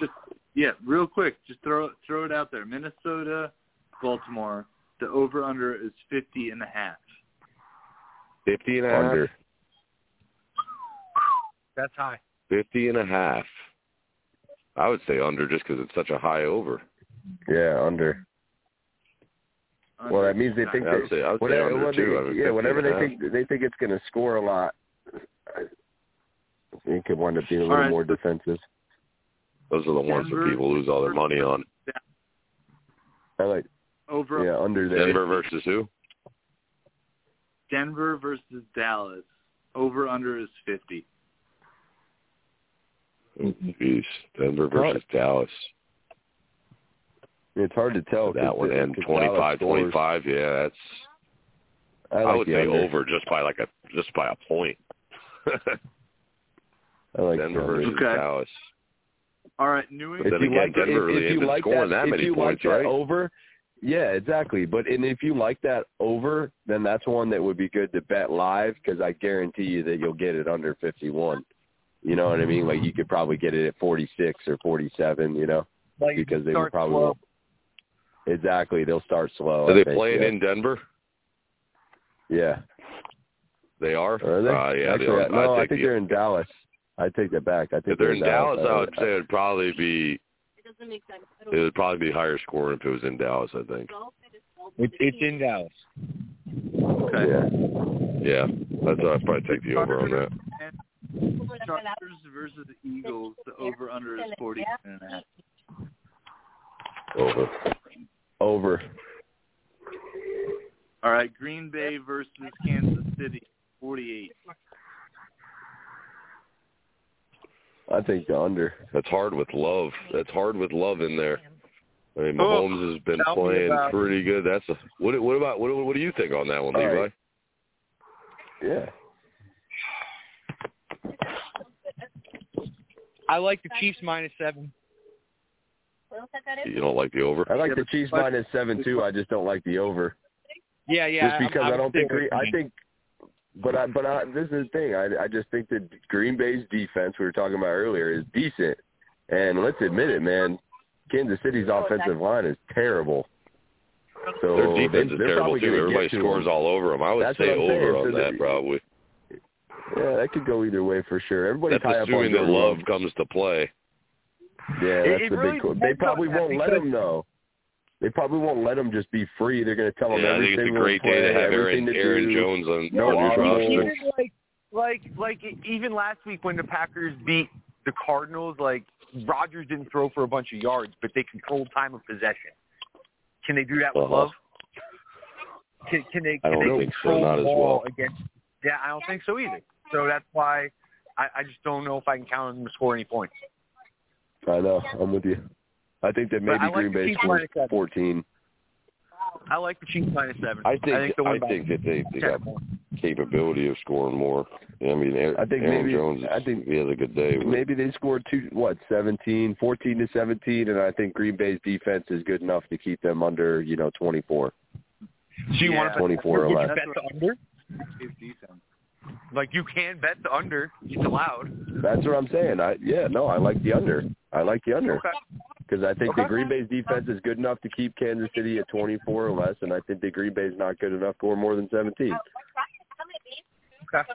Speaker 4: just yeah, real quick, just throw throw it out there. Minnesota, Baltimore. The over under is fifty and a half.
Speaker 14: Fifty and a half.
Speaker 8: Under.
Speaker 5: That's high.
Speaker 14: Fifty and a half. I would say under just because it's such a high over.
Speaker 8: Yeah, under. Well, that means they think
Speaker 14: I would
Speaker 8: that
Speaker 14: say, I would say
Speaker 8: whatever,
Speaker 14: under
Speaker 8: when
Speaker 14: too. I
Speaker 8: they-
Speaker 14: would
Speaker 8: yeah,
Speaker 14: think
Speaker 8: whenever
Speaker 14: that.
Speaker 8: they think they think it's going to score a lot, I- it could wind up being a little
Speaker 4: right.
Speaker 8: more defensive.
Speaker 14: Those are the ones that people lose all their money on.
Speaker 8: I like
Speaker 4: Over
Speaker 8: yeah under there.
Speaker 14: Denver versus who?
Speaker 4: Denver versus Dallas. Over under is fifty.
Speaker 14: Jeez, Denver versus Dallas.
Speaker 8: It's hard to tell. 'cause
Speaker 14: That one
Speaker 8: the-
Speaker 14: and
Speaker 8: cause Dallas
Speaker 14: twenty-five,
Speaker 8: scores.
Speaker 14: twenty-five. Yeah, that's.
Speaker 8: I, like
Speaker 14: would
Speaker 8: the
Speaker 14: say
Speaker 8: under.
Speaker 14: over just by like a just by a point. [LAUGHS]
Speaker 8: I like
Speaker 14: Denver
Speaker 8: the under.
Speaker 14: versus Dallas.
Speaker 4: All right, New
Speaker 14: But then
Speaker 8: if you
Speaker 14: again,
Speaker 8: like
Speaker 14: Denver
Speaker 8: if,
Speaker 14: really
Speaker 8: if
Speaker 14: ain't
Speaker 8: you
Speaker 14: been
Speaker 8: like
Speaker 14: scoring
Speaker 8: that,
Speaker 14: that many
Speaker 8: if you
Speaker 14: points,
Speaker 8: like that
Speaker 14: right?
Speaker 8: over, yeah, exactly. But and if you like that over, then that's one that would be good to bet live because I guarantee you that you'll get it under fifty-one. You know what I mean? Like you could probably get it at forty-six or forty-seven. You know,
Speaker 5: Like,
Speaker 8: because they
Speaker 5: start
Speaker 8: probably
Speaker 5: slow.
Speaker 8: won't. Exactly, they'll start slow.
Speaker 14: Are
Speaker 8: I
Speaker 14: they
Speaker 8: think,
Speaker 14: playing
Speaker 8: yeah.
Speaker 14: in Denver?
Speaker 8: Yeah.
Speaker 14: They are.
Speaker 8: Or Are they?
Speaker 14: Uh, yeah,
Speaker 8: Actually,
Speaker 14: they are.
Speaker 8: I- no, I
Speaker 14: think
Speaker 8: think they're in Dallas. I take that back. I think
Speaker 14: if they're in Dallas, I would
Speaker 8: I-
Speaker 14: say it'd probably be. It doesn't make sense. It would probably be higher scoring if it was in Dallas. I think.
Speaker 5: It's it's in Dallas.
Speaker 14: Okay. Yeah, that's I'd probably take the over on that.
Speaker 10: Chargers versus the Eagles. The over under is forty and a half.
Speaker 14: Over.
Speaker 8: Over.
Speaker 10: All right, Green Bay versus Kansas City, forty-eight.
Speaker 14: I think the under. That's hard with love. That's hard with love in there. I mean,
Speaker 5: Oh,
Speaker 14: Mahomes has been
Speaker 5: tell me
Speaker 14: playing
Speaker 5: about it.
Speaker 14: pretty good. That's a what? What about what? What do you think on that one,
Speaker 5: All
Speaker 14: Levi?
Speaker 5: right.
Speaker 8: Yeah.
Speaker 5: I like the Chiefs minus seven.
Speaker 14: You don't like the over?
Speaker 8: I like the Chiefs minus seven too. I just don't like the over.
Speaker 5: Yeah, yeah.
Speaker 8: Just
Speaker 5: I'm-
Speaker 8: because
Speaker 5: I'm
Speaker 8: I don't think
Speaker 5: sticking
Speaker 8: Gre-
Speaker 5: with
Speaker 8: I
Speaker 5: you.
Speaker 8: think, but I but I, this is the thing. I I just think that Green Bay's defense we were talking about earlier is decent, and let's admit it, man. Kansas City's offensive line is terrible. So
Speaker 14: Their defense
Speaker 8: they,
Speaker 14: is
Speaker 8: they're
Speaker 14: terrible
Speaker 8: probably
Speaker 14: too.
Speaker 8: gonna
Speaker 14: Everybody
Speaker 8: get to
Speaker 14: scores
Speaker 8: them.
Speaker 14: all over them. I would
Speaker 8: That's
Speaker 14: say
Speaker 8: what I'm saying.
Speaker 14: over
Speaker 8: So
Speaker 14: on
Speaker 8: the-
Speaker 14: that probably.
Speaker 8: Yeah, that could go either way for sure. Everybody's
Speaker 14: That's
Speaker 8: high up on
Speaker 14: assuming that
Speaker 8: Jordan
Speaker 14: love comes to play.
Speaker 8: Yeah,
Speaker 14: It-
Speaker 8: that's
Speaker 14: it
Speaker 8: the
Speaker 14: really
Speaker 8: big. Cool. They
Speaker 14: depends on
Speaker 8: probably
Speaker 14: that
Speaker 8: won't let
Speaker 14: because-
Speaker 8: him though. They probably won't let him just be free. They're going to tell him
Speaker 14: Yeah, I
Speaker 8: every
Speaker 14: think it's a
Speaker 8: single
Speaker 14: great
Speaker 8: play,
Speaker 14: day to have
Speaker 8: everything
Speaker 14: Aaron,
Speaker 8: to
Speaker 14: Aaron
Speaker 8: do.
Speaker 14: Jones on,
Speaker 8: No
Speaker 14: on your
Speaker 8: audible.
Speaker 14: roster.
Speaker 8: Even
Speaker 5: like like like even last week when the Packers beat the Cardinals, like Rodgers didn't throw for a bunch of yards, but they controlled time of possession. Can they do that with
Speaker 14: Uh-huh.
Speaker 5: love? Can, can they? Can
Speaker 14: I don't
Speaker 5: they
Speaker 14: think so,
Speaker 5: control
Speaker 14: not
Speaker 5: the
Speaker 14: as
Speaker 5: ball
Speaker 14: well.
Speaker 5: Against, yeah, I don't think so either. So that's why I, I just don't know if I can count on them to score any points.
Speaker 8: I know. I'm with you. I think that
Speaker 5: But I
Speaker 8: maybe
Speaker 5: like
Speaker 8: Green
Speaker 5: the
Speaker 8: Bay
Speaker 5: Chiefs
Speaker 8: scores
Speaker 5: minus seven.
Speaker 8: 14.
Speaker 5: I like the Chiefs minus seven.
Speaker 14: I think
Speaker 5: I think, the one by-
Speaker 14: that they
Speaker 5: [LAUGHS]
Speaker 14: they got capability of scoring more. I mean, Aaron,
Speaker 8: I think
Speaker 14: Aaron
Speaker 8: maybe-
Speaker 14: Jones. I think he has a good day. With,
Speaker 8: Maybe they scored two, what, 17, 14 to 17, and I think Green Bay's defense is good enough to keep them under, you know, 24.
Speaker 5: So you want to
Speaker 8: 24 or
Speaker 5: would you
Speaker 8: less.
Speaker 5: bet the under? Like you can bet the under. It's allowed.
Speaker 8: That's what I'm saying. I yeah, no, I like the under. I like the under
Speaker 5: Okay.
Speaker 8: because I think the
Speaker 5: Okay.
Speaker 8: Green Bay's defense is good enough to keep Kansas City at 24 or less, and I think the Green Bay's not good enough to score more than 17.
Speaker 5: Okay.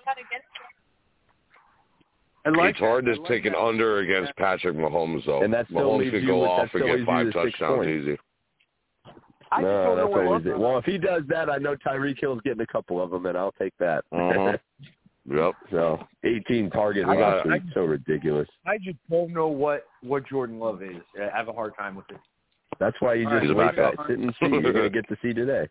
Speaker 14: it's hard to take an under [LAUGHS] against Patrick Mahomes though.
Speaker 8: And that still
Speaker 14: Mahomes
Speaker 8: leaves
Speaker 14: could
Speaker 8: you
Speaker 14: go
Speaker 8: with- that
Speaker 14: off
Speaker 8: still
Speaker 14: and get
Speaker 8: leaves you
Speaker 14: five
Speaker 8: with six
Speaker 14: touchdowns
Speaker 8: points.
Speaker 14: easy.
Speaker 8: no, that's
Speaker 14: where
Speaker 8: always it. Well, if he does that, I know Tyreek Hill's getting a couple of them, and I'll take that.
Speaker 14: Uh-huh. Yep.
Speaker 8: [LAUGHS] So 18 targets
Speaker 5: I-
Speaker 8: last
Speaker 5: I-
Speaker 8: week, so ridiculous.
Speaker 5: I just don't know what what Jordan Love is. I have a hard time with it.
Speaker 8: That's why you
Speaker 5: All right,
Speaker 8: just
Speaker 5: wake
Speaker 8: wait, back,
Speaker 5: up.
Speaker 8: sit and see. You're gonna get to see today.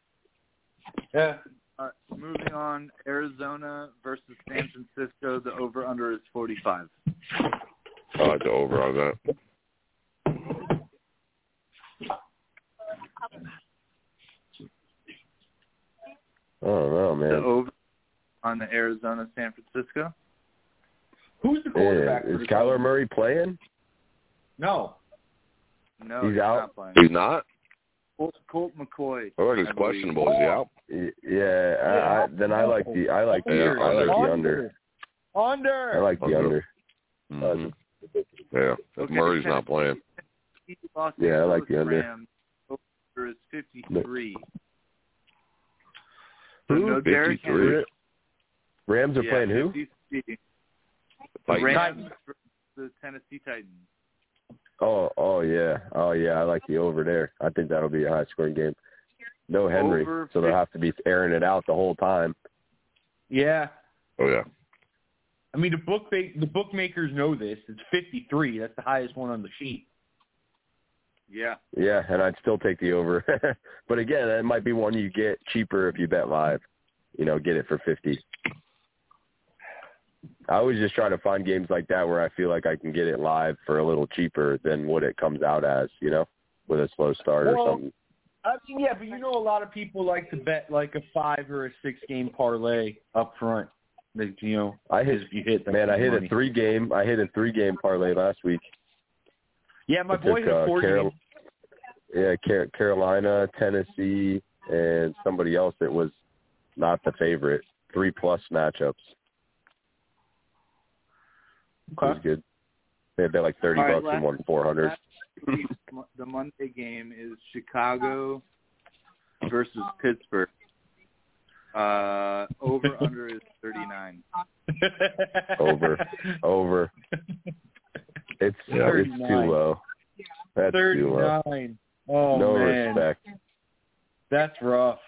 Speaker 10: Yeah. All right, moving on, Arizona versus San Francisco. The over under is forty-five.
Speaker 14: I like the over on [LAUGHS] that.
Speaker 8: I don't know,
Speaker 10: The
Speaker 8: man.
Speaker 10: over on the Arizona San Francisco.
Speaker 5: Who's
Speaker 10: the
Speaker 8: Yeah, is Kyler Murray playing?
Speaker 10: No. No,
Speaker 8: He's out.
Speaker 10: Not playing.
Speaker 14: He's not.
Speaker 10: Colt, Colt McCoy.
Speaker 14: I reckon
Speaker 10: I believe.
Speaker 14: it's questionable. Is he out?
Speaker 8: Y- Yeah, I, I, then I like the I like the
Speaker 14: Yeah,
Speaker 8: I like the
Speaker 14: under.
Speaker 8: under.
Speaker 10: Under.
Speaker 8: I like the
Speaker 14: Under.
Speaker 8: under.
Speaker 14: Mhm. Yeah.
Speaker 10: Okay,
Speaker 14: Murray's not playing.
Speaker 10: Los
Speaker 8: Yeah, I like
Speaker 10: Angeles
Speaker 8: the under.
Speaker 10: Rams. Over is fifty-three.
Speaker 8: Who?
Speaker 10: No Derrick
Speaker 14: 53.
Speaker 10: Henry.
Speaker 8: Rams are
Speaker 10: Yeah,
Speaker 8: playing who?
Speaker 10: 53. The
Speaker 14: Titans.
Speaker 10: Rams versus the Tennessee Titans.
Speaker 8: Oh, oh yeah, oh yeah. I like the over there. I think that'll be a high scoring game. No Henry,
Speaker 10: Over
Speaker 8: so they'll have to be airing it out the whole time.
Speaker 5: Yeah.
Speaker 14: Oh yeah.
Speaker 5: I mean the book the bookmakers know this. It's 53. That's the highest one on the sheet.
Speaker 10: Yeah.
Speaker 8: Yeah, and I'd still take the over. [LAUGHS] but again, that might be one you get cheaper if you bet live. You know, get it for fifty. I always just try to find games like that where I feel like I can get it live for a little cheaper than what it comes out as. You know, with a slow start
Speaker 5: Well,
Speaker 8: or something.
Speaker 5: I mean, yeah, but you know, a lot of people like to bet like a five or a six game parlay up front. Like, you know,
Speaker 8: I hit,
Speaker 5: if you hit that
Speaker 8: man. I hit
Speaker 5: money.
Speaker 8: a three game. I hit a three game parlay last week.
Speaker 5: Yeah, my
Speaker 8: I
Speaker 5: boy
Speaker 8: took,
Speaker 5: hit a
Speaker 8: uh,
Speaker 5: four
Speaker 8: Carol-
Speaker 5: game.
Speaker 8: Yeah, Car- Carolina, Tennessee, and somebody else that was not the favorite. Three plus matchups. It was
Speaker 10: Okay.
Speaker 8: good. They bet like thirty
Speaker 10: All right,
Speaker 8: bucks and
Speaker 10: last-
Speaker 8: won
Speaker 5: [LAUGHS]
Speaker 8: four hundred.
Speaker 10: [LAUGHS] the Monday game is Chicago versus Pittsburgh. Uh, over under is thirty nine.
Speaker 8: Over. Over. It's
Speaker 5: Yeah.
Speaker 8: it's too
Speaker 5: 39.
Speaker 8: low. That's too low.
Speaker 5: Thirty nine. Oh
Speaker 8: no
Speaker 5: man.
Speaker 8: respect.
Speaker 5: That's rough.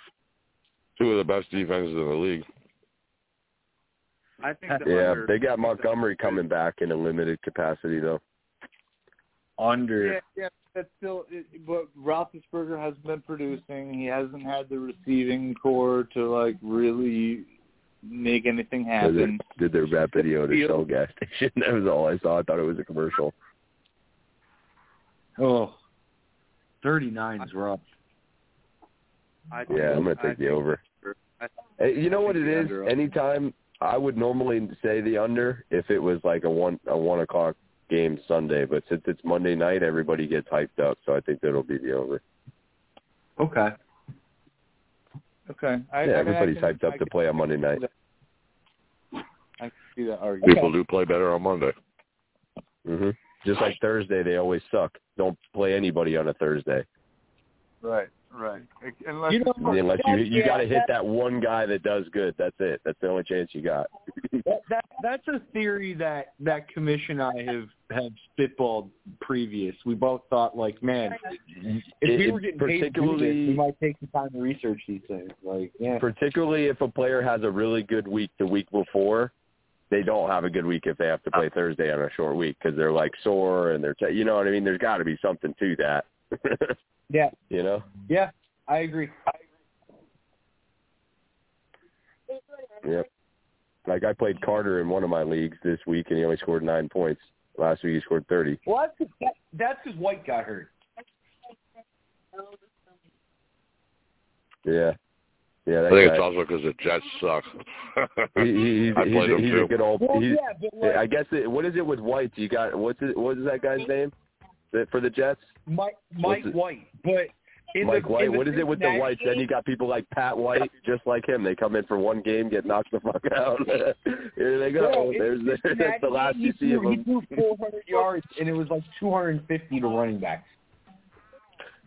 Speaker 14: Two of the best defenses in the league.
Speaker 5: I think the
Speaker 8: Yeah,
Speaker 5: under-
Speaker 8: they got Montgomery coming back in a limited capacity though.
Speaker 5: Under.
Speaker 8: Yeah,
Speaker 5: yeah, that's still. It, but Roethlisberger has been producing. He hasn't had the receiving core to like really make anything
Speaker 8: Did their,
Speaker 5: happen.
Speaker 8: did their rap video at a Shell gas station. [LAUGHS] That was all I saw. I thought it was a commercial.
Speaker 5: Oh, thirty nine is rough.
Speaker 20: I think,
Speaker 8: Yeah, I'm gonna
Speaker 20: I
Speaker 8: take the
Speaker 20: think-
Speaker 8: over.
Speaker 20: I-
Speaker 8: Hey, you know
Speaker 20: I
Speaker 8: what
Speaker 20: think
Speaker 8: it
Speaker 20: the
Speaker 8: is?
Speaker 20: under-
Speaker 8: Anytime I would normally say the under if it was like a one a one o'clock game Sunday, but since it's Monday night, everybody gets hyped up, so I think that'll be the over.
Speaker 5: Okay. Okay. I, I
Speaker 8: yeah,
Speaker 5: mean, I
Speaker 8: everybody's
Speaker 5: can-
Speaker 8: hyped up
Speaker 5: I
Speaker 8: to play on Monday night.
Speaker 5: I can see that argument.
Speaker 14: People do play better on Monday.
Speaker 8: hmm Just like Thursday, they always suck. Don't play anybody on a Thursday
Speaker 5: Right, right. Unless
Speaker 8: unless you you got to hit that one guy that does good. That's it. That's the only chance you got.
Speaker 5: that, that that's a theory that that commission I have have spitballed previous. We both thought like, man, if we
Speaker 8: It-
Speaker 5: were
Speaker 8: it
Speaker 5: getting paid to do this,
Speaker 8: particularly-
Speaker 5: we might take some time to research these things. Like, yeah,
Speaker 8: Particularly if a player has a really good week the week before, they don't have a good week if they have to play Thursday on a short week because they're like sore and they're t- you know what I mean. There's got to be something to that. [LAUGHS]
Speaker 5: yeah,
Speaker 8: you know.
Speaker 5: yeah. I agree.
Speaker 8: Yep. Like I played Carter in one of my leagues this week, and he only scored nine points. Last week he scored thirty.
Speaker 5: Well, that's 'cause- that, that's because White got hurt.
Speaker 8: Yeah. Yeah.
Speaker 14: I
Speaker 8: That
Speaker 14: think
Speaker 8: guy-
Speaker 14: it's also because the Jets suck. [LAUGHS]
Speaker 8: He- he- he's,
Speaker 14: I
Speaker 8: he's-
Speaker 14: played him
Speaker 8: he's
Speaker 14: too.
Speaker 8: a good old.
Speaker 14: Well,
Speaker 8: he's-
Speaker 14: yeah, but, like-
Speaker 8: I guess it, what is it with White? You got what's it, what is that guy's name that, for the Jets?
Speaker 5: Mike Mike
Speaker 8: What's it-
Speaker 5: White, but in
Speaker 8: Mike
Speaker 5: the,
Speaker 8: White.
Speaker 5: in the
Speaker 8: What is it with the
Speaker 5: Cincinnati
Speaker 8: Whites? Then you got people like Pat White, just like him. They come in for one game, get knocked the [LAUGHS] fuck out. Here they go.
Speaker 5: Bro, it's
Speaker 8: There's
Speaker 5: Cincinnati,
Speaker 8: that's the [LAUGHS] last
Speaker 5: he
Speaker 8: you see of
Speaker 5: threw-
Speaker 8: them.
Speaker 5: He threw 400 yards, and it was like 250 to running backs.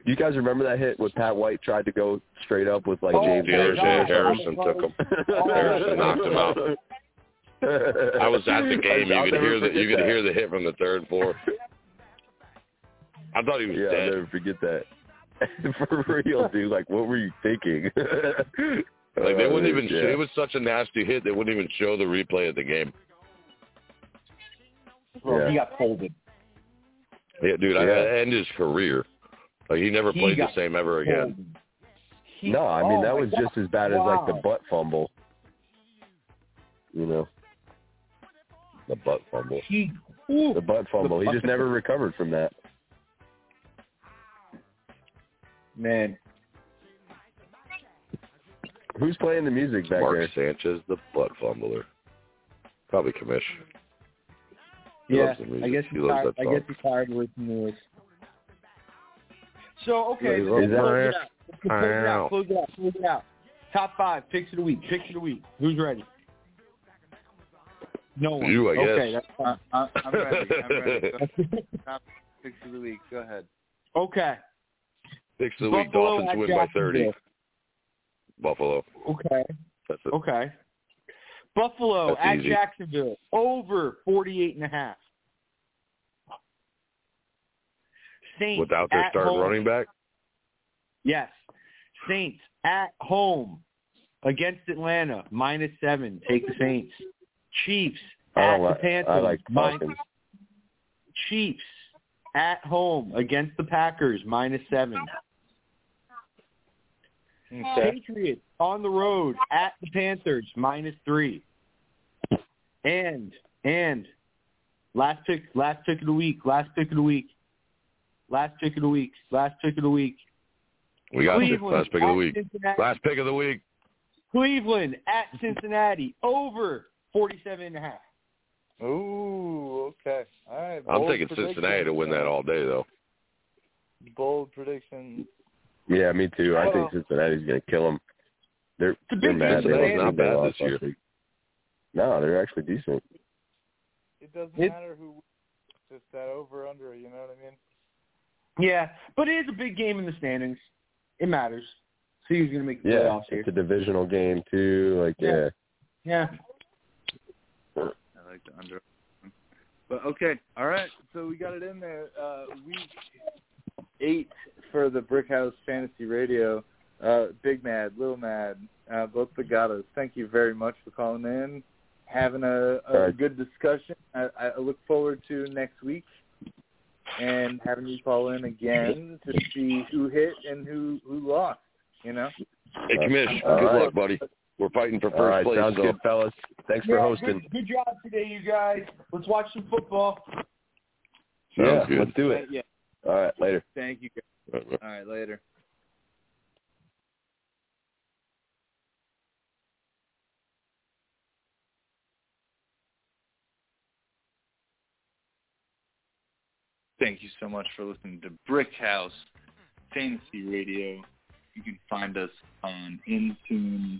Speaker 8: Do you guys remember that hit when Pat White tried to go straight up with like
Speaker 5: Oh,
Speaker 8: James
Speaker 14: my
Speaker 8: Harrison?
Speaker 14: God. Harrison took him. Harrison knocked him out. I was at
Speaker 8: [LAUGHS]
Speaker 14: the game.
Speaker 8: I'll
Speaker 14: You could
Speaker 8: never
Speaker 14: hear the you
Speaker 8: forget
Speaker 14: could
Speaker 8: that.
Speaker 14: hear the hit from the third floor. I thought he was
Speaker 8: Yeah,
Speaker 14: dead.
Speaker 8: I'll never forget that. [LAUGHS] For real, dude. Like, what were you thinking?
Speaker 14: Like they wouldn't
Speaker 8: Uh,
Speaker 14: even.
Speaker 8: yeah.
Speaker 14: It was such a nasty hit. They wouldn't even show the replay of the game.
Speaker 5: Bro,
Speaker 14: Yeah.
Speaker 5: he got folded.
Speaker 14: Yeah, dude. I
Speaker 8: Yeah.
Speaker 14: and his career. Like he never
Speaker 5: He
Speaker 14: played the
Speaker 5: got
Speaker 14: same ever again.
Speaker 8: no, I mean
Speaker 5: oh
Speaker 8: that
Speaker 5: my
Speaker 8: was just as bad as like the
Speaker 5: Wow.
Speaker 8: butt fumble. You know, the butt fumble.
Speaker 5: He,
Speaker 8: the butt fumble. he just never recovered from that.
Speaker 5: Man,
Speaker 8: Who's playing the music back
Speaker 14: Mark
Speaker 8: there?
Speaker 14: Sanchez, the butt fumbler. Probably commission. He
Speaker 5: Yeah,
Speaker 14: loves the music.
Speaker 5: I guess
Speaker 14: he
Speaker 5: he's
Speaker 14: loves
Speaker 5: tired.
Speaker 14: that
Speaker 5: I
Speaker 14: song.
Speaker 5: guess he's tired of listening to this. So okay,
Speaker 14: Is
Speaker 5: let's
Speaker 14: that-
Speaker 5: close it out. Let's close it
Speaker 14: Wow.
Speaker 5: out. Close it out. Close it out. Top five picks of the week. Picks of the week. Who's ready? No one.
Speaker 14: You, I guess.
Speaker 5: okay, that's fine.
Speaker 20: I, I'm ready. I'm
Speaker 8: [LAUGHS]
Speaker 20: ready. Go- Top six of the week. Go ahead.
Speaker 5: Okay.
Speaker 14: Six of the week.
Speaker 5: Buffalo
Speaker 14: Dolphins
Speaker 5: at
Speaker 14: win by thirty.
Speaker 5: Jacksonville.
Speaker 14: Buffalo.
Speaker 5: Okay.
Speaker 14: That's it.
Speaker 5: Okay. Buffalo
Speaker 14: That's
Speaker 5: at
Speaker 14: easy.
Speaker 5: Jacksonville over forty-eight and a half. Saints
Speaker 14: Without their
Speaker 5: at
Speaker 14: starting
Speaker 5: home.
Speaker 14: running back.
Speaker 5: Yes. Saints at home against Atlanta, minus seven. Take the Saints. Chiefs
Speaker 8: Oh, I
Speaker 5: at
Speaker 8: don't
Speaker 5: the
Speaker 8: like.
Speaker 5: Panthers.
Speaker 8: I like
Speaker 5: minus-
Speaker 8: Falcons.
Speaker 5: Chiefs at home against the Packers, minus seven. Patriots on the road at the Panthers, minus three. And and last pick, last pick of the week, last pick of the week, last pick of the week, last pick of the week.
Speaker 14: We got it.
Speaker 5: Cleveland
Speaker 14: Last pick of the
Speaker 5: at
Speaker 14: week.
Speaker 5: Cincinnati.
Speaker 14: Last pick of the week.
Speaker 5: Cleveland at Cincinnati over 47 and a half.
Speaker 4: Ooh, okay. All right.
Speaker 14: I'm
Speaker 4: bold
Speaker 14: taking Cincinnati
Speaker 4: prediction.
Speaker 14: to win that all day, though.
Speaker 4: Bold prediction.
Speaker 8: Yeah, me too. I
Speaker 4: Well-
Speaker 8: think Cincinnati's gonna kill them. They're
Speaker 4: a
Speaker 8: they're
Speaker 4: big
Speaker 8: mad. They
Speaker 14: Cincinnati's
Speaker 8: lost-
Speaker 14: not
Speaker 8: they
Speaker 14: bad
Speaker 8: lost
Speaker 14: this year.
Speaker 8: last week. No, they're actually decent.
Speaker 4: It doesn't matter who. wins, it's Just that over under. You know what I mean?
Speaker 5: Yeah, but it is a big game in the standings. It matters. See who's going to make the
Speaker 8: Yeah,
Speaker 5: playoffs here.
Speaker 8: it's a divisional game too. Like, yeah.
Speaker 5: Yeah.
Speaker 4: I like the under. But okay, all right. So we got it in there. Uh, week eight for the Brickhouse Fantasy Radio. uh, Big Mad, Little Mad, uh, both the Gattos. Thank you very much for calling in, having a, a
Speaker 8: Alright.
Speaker 4: good discussion. I, I look forward to next week and having you call in again to see who hit and who who lost. You know.
Speaker 14: Hey, Commish,
Speaker 8: All
Speaker 14: good
Speaker 8: right.
Speaker 14: luck, buddy. We're fighting for first
Speaker 8: All right,
Speaker 14: place.
Speaker 8: sounds
Speaker 14: so.
Speaker 8: good, fellas. Thanks for
Speaker 14: Yeah,
Speaker 8: hosting.
Speaker 21: Good, good job today, you guys. Let's watch some football.
Speaker 8: yeah,
Speaker 14: Sounds good.
Speaker 8: let's do it.
Speaker 4: Yeah.
Speaker 8: All right, later.
Speaker 4: Thank you.
Speaker 14: All
Speaker 4: right, later. Thank you so much for listening to Brick House Fantasy Radio. You can find us on Intune,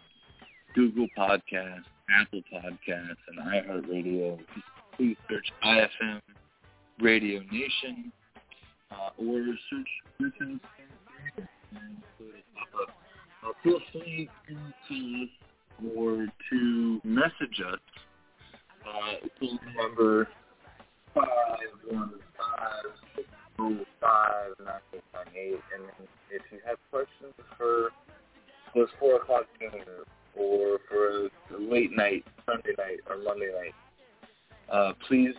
Speaker 4: Google Podcasts, Apple Podcasts, and iHeartRadio. Please search IFM Radio Nation uh, or search Brick House Fantasy Radio and it'll pop up. Uh, feel free to or to message us. Uh, phone number five one five six oh five nine six nine eight. And then if you have questions for those four o'clock games or for a late night Sunday night or Monday night, uh, please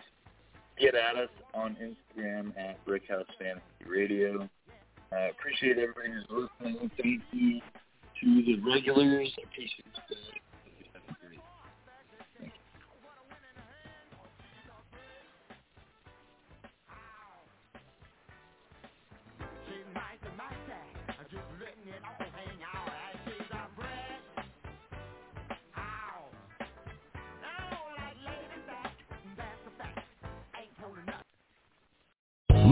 Speaker 4: get at us on Instagram at Brickhouse Fantasy Radio. Uh, appreciate everybody who's listening. Thank you to the regulars. Appreciate you. guys. Have a great
Speaker 2: Oh,